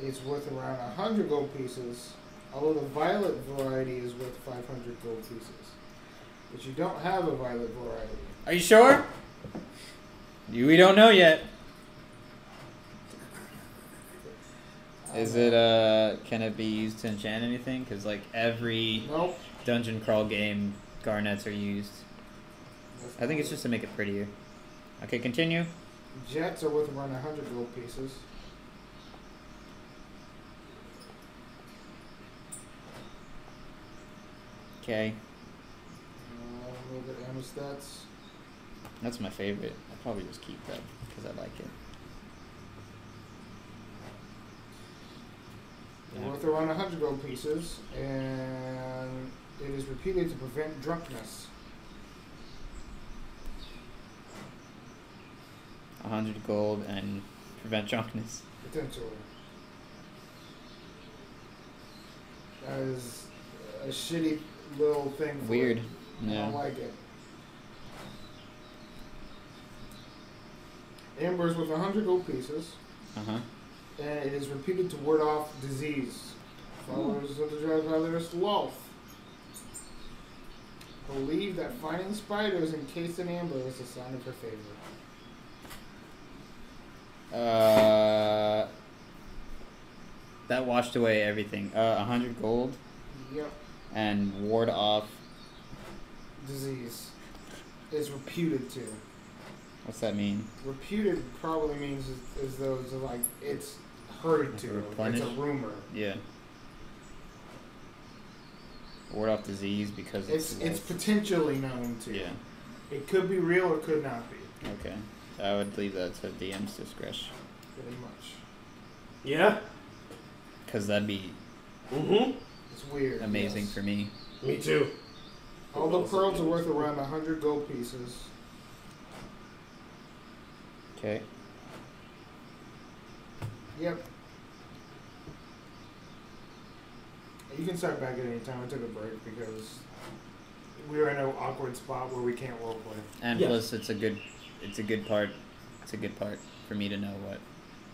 Speaker 3: is worth around 100 gold pieces, although the violet variety is worth 500 gold pieces. But you don't have a violet variety.
Speaker 1: Are you sure? You, we don't know yet. Is it uh? Can it be used to enchant anything? Because like every
Speaker 3: Nope.
Speaker 1: dungeon crawl game, garnets are used.
Speaker 3: that's
Speaker 1: I think
Speaker 3: not
Speaker 1: it's
Speaker 3: it.
Speaker 1: just to make it prettier. Okay, continue.
Speaker 3: Jets are worth around 100 gold pieces.
Speaker 1: Okay,
Speaker 3: Uh, a little bit of ammo stats.
Speaker 1: that's my favorite. I'll probably just keep that because I like it. Yeah.
Speaker 3: worth around 100 gold pieces, and it is repeated to prevent drunkenness.
Speaker 1: A hundred gold and prevent drunkenness.
Speaker 3: Potentially. That is a shitty little thing. For
Speaker 1: Weird.
Speaker 3: It. I don't
Speaker 1: No.
Speaker 3: like it. Amber's worth 100 gold pieces,
Speaker 1: Uh huh.
Speaker 3: and it is repeated to ward off disease. Followers of the drug others loath. Believe that finding spiders encased in amber is a sign of her favor.
Speaker 1: Uh, that washed away everything. Uh, 100 gold
Speaker 3: Yep.
Speaker 1: and ward off.
Speaker 3: disease is reputed to.
Speaker 1: What's that mean?
Speaker 3: Reputed probably means as, as though it's like it's heard to. It's
Speaker 1: Replenished?
Speaker 3: a rumor.
Speaker 1: Yeah. Ward off disease because
Speaker 3: It's it's potentially known to.
Speaker 1: yeah.
Speaker 3: It could be real or could not be.
Speaker 1: Okay. I would leave that to DM's discretion
Speaker 3: Pretty much.
Speaker 2: Yeah.
Speaker 1: because that'd be
Speaker 2: Mm-hmm.
Speaker 3: It's weird.
Speaker 1: amazing for me.
Speaker 2: Me too.
Speaker 3: All the pearls are worth around hundred gold pieces.
Speaker 1: Okay.
Speaker 3: Yep. You can start back at any time. I took a break because we were in an awkward spot where we can't roleplay.
Speaker 1: And
Speaker 2: Yes.
Speaker 1: plus, it's a good, it's a good part. It's a good part for me to know what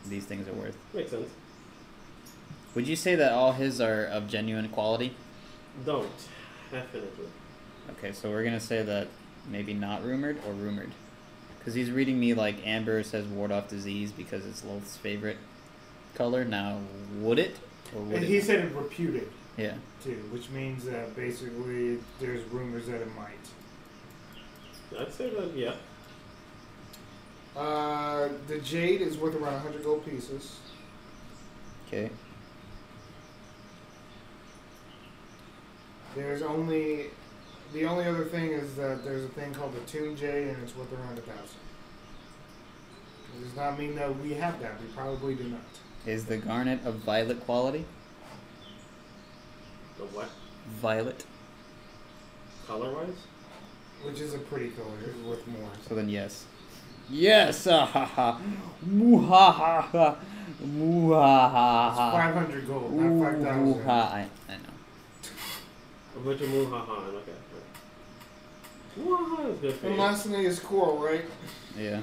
Speaker 1: these things are worth.
Speaker 2: Makes sense.
Speaker 1: Would you say that all his are of genuine quality?
Speaker 2: Don't. Definitely.
Speaker 1: Okay, so we're gonna say that maybe not rumored or rumored, because he's reading me like Amber says ward off disease because it's Lolth's favorite color. Now, would it or would
Speaker 3: And
Speaker 1: it?
Speaker 3: he said it reputed.
Speaker 1: yeah.
Speaker 3: too, which means that basically there's rumors that it might.
Speaker 2: I'd say that, yeah.
Speaker 3: Uh, the jade is worth around 100 gold pieces.
Speaker 1: Okay.
Speaker 3: There's only the only other thing is that there's a thing called the tomb jade, and it's worth around a thousand. It does not mean that we have that. We probably do not.
Speaker 1: Is the garnet of violet quality?
Speaker 2: The what?
Speaker 1: Violet.
Speaker 2: Color wise?
Speaker 3: Which is a pretty color. It's worth more.
Speaker 1: So then yes. Yes! Ah, ha ha. Moo ha ha ha. Moo ha ha
Speaker 3: It's
Speaker 1: ha.
Speaker 3: 500 gold,
Speaker 1: Uh-huh. Ooh, uh-huh.
Speaker 3: not 5,000.
Speaker 1: ha. I, I know.
Speaker 2: A bunch of Muhahan, okay. Muhahan is good for
Speaker 3: And
Speaker 2: you.
Speaker 3: last thing is coral, right?
Speaker 1: Yeah.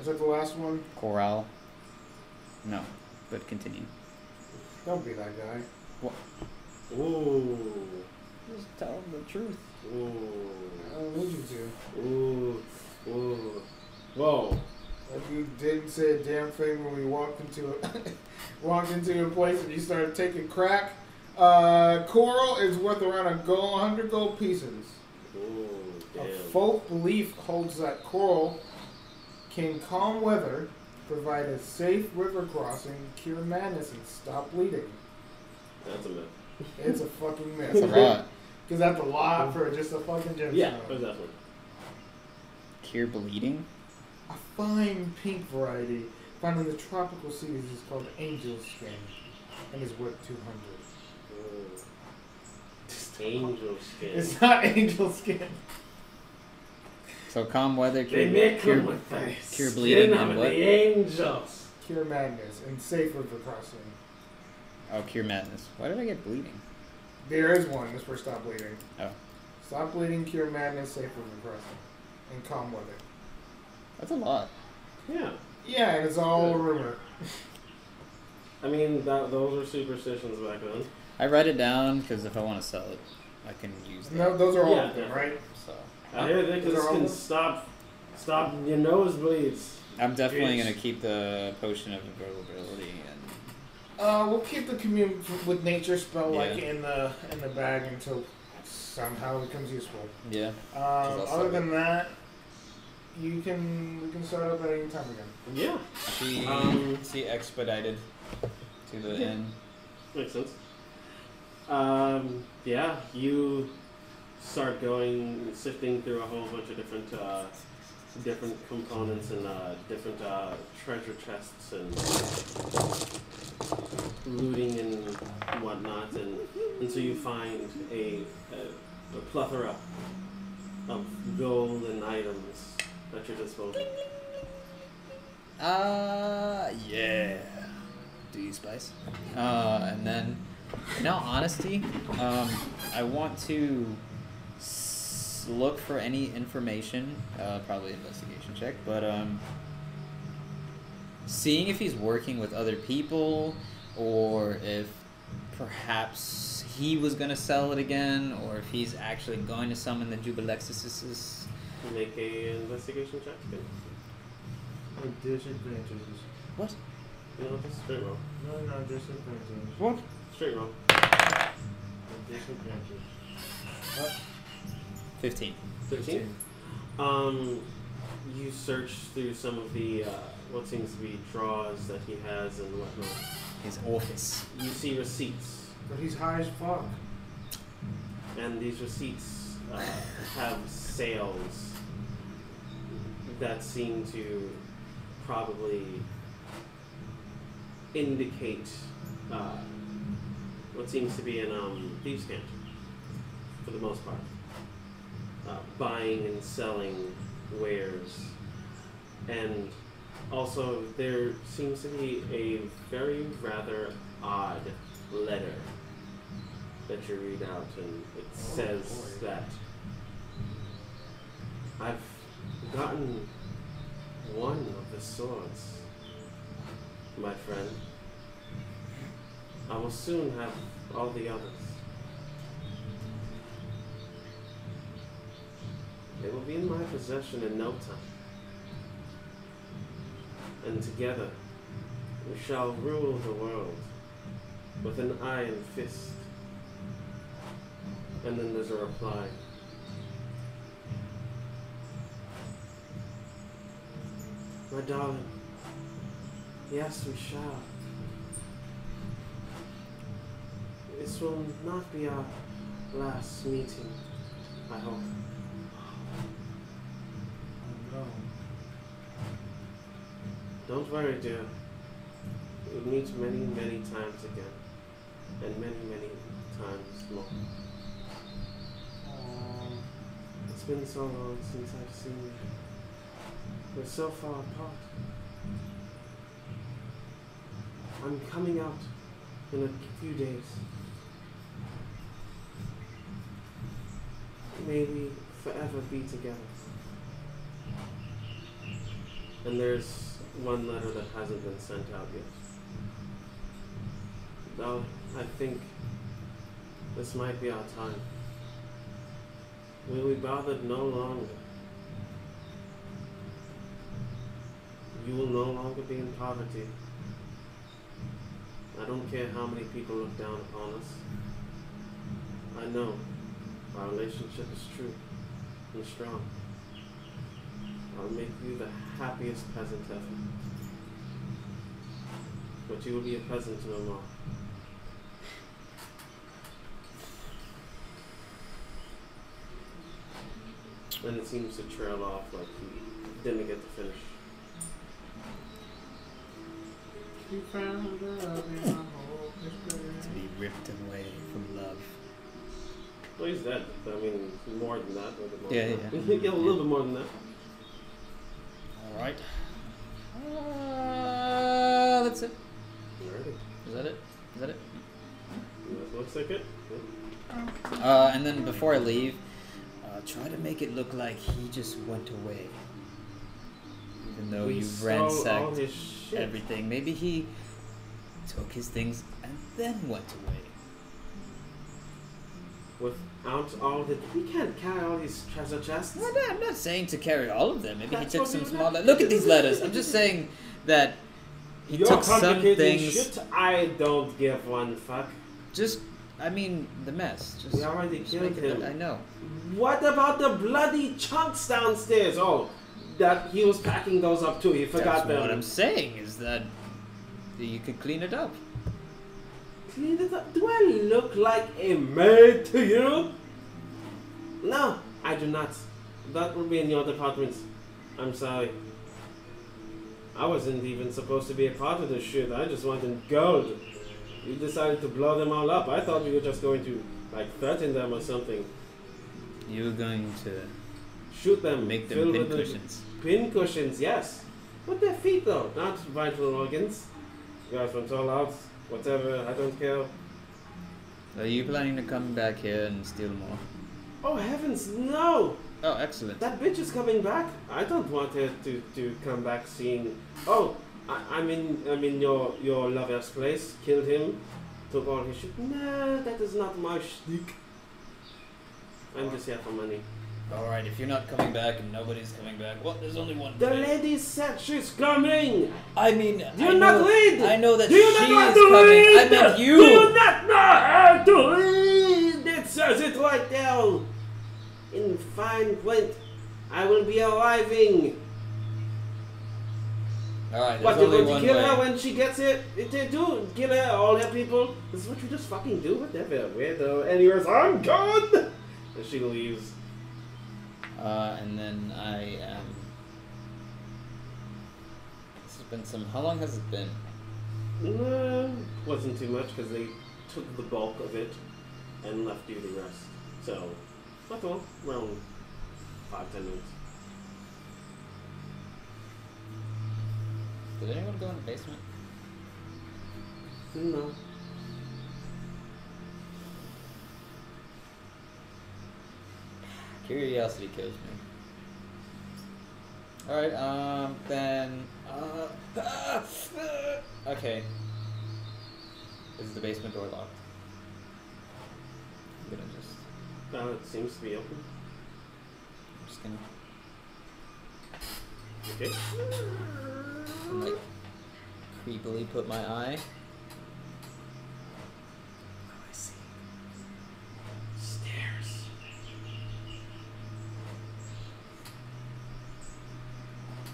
Speaker 3: Is that the last one?
Speaker 1: Corral. No. But continue.
Speaker 3: Don't be that guy.
Speaker 2: Ooh.
Speaker 1: Just tell them the truth.
Speaker 2: Ooh.
Speaker 3: Uh, what'd you do?
Speaker 2: Ooh. Ooh. Whoa.
Speaker 3: If you didn't say a damn thing when we walked into a, walked into a place and you started taking crack, uh, coral is worth around a gold, 100 gold pieces.
Speaker 2: Ooh. Damn.
Speaker 3: A folk belief holds that coral can calm weather, provide a safe river crossing, cure madness, and stop bleeding.
Speaker 2: That's a myth.
Speaker 3: It's a fucking mess.
Speaker 1: That's a lot.
Speaker 3: Because that's a lot for just a fucking gemstone.
Speaker 2: Yeah, what's that one?
Speaker 1: Cure bleeding?
Speaker 3: A fine pink variety found in the tropical seas is called angel's skin and is worth 200.
Speaker 2: Angel skin.
Speaker 3: It's not angel skin.
Speaker 1: So calm weather, cure,
Speaker 2: them
Speaker 1: cure,
Speaker 2: with this.
Speaker 1: cure bleeding and what?
Speaker 2: angels.
Speaker 3: Cure madness and safe river crossing.
Speaker 1: Oh, cure madness. Why did I get bleeding?
Speaker 3: There is one. That's for stop bleeding.
Speaker 1: Oh.
Speaker 3: Stop bleeding, cure madness, safe river crossing, and calm weather.
Speaker 1: That's a lot.
Speaker 2: Yeah.
Speaker 3: Yeah, and it's all a rumor.
Speaker 2: I mean, that, those were superstitions back then.
Speaker 1: I write it down because if I want to sell it, I can use that.
Speaker 3: No, those are all of
Speaker 2: Yeah.
Speaker 3: them, right?
Speaker 1: So
Speaker 2: I hear they
Speaker 3: Is there
Speaker 2: just
Speaker 3: all
Speaker 2: can
Speaker 3: of them?
Speaker 2: stop, stop your nosebleeds.
Speaker 1: I'm definitely
Speaker 2: Jeez.
Speaker 1: gonna keep the potion of invulnerability and
Speaker 3: Uh, we'll keep the commune with nature spell like
Speaker 1: Yeah.
Speaker 3: in the in the bag until somehow it becomes useful.
Speaker 1: yeah.
Speaker 3: Um,
Speaker 1: I'll
Speaker 3: other
Speaker 1: sub it.
Speaker 3: than that, you can we can start up at any time again.
Speaker 2: Yeah,
Speaker 1: She,
Speaker 2: Um,
Speaker 1: she expedited to the
Speaker 2: Yeah.
Speaker 1: end.
Speaker 2: makes sense. Um, yeah, you start going sifting through a whole bunch of different, uh, different components and uh, different uh, treasure chests and looting and whatnot, and, and so you find a, a, a plethora of gold and items at your disposal.
Speaker 1: Ah, uh, yeah. Do you spice? Uh, and then, in all honesty, um, I want to s- look for any information, uh, probably investigation check, but um, seeing if he's working with other people or if perhaps he was going to sell it again or if he's actually going to summon the Jubilexuses.
Speaker 2: Make a investigation check. Good.
Speaker 3: With disadvantages.
Speaker 1: What?
Speaker 2: You know, just straight roll.
Speaker 3: No, no disadvantages.
Speaker 1: What?
Speaker 2: Straight roll.
Speaker 3: Disadvantages.
Speaker 1: 15.
Speaker 2: 13? Um, you search through some of the, uh, what seems to be drawers that he has and whatnot.
Speaker 1: His office.
Speaker 2: You see receipts,
Speaker 3: But he's high as fuck.
Speaker 2: and these receipts uh, have sales that seem to probably indicate uh, what seems to be an um, thieves' cant, for the most part. Uh, buying and selling wares, and also there seems to be a very rather odd letter that you read out, and it says that I've gotten one of the swords, my friend. I will soon have all the others. They will be in my possession in no time. And together, we shall rule the world with an iron fist. And then there's a reply. my darling. Yes, we shall. This will not be our last meeting, I hope.
Speaker 24: No.
Speaker 2: Don't worry, dear. We'll meet many, many times again. And many, many times more.
Speaker 24: Um,
Speaker 2: It's been so long since I've seen you. We're so far apart. I'm coming out in a few days. May we forever be together. And there's one letter that hasn't been sent out yet. Though I think this might be our time. Will we bother no longer? You will no longer be in poverty. I don't care how many people look down upon us. I know our relationship is true and strong. I'll make you the happiest peasant ever. But you will be a peasant no more. And it seems to trail off like he didn't get to finish.
Speaker 3: You found love in my whole despair.
Speaker 1: To be ripped away from love.
Speaker 2: Well, he's dead. but I mean, more than that. A little bit more
Speaker 1: Yeah,
Speaker 2: than
Speaker 1: yeah,
Speaker 2: that. yeah. a little bit more than that.
Speaker 1: All right. Uh, that's it.
Speaker 2: Alrighty.
Speaker 1: Is that it? Is that it?
Speaker 2: That looks like it.
Speaker 1: Uh, and then before I leave, uh, try to make it look like he just went away. Even though
Speaker 2: We
Speaker 1: you
Speaker 2: stole all
Speaker 1: ransacked
Speaker 2: his shit.
Speaker 1: everything. Maybe he took his things and then went away.
Speaker 2: Without all the, we can't carry all these treasure chests.
Speaker 1: I'm not, I'm not saying to carry all of them. Maybe
Speaker 2: That's
Speaker 1: he took
Speaker 2: what
Speaker 1: some
Speaker 2: you
Speaker 1: small.
Speaker 2: meant.
Speaker 1: Look at these letters. I'm just saying that he
Speaker 2: You're
Speaker 1: took some
Speaker 2: complicating
Speaker 1: things.
Speaker 2: Shit, I don't give one fuck.
Speaker 1: Just, I mean, the mess. Just,
Speaker 2: We already
Speaker 1: just
Speaker 2: killed
Speaker 1: make it
Speaker 2: him.
Speaker 1: I know.
Speaker 2: What about the bloody chunks downstairs? Oh, that he was packing those up too. He forgot
Speaker 1: That's
Speaker 2: them.
Speaker 1: what I'm saying is that you could clean it up.
Speaker 2: Clean it up. Do I look like a maid to you? No, I do not. That will be in your department. I'm sorry. I wasn't even supposed to be a part of this shit. I just wanted gold. You decided to blow them all up. I thought you were just going to, like, threaten them or something.
Speaker 1: You were going to
Speaker 2: Shoot them.
Speaker 1: make
Speaker 2: fill
Speaker 1: them
Speaker 2: with
Speaker 1: pin
Speaker 2: the-
Speaker 1: cushions.
Speaker 2: Pin cushions, yes. With their feet, though, not vital organs. You guys want all out? Whatever, I don't care.
Speaker 1: Are you planning to come back here and steal more?
Speaker 2: Oh, heavens, no!
Speaker 1: Oh, excellent.
Speaker 2: That bitch is coming back. I don't want her to, to come back seeing. Oh, I, I'm in I'm in your your lover's place. Killed him, took all his shit. Nah, that is not my shtick. I'm just here for money.
Speaker 1: All right, if you're not coming back and nobody's coming back, well, there's only one.
Speaker 2: The
Speaker 1: place.
Speaker 2: lady said she's coming.
Speaker 1: I mean,
Speaker 2: Do
Speaker 1: I
Speaker 2: you not
Speaker 1: know,
Speaker 2: read?
Speaker 1: I know that
Speaker 2: Do
Speaker 1: she
Speaker 2: you not
Speaker 1: is
Speaker 2: want to
Speaker 1: coming.
Speaker 2: read?
Speaker 1: I meant you.
Speaker 2: Do you not know how to read? It says it right there in fine print. I will be arriving.
Speaker 1: All right, there's
Speaker 2: What, you're
Speaker 1: only
Speaker 2: going
Speaker 1: one
Speaker 2: to kill
Speaker 1: way.
Speaker 2: her when she gets it? It they do. Kill her, all her people. This is what you just fucking do, whatever, weirdo. Anyways, E I'm gone! And she leaves.
Speaker 1: Uh, and then I am. This has been some. How long has it been?
Speaker 2: No, wasn't too much because they took the bulk of it and left you the rest. So, not all. Around five, ten minutes.
Speaker 1: Did anyone go in the basement?
Speaker 2: No.
Speaker 1: Curiosity kills me. Alright, um, then. Uh, okay. Is the basement door locked? I'm gonna just.
Speaker 2: Uh, it seems to be open.
Speaker 1: I'm just gonna.
Speaker 2: Okay.
Speaker 1: And, like, creepily put my eye.
Speaker 2: Stairs.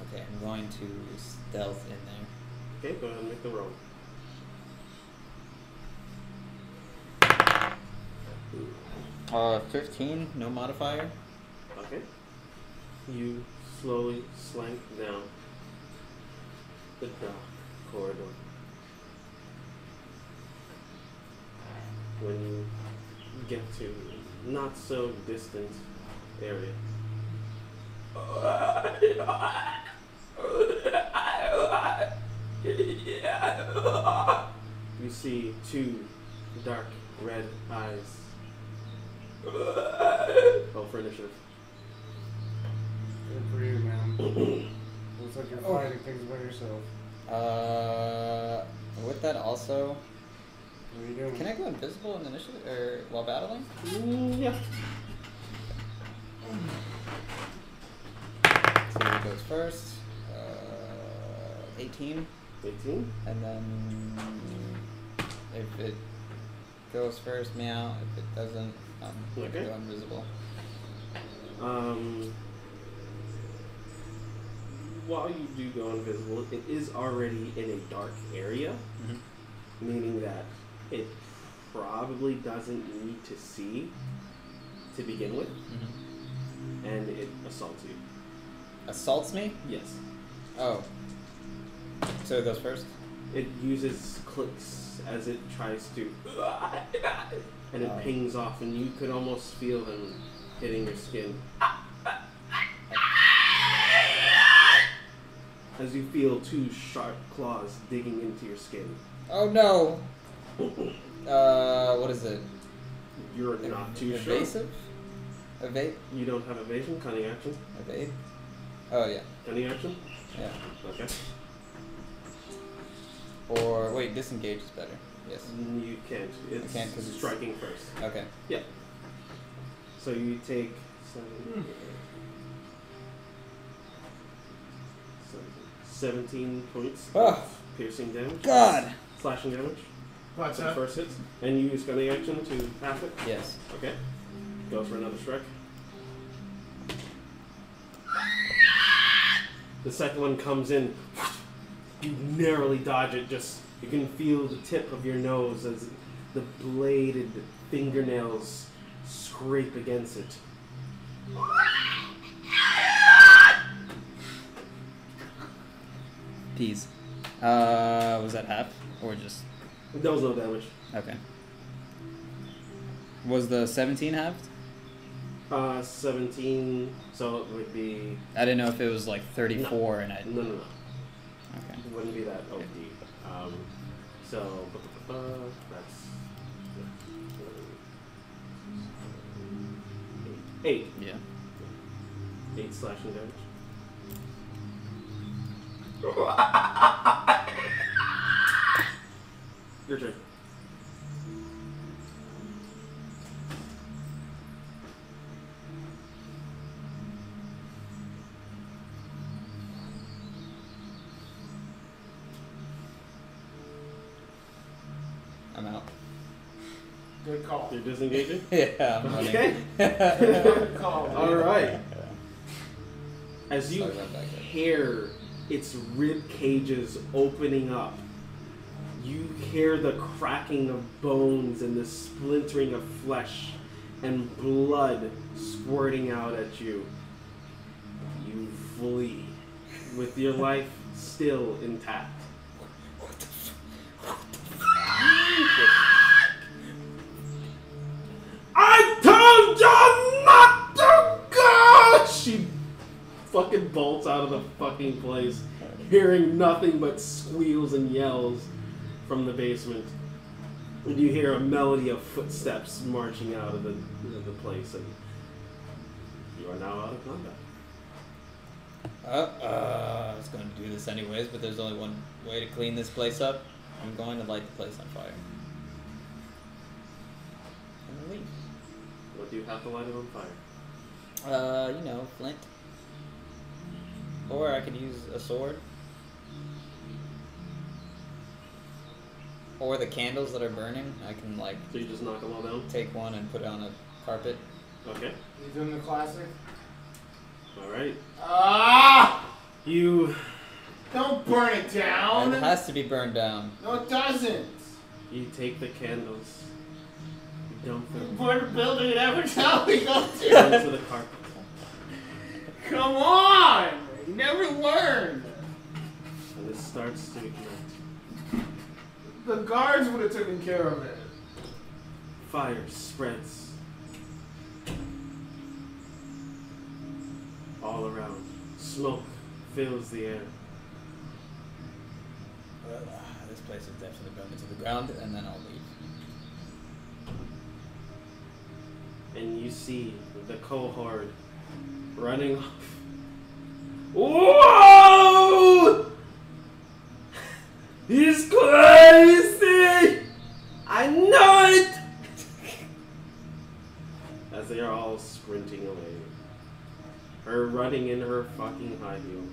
Speaker 1: Okay, Okay, I'm going to stealth in there.
Speaker 2: Okay, go ahead and make the roll.
Speaker 1: Uh, 15, no modifier.
Speaker 2: Okay. You slowly slank down the dark corridor. When you get to not so distant area. You see two dark red eyes. Oh, for initiative.
Speaker 3: Good for you, man. Looks like you're fighting things by yourself.
Speaker 1: Uh, with that also,
Speaker 3: What are you doing?
Speaker 1: can I go invisible in initiative or while battling?
Speaker 2: Mm, yeah.
Speaker 1: So who goes first? Uh, 18,
Speaker 2: 18.
Speaker 1: and then if it goes first, meow. If it doesn't, um, I can
Speaker 2: Okay.
Speaker 1: go invisible.
Speaker 2: Um, while you do go invisible, it is already in a dark area,
Speaker 1: Mhm.
Speaker 2: meaning that it probably doesn't need to see to begin with,
Speaker 1: Mhm.
Speaker 2: and it assaults you.
Speaker 1: Assaults me?
Speaker 2: Yes.
Speaker 1: Oh. So it goes first?
Speaker 2: It uses clicks as it tries to, and it
Speaker 1: Um.
Speaker 2: pings off, and you could almost feel them hitting your skin. As you feel two sharp claws digging into your skin,
Speaker 1: Oh no! Uh, what is it?
Speaker 2: you're not too sure.
Speaker 1: Evasive? Evade?
Speaker 2: You don't have evasion, cunning action,
Speaker 1: Evade? Oh yeah,
Speaker 2: cunning action.
Speaker 1: yeah.
Speaker 2: Okay.
Speaker 1: Or wait, disengage is better. Yes.
Speaker 2: You can't. It's
Speaker 1: can't 'cause it's-
Speaker 2: striking first.
Speaker 1: Okay.
Speaker 2: So you take seven, seventeen points
Speaker 1: Ugh.
Speaker 2: of piercing damage.
Speaker 1: God.
Speaker 2: Slashing damage.
Speaker 3: What's
Speaker 2: So the
Speaker 3: up?
Speaker 2: first hit. And you use gunning action to half it.
Speaker 1: Yes.
Speaker 2: Okay. Go for another strike. The second one comes in. You narrowly dodge it. Just you can feel the tip of your nose as the bladed fingernails scrape against it.
Speaker 1: Peas. Uh, was that half or just
Speaker 2: That was no damage.
Speaker 1: okay? Was the seventeen halved?
Speaker 2: Uh, 17. So it would be
Speaker 1: I didn't know if it was like thirty-four and I.
Speaker 2: no, no, no.
Speaker 1: Okay.
Speaker 2: It wouldn't be that OD. Um, so uh, that's eight.
Speaker 1: Yeah.
Speaker 2: Eight slashing damage. Your turn.
Speaker 1: I'm out.
Speaker 3: Good call.
Speaker 2: You're disengaging.
Speaker 1: yeah. I'm running.
Speaker 2: Okay.
Speaker 3: Good call.
Speaker 2: All right. As you
Speaker 1: Sorry about that, guys.
Speaker 2: hear its rib cages opening up, you hear the cracking of bones and the splintering of flesh and blood squirting out at you. You flee with your life still intact. I told you not to go! She fucking bolts out of the fucking place, hearing nothing but squeals and yells from the basement. And you hear a melody of footsteps marching out of the, of the place, and you are now out of combat.
Speaker 1: Uh, uh, I was going to do this anyways, but there's only one way to clean this place up. I'm going to light the place on fire. And leave.
Speaker 2: What do you have to light it on fire?
Speaker 1: Uh, you know, flint. Or I could use a sword. Or the candles that are burning, I can like
Speaker 2: So you just knock them all down?
Speaker 1: take one and put it on a carpet.
Speaker 2: Okay.
Speaker 3: You doing the classic?
Speaker 2: All right.
Speaker 3: Ah!
Speaker 2: You
Speaker 25: Don't burn it
Speaker 1: It
Speaker 3: Oh,
Speaker 25: down.
Speaker 1: has to be burned down.
Speaker 25: No, it doesn't.
Speaker 2: you take the candles, you dump
Speaker 25: We
Speaker 2: them
Speaker 25: burn the building and every time we go to.
Speaker 2: onto the carpet.
Speaker 25: Come on! You never learn.
Speaker 2: And it starts to ignite.
Speaker 25: The guards would have taken care of it.
Speaker 2: Fire spreads all around. Smoke fills the air.
Speaker 1: Uh, this place is definitely burning to the ground, and then I'll leave.
Speaker 2: and you see the cohort running off. Whoa! He's crazy! I know it! As they are all sprinting away. Her running in her fucking high heels.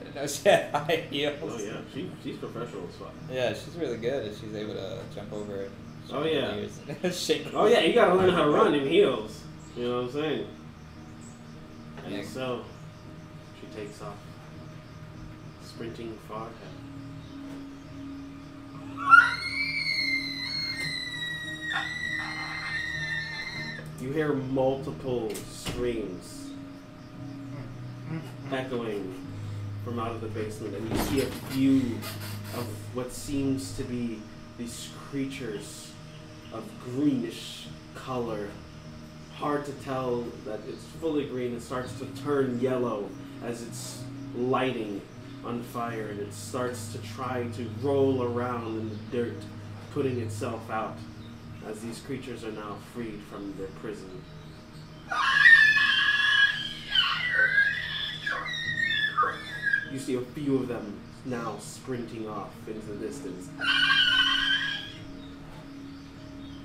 Speaker 1: I didn't know she had high heels.
Speaker 2: Oh yeah, she, she's professional as fuck.
Speaker 1: Yeah, she's really good. if She's able to jump over. and shake
Speaker 2: Oh, yeah.
Speaker 1: her ears and shake.
Speaker 2: Oh yeah, you gotta learn how to run in heels. You know what I'm saying? And
Speaker 1: Yeah.
Speaker 2: so she takes off, sprinting far ahead. You hear multiple screams echoing from out of the basement, and you see a few of what seems to be these creatures of greenish color. Hard to tell that it's fully green. It starts to turn yellow as it's lighting on fire and it starts to try to roll around in the dirt, putting itself out as these creatures are now freed from their prison. You see a few of them now sprinting off into the distance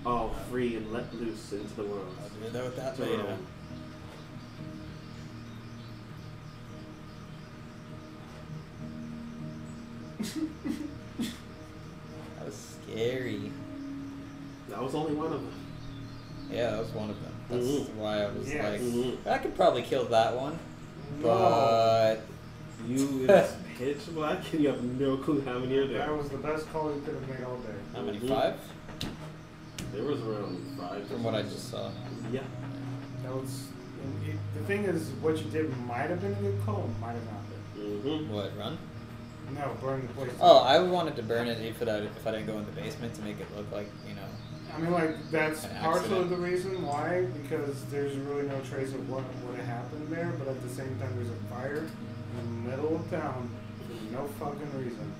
Speaker 2: all free and let loose into the world.
Speaker 1: You know what that
Speaker 2: So,
Speaker 1: later.
Speaker 2: Oh.
Speaker 1: That was scary.
Speaker 2: that was only one of them.
Speaker 1: Yeah, that was one of them. That's
Speaker 2: Mhm.
Speaker 1: why I was
Speaker 3: Yes.
Speaker 1: like,
Speaker 2: Mhm.
Speaker 1: I could probably kill that one, but
Speaker 2: You it's pitch black and you have no clue how many are
Speaker 3: That
Speaker 2: there.
Speaker 3: was the best call you could have made all day.
Speaker 1: how many
Speaker 2: Mhm.
Speaker 1: five?
Speaker 2: There was around five.
Speaker 1: From what I just saw.
Speaker 2: Yeah.
Speaker 3: That was. and it- the thing is, what you did might have been a good call, might have not been.
Speaker 2: Mm-hmm.
Speaker 1: What run?
Speaker 3: No, burn the place.
Speaker 1: Oh, I wanted to burn it if I if I didn't go in the basement to make it look like you know.
Speaker 3: I mean, like that's
Speaker 1: An
Speaker 3: partially
Speaker 1: accident.
Speaker 3: the reason why, because there's really no trace of what would have happened there. But at the same time, there's a fire in the middle of town for no fucking reason.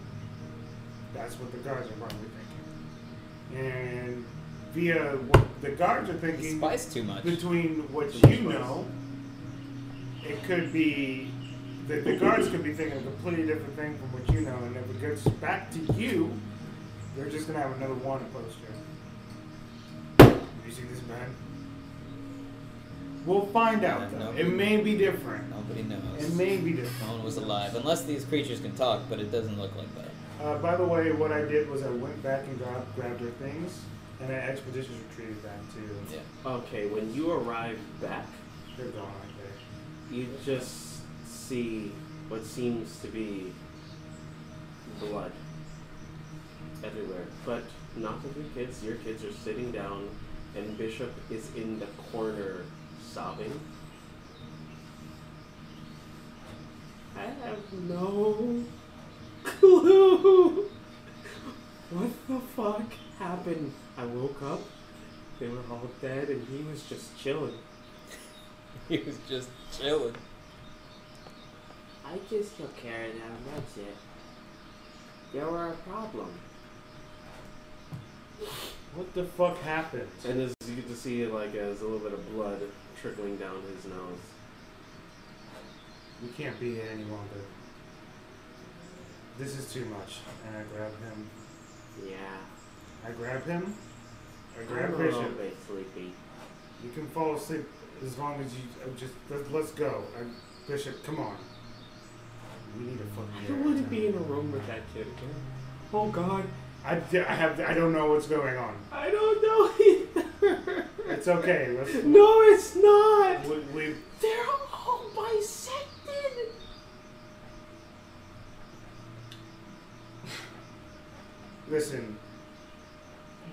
Speaker 3: That's what the guards are probably thinking. And via what the guards are
Speaker 1: The
Speaker 3: thinking,
Speaker 1: spice too much.
Speaker 3: between what
Speaker 2: Too much
Speaker 3: you
Speaker 2: spice.
Speaker 3: know, it could be that the guards could be thinking a completely different thing from what you know, and if it gets back to you, they're just gonna have another wanted poster. You see this man? We'll find out
Speaker 1: Yeah,
Speaker 3: though.
Speaker 1: no.
Speaker 3: It may be different.
Speaker 1: Nobody
Speaker 3: It
Speaker 1: knows.
Speaker 3: may be different.
Speaker 1: No one was alive, unless these creatures can talk, but it doesn't look like that.
Speaker 3: Uh, by the way, what I did was I went back and gra- grabbed her things, and I expedition retrieved them too.
Speaker 1: Yeah.
Speaker 2: Okay, when you arrive back,
Speaker 3: They're gone right
Speaker 2: you just see what seems to be blood everywhere. But not with your kids. Your kids are sitting down, and Bishop is in the corner sobbing. I have no clue. What the fuck happened? I woke up. They were all dead, and he was just chilling.
Speaker 1: He was just chilling.
Speaker 6: I just took care of them, that's it.
Speaker 2: There were a problem.
Speaker 3: there. What the fuck happened?
Speaker 2: And as you get to see, like, as a little bit of blood trickling down his nose.
Speaker 3: We can't be here any longer. This is too much. And I grab him.
Speaker 2: Yeah.
Speaker 3: I grab him. I
Speaker 2: I'm
Speaker 3: grab
Speaker 2: a little
Speaker 3: Bishop.
Speaker 2: bit sleepy.
Speaker 3: You can fall asleep as long as you uh, just let, let's go. I, Bishop, come on. We need a fucking.
Speaker 2: I
Speaker 3: air
Speaker 2: don't want to
Speaker 3: time.
Speaker 2: be in a room with that kid again. Oh god.
Speaker 3: I, d- I have. I don't know what's going on.
Speaker 2: I don't know either.
Speaker 3: It's okay. Let's.
Speaker 2: No, it's not.
Speaker 3: We, we
Speaker 2: They're all
Speaker 26: dissected.
Speaker 3: Listen,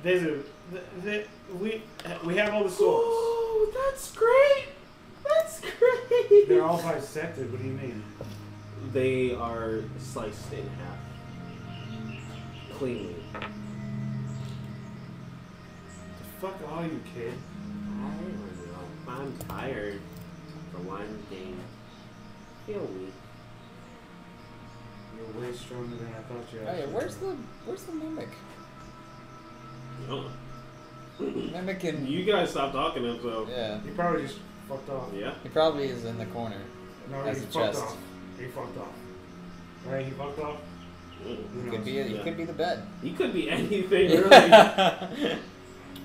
Speaker 3: there's a th- th- we uh, we have all the swords.
Speaker 26: Oh, that's great. That's great.
Speaker 3: They're all bisected. What do you mean?
Speaker 2: They are sliced in half. Cleanly.
Speaker 3: Fuck all you, kid.
Speaker 26: I don't know. I'm tired. For one thing, feel weak.
Speaker 3: You're way stronger than I thought you.
Speaker 1: Hey,
Speaker 3: actually
Speaker 1: where's
Speaker 3: were.
Speaker 1: the where's the mimic?
Speaker 2: Oh.
Speaker 1: Mimic and
Speaker 2: You guys stop talking to him, so.
Speaker 1: yeah,
Speaker 3: You probably just fucked off.
Speaker 2: Yeah.
Speaker 1: he probably is in the corner.
Speaker 3: No,
Speaker 1: That's
Speaker 3: he
Speaker 1: a
Speaker 3: fucked
Speaker 1: chest.
Speaker 3: off. He fucked off. Right? He fucked off.
Speaker 2: Mm.
Speaker 3: Who
Speaker 1: He
Speaker 3: knows?
Speaker 1: could be he
Speaker 2: Yeah.
Speaker 1: could be the bed.
Speaker 2: He could be anything, really.
Speaker 1: Yeah.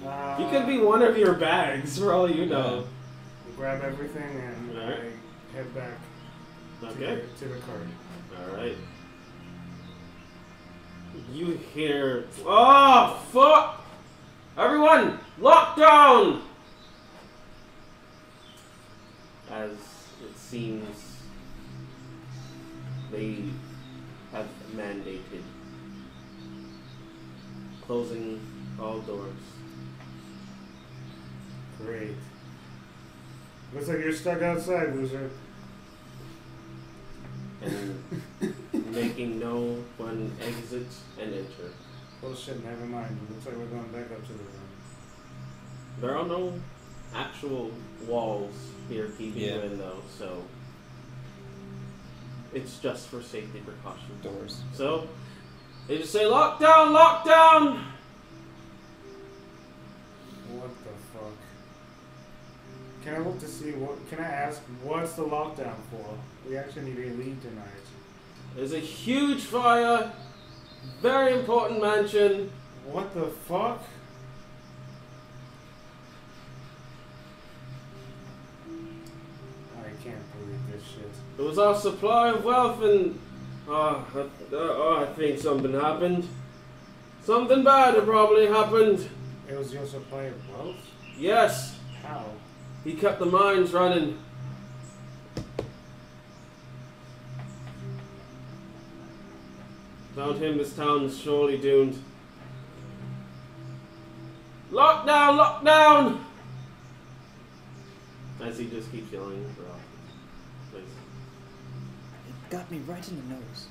Speaker 3: Uh,
Speaker 2: He could be one of your bags, for all you know.
Speaker 3: Grab everything and
Speaker 2: Alright.
Speaker 3: I head back
Speaker 2: Okay.
Speaker 3: to, the, to the cart.
Speaker 2: Alright. You hear. Oh, fuck! Everyone, lockdown! As it seems, they have mandated closing all doors.
Speaker 3: Great. Looks like you're stuck outside, loser.
Speaker 2: and making no one exit and enter.
Speaker 3: Oh shit, never mind. Looks like we're going back up to the room.
Speaker 2: There are no actual walls here keeping
Speaker 1: Yeah.
Speaker 2: you in though, so it's just for safety precaution.
Speaker 1: Doors.
Speaker 2: So they just say lockdown, lockdown.
Speaker 3: What the fuck? Can I look to see what? Can I ask what's the lockdown for? We actually need a lead tonight.
Speaker 2: There's a huge fire, very important mansion.
Speaker 3: What the fuck? I can't believe this shit.
Speaker 2: It was our supply of wealth, and oh, I, oh, I think something happened. Something bad had probably happened.
Speaker 3: It was your supply of wealth?
Speaker 2: Yes.
Speaker 3: How?
Speaker 2: He kept the mines running. Without him, this town's surely doomed. Lockdown! Lockdown! As he just keeps yelling for help. Please.
Speaker 27: Got me right in the nose.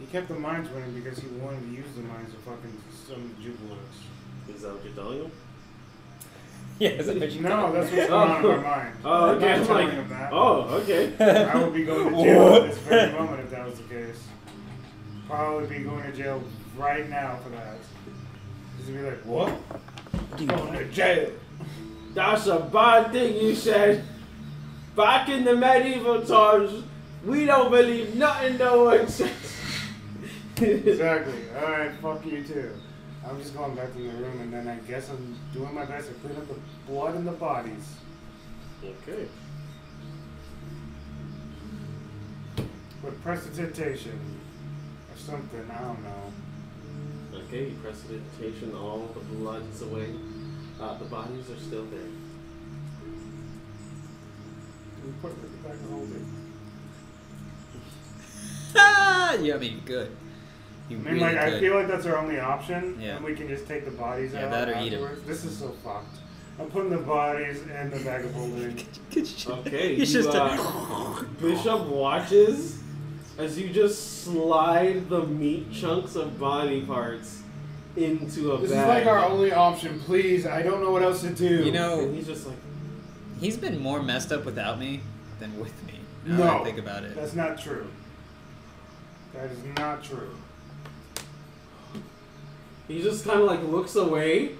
Speaker 3: He kept the mines running because he wanted to use the mines to fucking some jubilers.
Speaker 2: Is that what you're telling him?
Speaker 1: Yeah, is that what you
Speaker 3: No, that's what's going on in my mind.
Speaker 2: Oh,
Speaker 3: I'm not
Speaker 2: okay. I'm
Speaker 3: telling
Speaker 2: like,
Speaker 3: him that.
Speaker 2: oh, okay.
Speaker 3: I would be going to jail at this very moment if that was the case. Probably be going to jail right now for that. Just be like, what? Going to jail.
Speaker 2: That's a bad thing you said. Back in the medieval times, we don't believe nothing no one says.
Speaker 3: Exactly. All right, fuck you too. I'm just going back to the room, and then I guess I'm doing my best to clean up the blood and the bodies.
Speaker 2: Okay.
Speaker 3: With precipitation or something, I don't know.
Speaker 2: Okay, you press the invitation, all the blood is away. Uh, the bodies are still there.
Speaker 3: We put it back in the whole thing.
Speaker 1: Ah, you I mean good. You
Speaker 3: I mean,
Speaker 1: really
Speaker 3: like, I
Speaker 1: good.
Speaker 3: feel like that's our only option,
Speaker 1: Yeah.
Speaker 3: and we can just take the bodies
Speaker 1: Yeah,
Speaker 3: out.
Speaker 1: that or eat 'em.
Speaker 3: afterwards. This is so fucked. I'm putting the bodies in the bag of holding.
Speaker 2: Okay,
Speaker 27: He's
Speaker 2: you,
Speaker 27: just a-
Speaker 2: uh, Bishop watches as you just slide the meat chunks of body parts into a
Speaker 3: This is
Speaker 2: bag.
Speaker 3: like our only option, please. I don't know what else to do.
Speaker 1: You know,
Speaker 2: and he's just like,
Speaker 1: He's been more messed up without me than with me. Now that I
Speaker 3: No.
Speaker 1: think about it.
Speaker 3: that's not true. That is not true.
Speaker 2: he just kind of like looks away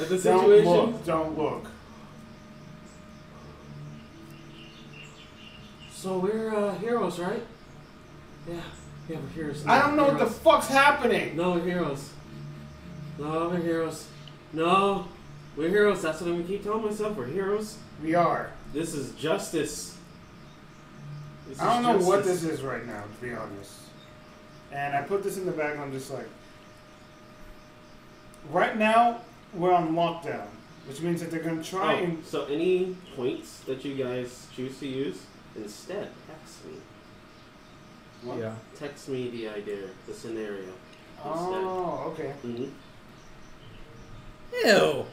Speaker 2: at the
Speaker 3: Don't
Speaker 2: situation.
Speaker 3: look. Don't look.
Speaker 2: So we're uh, heroes, right? Yeah, yeah, we're heroes.
Speaker 3: I don't know what the
Speaker 2: Heroes.
Speaker 3: fuck's happening.
Speaker 2: No, we're heroes. No, we're heroes. No, we're heroes. That's what I'm gonna keep telling myself. We're heroes.
Speaker 3: We are.
Speaker 2: This is justice. This
Speaker 3: I don't know
Speaker 2: justice.
Speaker 3: what this is right now, to be honest. And I put this in the bag, and I'm just like, right now we're on lockdown. Which means that they're gonna try
Speaker 10: Oh,
Speaker 3: and
Speaker 10: so any points that you guys choose to use, instead text me.
Speaker 28: Yeah.
Speaker 10: Text me the idea, the scenario.
Speaker 3: Oh, okay.
Speaker 10: Mm-hmm.
Speaker 1: Ew.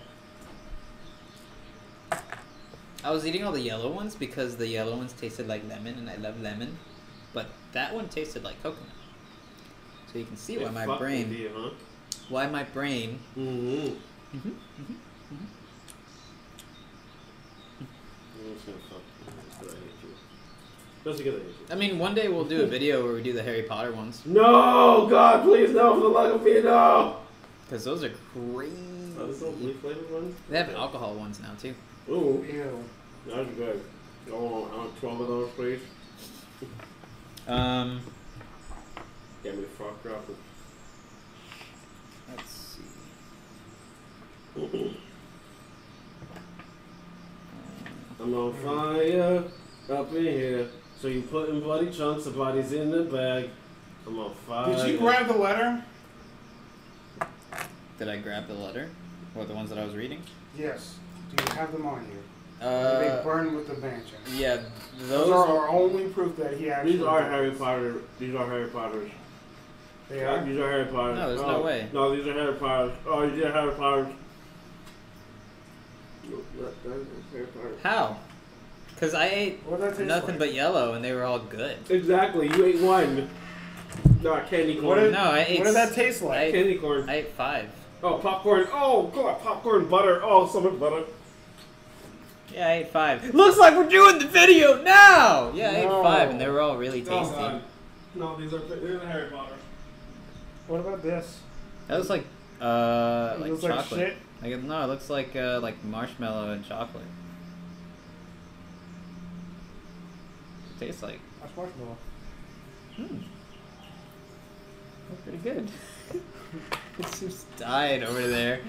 Speaker 1: I was eating all the yellow ones because the yellow ones tasted like lemon, and I love lemon, but that one tasted like coconut. So you can see why my brain,
Speaker 10: You, huh?
Speaker 1: why my brain.
Speaker 10: Mm-hmm.
Speaker 1: Mhm,
Speaker 10: I'm just gonna fuck. I'm just gonna hit you. That's a good idea.
Speaker 1: I mean, one day we'll do a video where we do the Harry Potter ones
Speaker 29: No, God, please, no, for the love of me, no.
Speaker 1: because those are
Speaker 10: Oh, this old
Speaker 1: crazy.
Speaker 10: leaf flavored ones?
Speaker 1: They have
Speaker 10: Okay.
Speaker 1: alcohol ones now too.
Speaker 10: Ooh,
Speaker 3: Ew.
Speaker 10: that's good. Oh, I want 12 of those, please.
Speaker 1: Um,
Speaker 10: Get me fucked up.
Speaker 1: let's see. Uh,
Speaker 10: I'm on fire up in here. So you put in bloody chunks, the body's in the bag. I'm on fire.
Speaker 3: Did you grab the letter?
Speaker 1: Did I grab the letter? Or the ones that I was reading?
Speaker 3: Yes. Do you have them on you? they
Speaker 1: Uh,
Speaker 3: burn with the banshee.
Speaker 1: yeah,
Speaker 3: Those are
Speaker 1: those.
Speaker 3: our only proof that he actually.
Speaker 10: These are
Speaker 3: did
Speaker 10: Harry
Speaker 3: this.
Speaker 10: Potter. These are Harry Potters.
Speaker 3: They are.
Speaker 10: These are Harry Potters.
Speaker 1: No, there's no
Speaker 10: Oh,
Speaker 1: way.
Speaker 10: No, these are Harry Potters. Oh, these are Harry Potters.
Speaker 1: How? Because I ate
Speaker 3: What does that taste
Speaker 1: nothing
Speaker 3: like?
Speaker 1: but yellow, and they were all good.
Speaker 10: Exactly. You ate one. No, candy corn.
Speaker 3: What is-
Speaker 1: No, I ate.
Speaker 3: What does that
Speaker 1: s-
Speaker 3: taste like?
Speaker 1: I ate,
Speaker 10: candy corn.
Speaker 1: I ate five.
Speaker 10: Oh, popcorn. Oh, God, popcorn butter. Oh, so much butter.
Speaker 1: Yeah, I ate five. Looks like we're doing the video now. Yeah, I
Speaker 3: No.
Speaker 1: ate five, and they were all really
Speaker 10: Oh,
Speaker 1: tasty.
Speaker 10: God. No, these are, these are Harry Potter.
Speaker 28: What about this?
Speaker 1: that was like, uh,
Speaker 28: It
Speaker 1: like
Speaker 28: looks like
Speaker 1: chocolate.
Speaker 28: shit.
Speaker 1: Like, it- no, it looks like uh, like marshmallow and chocolate. Tastes like
Speaker 28: That's marshmallow.
Speaker 1: that's pretty good. it's just died over there.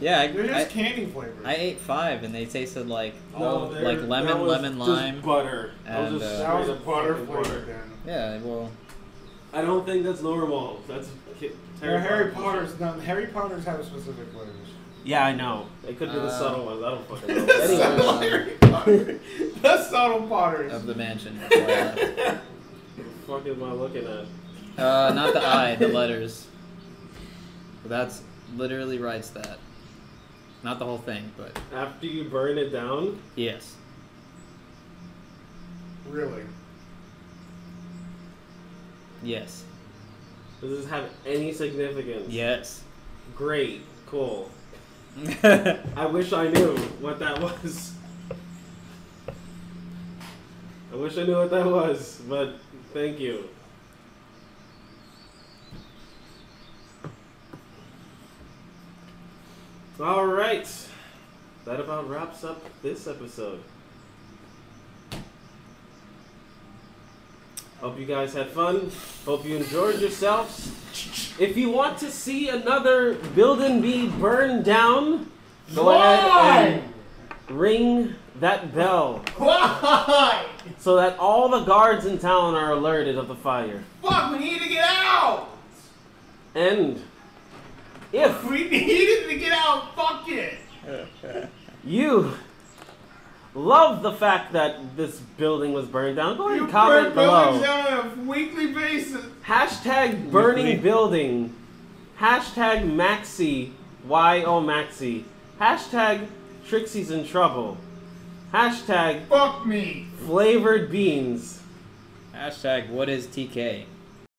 Speaker 1: Yeah, I,
Speaker 3: They're just
Speaker 1: I,
Speaker 3: candy flavors.
Speaker 1: I ate five, and they tasted like all
Speaker 10: Oh, they're-
Speaker 1: like
Speaker 10: that
Speaker 1: lemon,
Speaker 10: was
Speaker 1: lemon,
Speaker 10: just
Speaker 1: lime.
Speaker 10: butter. That
Speaker 1: and,
Speaker 10: was just
Speaker 1: uh,
Speaker 3: that was a butter
Speaker 10: fucking
Speaker 3: flavor then.
Speaker 1: Yeah, well,
Speaker 10: I don't think that's normal. That's ki-
Speaker 3: They're Harry Potter's not Harry Potter's have specific flavors.
Speaker 10: Yeah, I know. It could be the
Speaker 1: Uh,
Speaker 10: subtle ones. I don't fucking know. Anyway,
Speaker 1: uh,
Speaker 3: That's subtle Potter's.
Speaker 1: of the mansion. before I left.
Speaker 10: fuck am I looking at?
Speaker 1: Uh, not the I, the letters. That's literally writes that. Not the whole thing, but
Speaker 10: After you burn it down,
Speaker 1: yes.
Speaker 3: Really?
Speaker 1: Yes.
Speaker 10: does this have any significance?
Speaker 1: Yes.
Speaker 10: Great. Cool.
Speaker 1: That's
Speaker 10: I wish I knew what that was. I wish I knew what that was, but thank you. All right, that about wraps up this episode. Hope you guys had fun. Hope you enjoyed yourselves. If you want to see another building be burned down, go ahead and ring that bell
Speaker 30: Why?
Speaker 10: so that all the guards in town are alerted of the fire.
Speaker 30: Fuck, we need to get out!
Speaker 10: And if
Speaker 30: We needed to get out, fuck it!
Speaker 10: you love the fact that this building was burned down, go ahead
Speaker 30: You
Speaker 10: and comment
Speaker 30: burn buildings
Speaker 10: below.
Speaker 30: down on a weekly basis.
Speaker 10: Hashtag burning building. Hashtag Maxi. Y O Maxi. Hashtag Trixie's in trouble. Hashtag
Speaker 30: Fuck me.
Speaker 10: flavored beans.
Speaker 1: Hashtag what is TK?